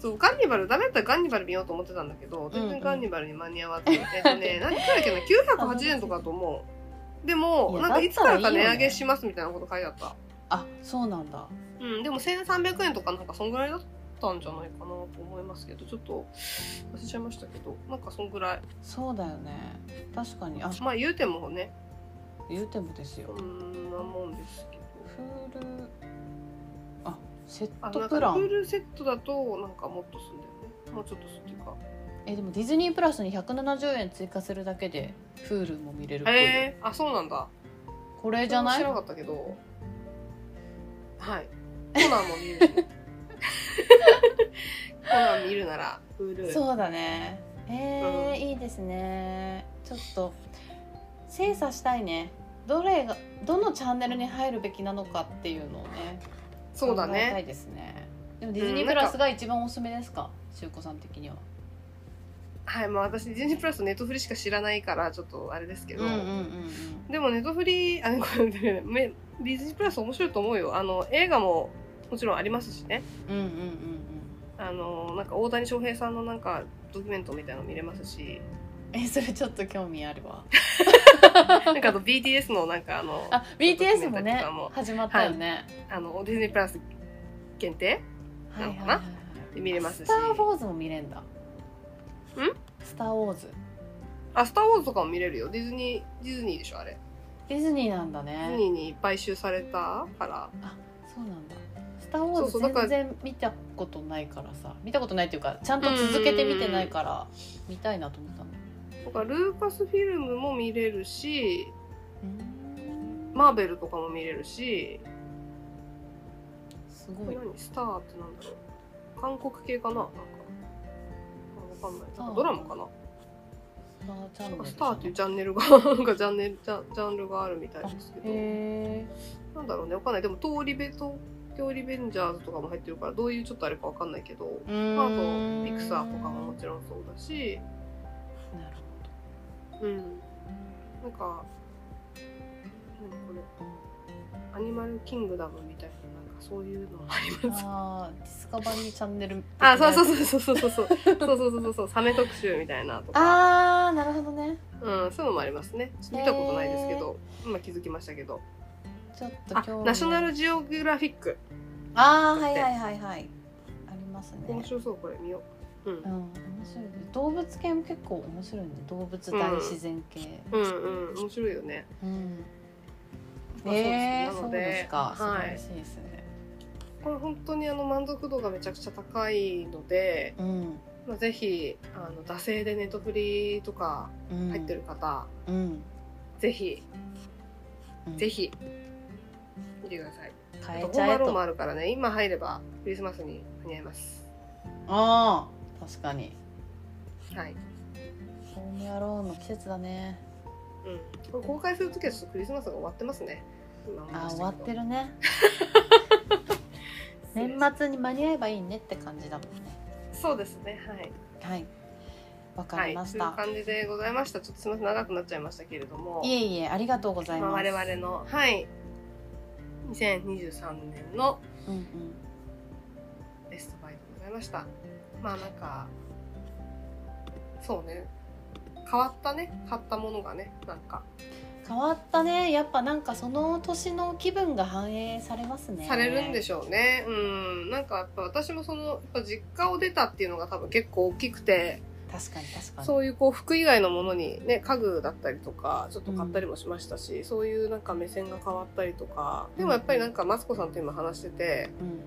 Speaker 1: そう、ガンニバル、ダメだったらガンニバル見ようと思ってたんだけど、全然ガンニバルに間に合わず、えっと ね、何くらいだっけな、980円とかだと思う。で
Speaker 2: い
Speaker 1: も、
Speaker 2: や
Speaker 1: なんかいつからか値上
Speaker 2: だったらいいよ
Speaker 1: げ
Speaker 2: ね
Speaker 1: しますみたいなこと書いてあった。
Speaker 2: あそうなんだ
Speaker 1: うん、でも1300円とかなんかそんぐらいだったんじゃないかなと思いますけど、ちょっと忘れちゃいましたけど、なんかそんぐらい。
Speaker 2: そうだよね確かにあ
Speaker 1: まあ言うてもね、
Speaker 2: 言うてもですよ
Speaker 1: そんなもんですけど。
Speaker 2: フールあセ
Speaker 1: あな
Speaker 2: ット
Speaker 1: んか
Speaker 2: プ
Speaker 1: ル
Speaker 2: ラ
Speaker 1: ー
Speaker 2: ン
Speaker 1: ルセットだとなんかもっとすんだよねもうちょっとするっていうか
Speaker 2: えでもディズニープラスに170円追加するだけで Hulu も見れるっぽいよ
Speaker 1: へえあそうなんだ
Speaker 2: これじゃない
Speaker 1: 知らなかったけどはいコナンも見るしコ ナン見るならフール
Speaker 2: そうだねえー
Speaker 1: うん
Speaker 2: いいですねちょっと精査したいねどれがどのチャンネルに入るべきなのかっていうのをね
Speaker 1: そうだ
Speaker 2: 考えた
Speaker 1: ね
Speaker 2: いですねでもディズニープラスが一番おすすめですかしゅうこさん的には
Speaker 1: はいまあ私ディズニープラスとネットフリしか知らないからちょっとあれですけ
Speaker 2: うん
Speaker 1: ど、
Speaker 2: うんうんうん
Speaker 1: でもネットフリあこれねめディズニープラス面白いと思うよあの映画ももちろんありますしね
Speaker 2: うんうんうん
Speaker 1: あのなんか大谷翔平さんのなんかドキュメントみたいなの見れますし
Speaker 2: うんえそれちょっと興味あるわ
Speaker 1: なんかあと BTS のなんかあの
Speaker 2: あ BTS
Speaker 1: ド
Speaker 2: も
Speaker 1: キュメンタリー
Speaker 2: ね
Speaker 1: とかも
Speaker 2: 始まったよね、
Speaker 1: あのディズニープラス限定
Speaker 2: は
Speaker 1: なの
Speaker 2: いい、はい
Speaker 1: か
Speaker 2: はい
Speaker 1: な
Speaker 2: はい
Speaker 1: で見れますし
Speaker 2: スター・ウォーズも見れんだんスター・ウォーズ
Speaker 1: あスター・ウォーズとかも見れるよディズニーディズニーでしょあれ
Speaker 2: ディズニーなんだ
Speaker 1: ディズ
Speaker 2: ね
Speaker 1: ニーに買収されたから
Speaker 2: そうなんだスター・ウォー
Speaker 1: そ
Speaker 2: ズ
Speaker 1: うそうだから
Speaker 2: 全然見たことないからさ見たことないっていうかちゃんと続けて見てないから見たいなと思ったの
Speaker 1: だからルーカスフィルムも見れるし
Speaker 2: うん
Speaker 1: マーベルとかも見れるし
Speaker 2: すごい
Speaker 1: 何スターってなんだろう韓国系かななんかあわかんないなんかドラマかな
Speaker 2: スターチャン
Speaker 1: な
Speaker 2: ネ
Speaker 1: んか
Speaker 2: ルじゃ
Speaker 1: スタ
Speaker 2: な
Speaker 1: ーっていうジャンネルがなんかジャンネルジャンジャンルがあるみたいですけど
Speaker 2: へ
Speaker 1: なんだろうねわかんないでも東リベ東京リベンジャーズとかも入ってるからどういうちょっとあれかわかんないけど
Speaker 2: えー
Speaker 1: まあ、あとピクサーとかももちろんそうだし、
Speaker 2: なるほ
Speaker 1: うん、なんか何これアニマルキングダムみたいななんかそういうのもあります
Speaker 2: どあーディスカバリーチャンネル
Speaker 1: あそうそうそうそうそうそうそうそうそうそうそうサメ特集みたいなとか、
Speaker 2: あーなるほどね
Speaker 1: うん、そういうのもありますねちょっと見たことないですけど、今気づきましたけど
Speaker 2: ちょっと
Speaker 1: あ
Speaker 2: 興味
Speaker 1: ナショナルジオグラフィック
Speaker 2: あーはいはいはいはいありますね
Speaker 1: 面白そうこれ見よう、うん
Speaker 2: うん、面白いね動物系も結構面白いね動物大自然系、
Speaker 1: うんうん面白いよね。
Speaker 2: うん
Speaker 1: まあ
Speaker 2: えー、
Speaker 1: そ
Speaker 2: そうう
Speaker 1: で
Speaker 2: ですすか、
Speaker 1: なの
Speaker 2: 素晴らしいですね
Speaker 1: これ本当にあの満足度がめちゃくちゃ高いので、
Speaker 2: うん、
Speaker 1: まあ、ぜひあの惰性でネットフリとか
Speaker 2: うん、
Speaker 1: 入ってる方、
Speaker 2: うん、
Speaker 1: ぜひ
Speaker 2: うん
Speaker 1: ぜひ見てください。
Speaker 2: 変
Speaker 1: あと
Speaker 2: え
Speaker 1: ホ
Speaker 2: ち
Speaker 1: ーム
Speaker 2: ゃ
Speaker 1: ア
Speaker 2: え
Speaker 1: ローンも
Speaker 2: と
Speaker 1: あるからね今入ればクリスマスに間に合います。
Speaker 2: あー確かに
Speaker 1: はい。
Speaker 2: ホームアローンの季節だね
Speaker 1: うん、これ公開するときはちょっとクリスマスが終わってますね。今思い
Speaker 2: あ
Speaker 1: ま
Speaker 2: ー
Speaker 1: し
Speaker 2: 終
Speaker 1: た
Speaker 2: わ
Speaker 1: けど
Speaker 2: ってるね年末に間に合えばいいねって感じだもんね
Speaker 1: そうですね。はい。
Speaker 2: はいわか
Speaker 1: は
Speaker 2: り
Speaker 1: い。
Speaker 2: まし
Speaker 1: という
Speaker 2: た、
Speaker 1: 感じでございました。ちょっとすみません長くなっちゃいましたけれども。
Speaker 2: い、えいえありがとうござい
Speaker 1: ま
Speaker 2: ま
Speaker 1: あ、
Speaker 2: す
Speaker 1: 我々の、はい、2023年の
Speaker 2: うんうん
Speaker 1: ベストバイでございました。まあなんか、そうね、変わったね、買ったものがね、なんか、
Speaker 2: 変わったねやっぱなんかその年の気分が反映されますね
Speaker 1: されるんでしょうね。うん、なんかやっぱ私もその、やっぱ実家を出たっていうのが多分結構大きくて、
Speaker 2: 確かに確かに
Speaker 1: そういうこう服以外のものにね、家具だったりとか、ちょっと買ったりもしましたし、そういうなんか目線が変わったりとか、でもやっぱりなんかマツコさんと今話してて、
Speaker 2: うん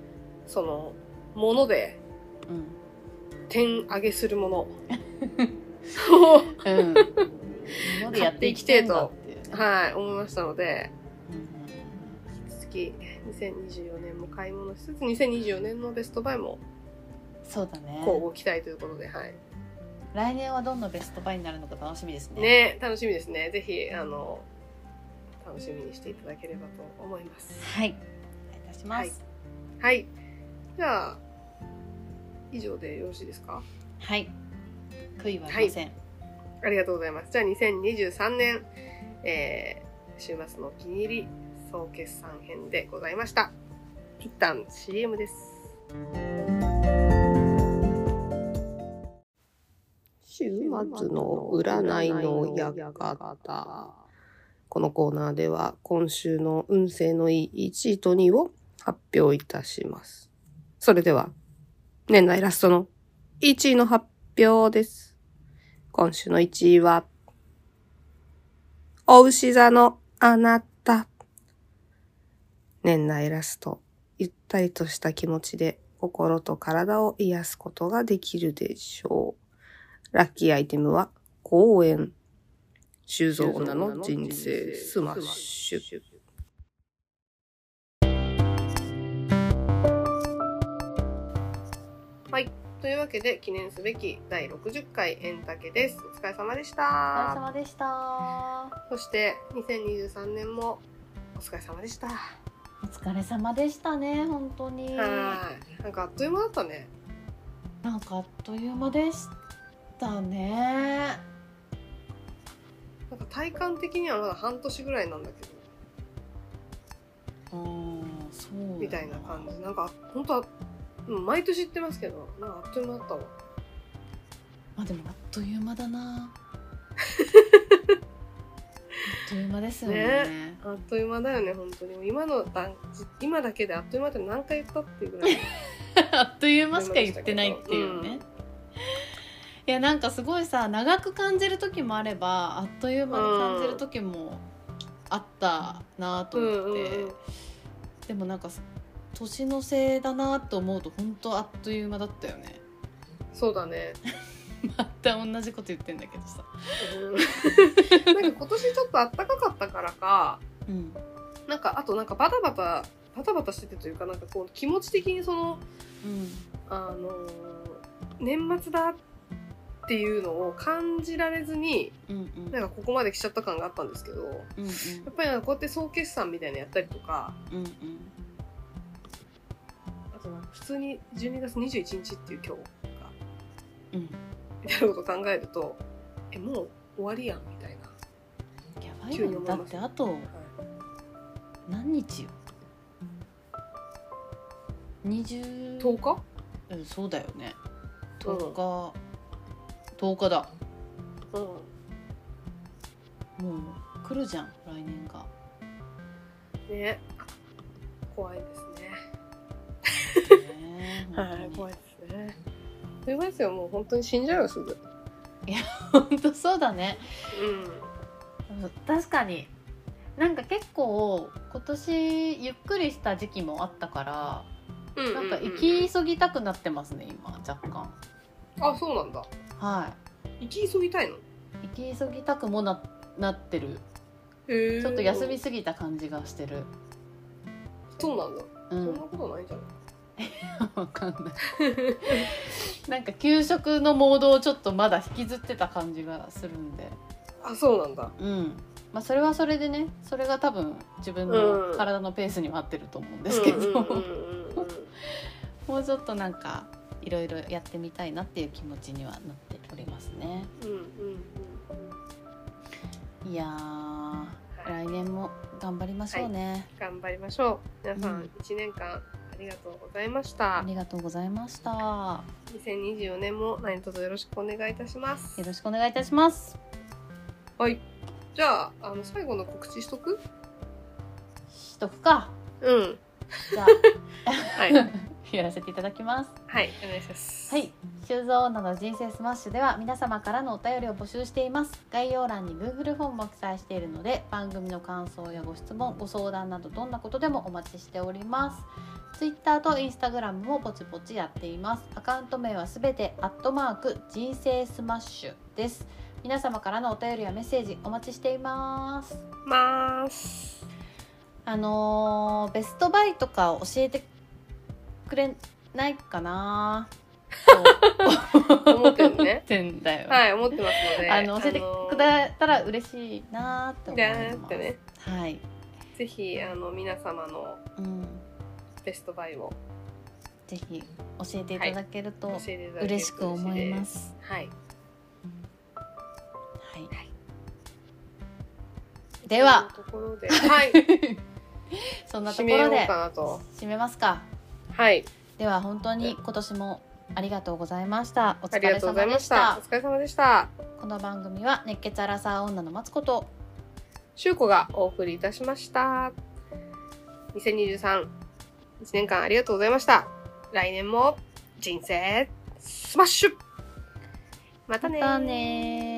Speaker 1: その、もので、
Speaker 2: う
Speaker 1: 点上げするも の
Speaker 2: ん うん物でやっていきてえと
Speaker 1: はい思いましたので
Speaker 2: うんうん
Speaker 1: 引き続き2024年も買い物しつつ2024年のベストバイも
Speaker 2: そうだね
Speaker 1: こうご期待ということで、はい、
Speaker 2: 来年はどんなベストバイになるのか楽しみですね
Speaker 1: ね楽しみですねぜひあの楽しみにしていただければと思います
Speaker 2: はいお願いいたします
Speaker 1: はいじゃあ以上でよろしいですか
Speaker 2: はい、悔いはありません、
Speaker 1: ありがとうございますじゃあ2023年、えー週末のお気に入り総決算編でございました一旦 CM です松の占いの館。このコーナーでは今週の運勢のいい1位と2位を発表いたします。それでは、年内ラストの1位の発表です。今週の1位は、お牛座のあなた。年内ラスト、ゆったりとした気持ちで心と体を癒すことができるでしょう。ラッキーアイテムは、公園。修造女の人生スマッシュ。はい。というわけで、記念すべき第60回円竹です。お疲れ様でした。
Speaker 2: お疲れ様でした。
Speaker 1: そして2023年もお疲れ様でした。は
Speaker 2: お疲れ様でしたね、本当に。
Speaker 1: い。なんかあっという間だったね。
Speaker 2: なんかあっという間でしたね。
Speaker 1: なんか体感的にはまだ半年ぐらいなんだけど、
Speaker 2: うん、そうだ。
Speaker 1: みたいな感じ。なんか本当はうん毎年言ってますけど、なんかあっという間だったわ。
Speaker 2: まあでもあっという間だな。あっという間ですよね。
Speaker 1: ねあっという間だよね本当に。今の段今だけであっという間って何回言ったっていうぐらい。
Speaker 2: あっという間しか言ってないっていうね。
Speaker 1: うん
Speaker 2: いやなんかすごいさ長く感じる時もあればあっという間に感じる時もあったなと
Speaker 1: う
Speaker 2: 思
Speaker 1: ん
Speaker 2: って、
Speaker 1: うんうん。
Speaker 2: でもなんか年のせいだなと思うと本当あっという間だったよね
Speaker 1: そうだね。
Speaker 2: また同じこと言ってんだけどさ、
Speaker 1: うんなんか今年ちょっと暖かかったからか、
Speaker 2: うん、
Speaker 1: なんかあとなんかバタバタバタバタしててというかなんかこう気持ち的にそのあのー年末だっていうのを感じられずに
Speaker 2: うんうんうん
Speaker 1: なんかここまで来ちゃった感があったんですけどや
Speaker 2: うん
Speaker 1: っぱりなんかこうやって総決算みたいなのやったりとか
Speaker 2: うん
Speaker 1: あとなんか普通に12月21日っていう今日が
Speaker 2: うんうん
Speaker 1: みたいなことを考えるとえもう終わりやんみたいな、
Speaker 2: やばいよねだってあと
Speaker 1: は
Speaker 2: 何日よ20
Speaker 1: い、10日
Speaker 2: うんそうだよね
Speaker 1: うん
Speaker 2: 10日、10日だ
Speaker 1: うん
Speaker 2: もう来るじゃん来年 が
Speaker 1: ね怖いですね
Speaker 2: ね
Speaker 1: はい
Speaker 2: 本当
Speaker 1: 怖
Speaker 2: に
Speaker 1: いですねすいまですよもう本当に死んじゃうよすぐ
Speaker 2: 本当そうだね確かになんか結構今年ゆっくりした時期もあったから
Speaker 1: うんう
Speaker 2: なん
Speaker 1: ん
Speaker 2: か
Speaker 1: う
Speaker 2: 行
Speaker 1: ん
Speaker 2: き急ぎたくなってますね今若干
Speaker 1: あそうなんだ
Speaker 2: は
Speaker 1: 行き急ぎたいの
Speaker 2: い行き急ぎたくもななってる
Speaker 1: へー
Speaker 2: ちょっと休みすぎた感じがしてる
Speaker 1: そうなんだ
Speaker 2: う
Speaker 1: そん
Speaker 2: ん
Speaker 1: なことないんじゃない
Speaker 2: わかんない なんか給食のモードをちょっとまだ引きずってた感じがするんで
Speaker 1: あそうなんだ
Speaker 2: うんまあそれはそれでねそれが多分自分
Speaker 1: う
Speaker 2: の
Speaker 1: ん
Speaker 2: 体のペースにも合ってると思うんですけど、
Speaker 1: うんうんうんうんうん
Speaker 2: もうちょっとなんかいろいろやってみたいなっていう気持ちにはなっておりますね
Speaker 1: うんうんうん
Speaker 2: いやー
Speaker 1: はい
Speaker 2: 来年も頑張りましょうね、
Speaker 1: 頑張りましょう皆さ
Speaker 2: うん
Speaker 1: ん一年間ありがとうございまし
Speaker 2: あ
Speaker 1: た
Speaker 2: りがとうございました
Speaker 1: 2024年も何卒よろしくお願いいたします
Speaker 2: よろしくお願いいたします
Speaker 1: はいじゃああの最後の告知しとく
Speaker 2: しとくか
Speaker 1: うん
Speaker 2: じ ゃ
Speaker 1: は
Speaker 2: あ
Speaker 1: い
Speaker 2: やらせていただきます
Speaker 1: はいお願いします
Speaker 2: はい、修造女の人生スマッシュでは皆様からのお便りを募集しています。概要欄に Google フォームも記載しているので、番組の感想やご質問、ご相談などどんなことでもお待ちしております。Twitter と Instagram もポチポチやっています。アカウント名はすべてアットマーク人生スマッシュです。皆様からのお便りやメッセージお待ちしています。
Speaker 1: まーす
Speaker 2: あのーベストバイとか教えてくれないかなと
Speaker 1: 思ってるのね
Speaker 2: 思って んだよ、
Speaker 1: はい思ってますので
Speaker 2: あの教えてくだたら嬉しいなーって
Speaker 1: あの
Speaker 2: 思
Speaker 1: じゃ
Speaker 2: い
Speaker 1: ー
Speaker 2: ま
Speaker 1: っ
Speaker 2: す、
Speaker 1: てね
Speaker 2: はい、
Speaker 1: ぜひあの皆様の
Speaker 2: うん、
Speaker 1: ベストバイを
Speaker 2: ぜひ教えていただける
Speaker 1: 教
Speaker 2: と
Speaker 1: えていただけると
Speaker 2: 嬉しく思いますす、
Speaker 1: はい
Speaker 2: はい
Speaker 1: はい
Speaker 2: では
Speaker 1: というところではい
Speaker 2: そんなと
Speaker 1: 締
Speaker 2: こ
Speaker 1: めよ
Speaker 2: ろ
Speaker 1: う
Speaker 2: で
Speaker 1: かなと
Speaker 2: 締めますか
Speaker 1: はい
Speaker 2: では本当に今年もありがとうございましたお
Speaker 1: あ
Speaker 2: 疲
Speaker 1: りが
Speaker 2: れ
Speaker 1: とうござ
Speaker 2: 様
Speaker 1: いま
Speaker 2: で
Speaker 1: し
Speaker 2: したた
Speaker 1: お疲れ様でした
Speaker 2: この番組は熱血アラサー女のマツコと
Speaker 1: しゅうこがお送りいたしました。2023、1年間ありがとうございました。来年も人生スマッシュまたねー
Speaker 2: またねー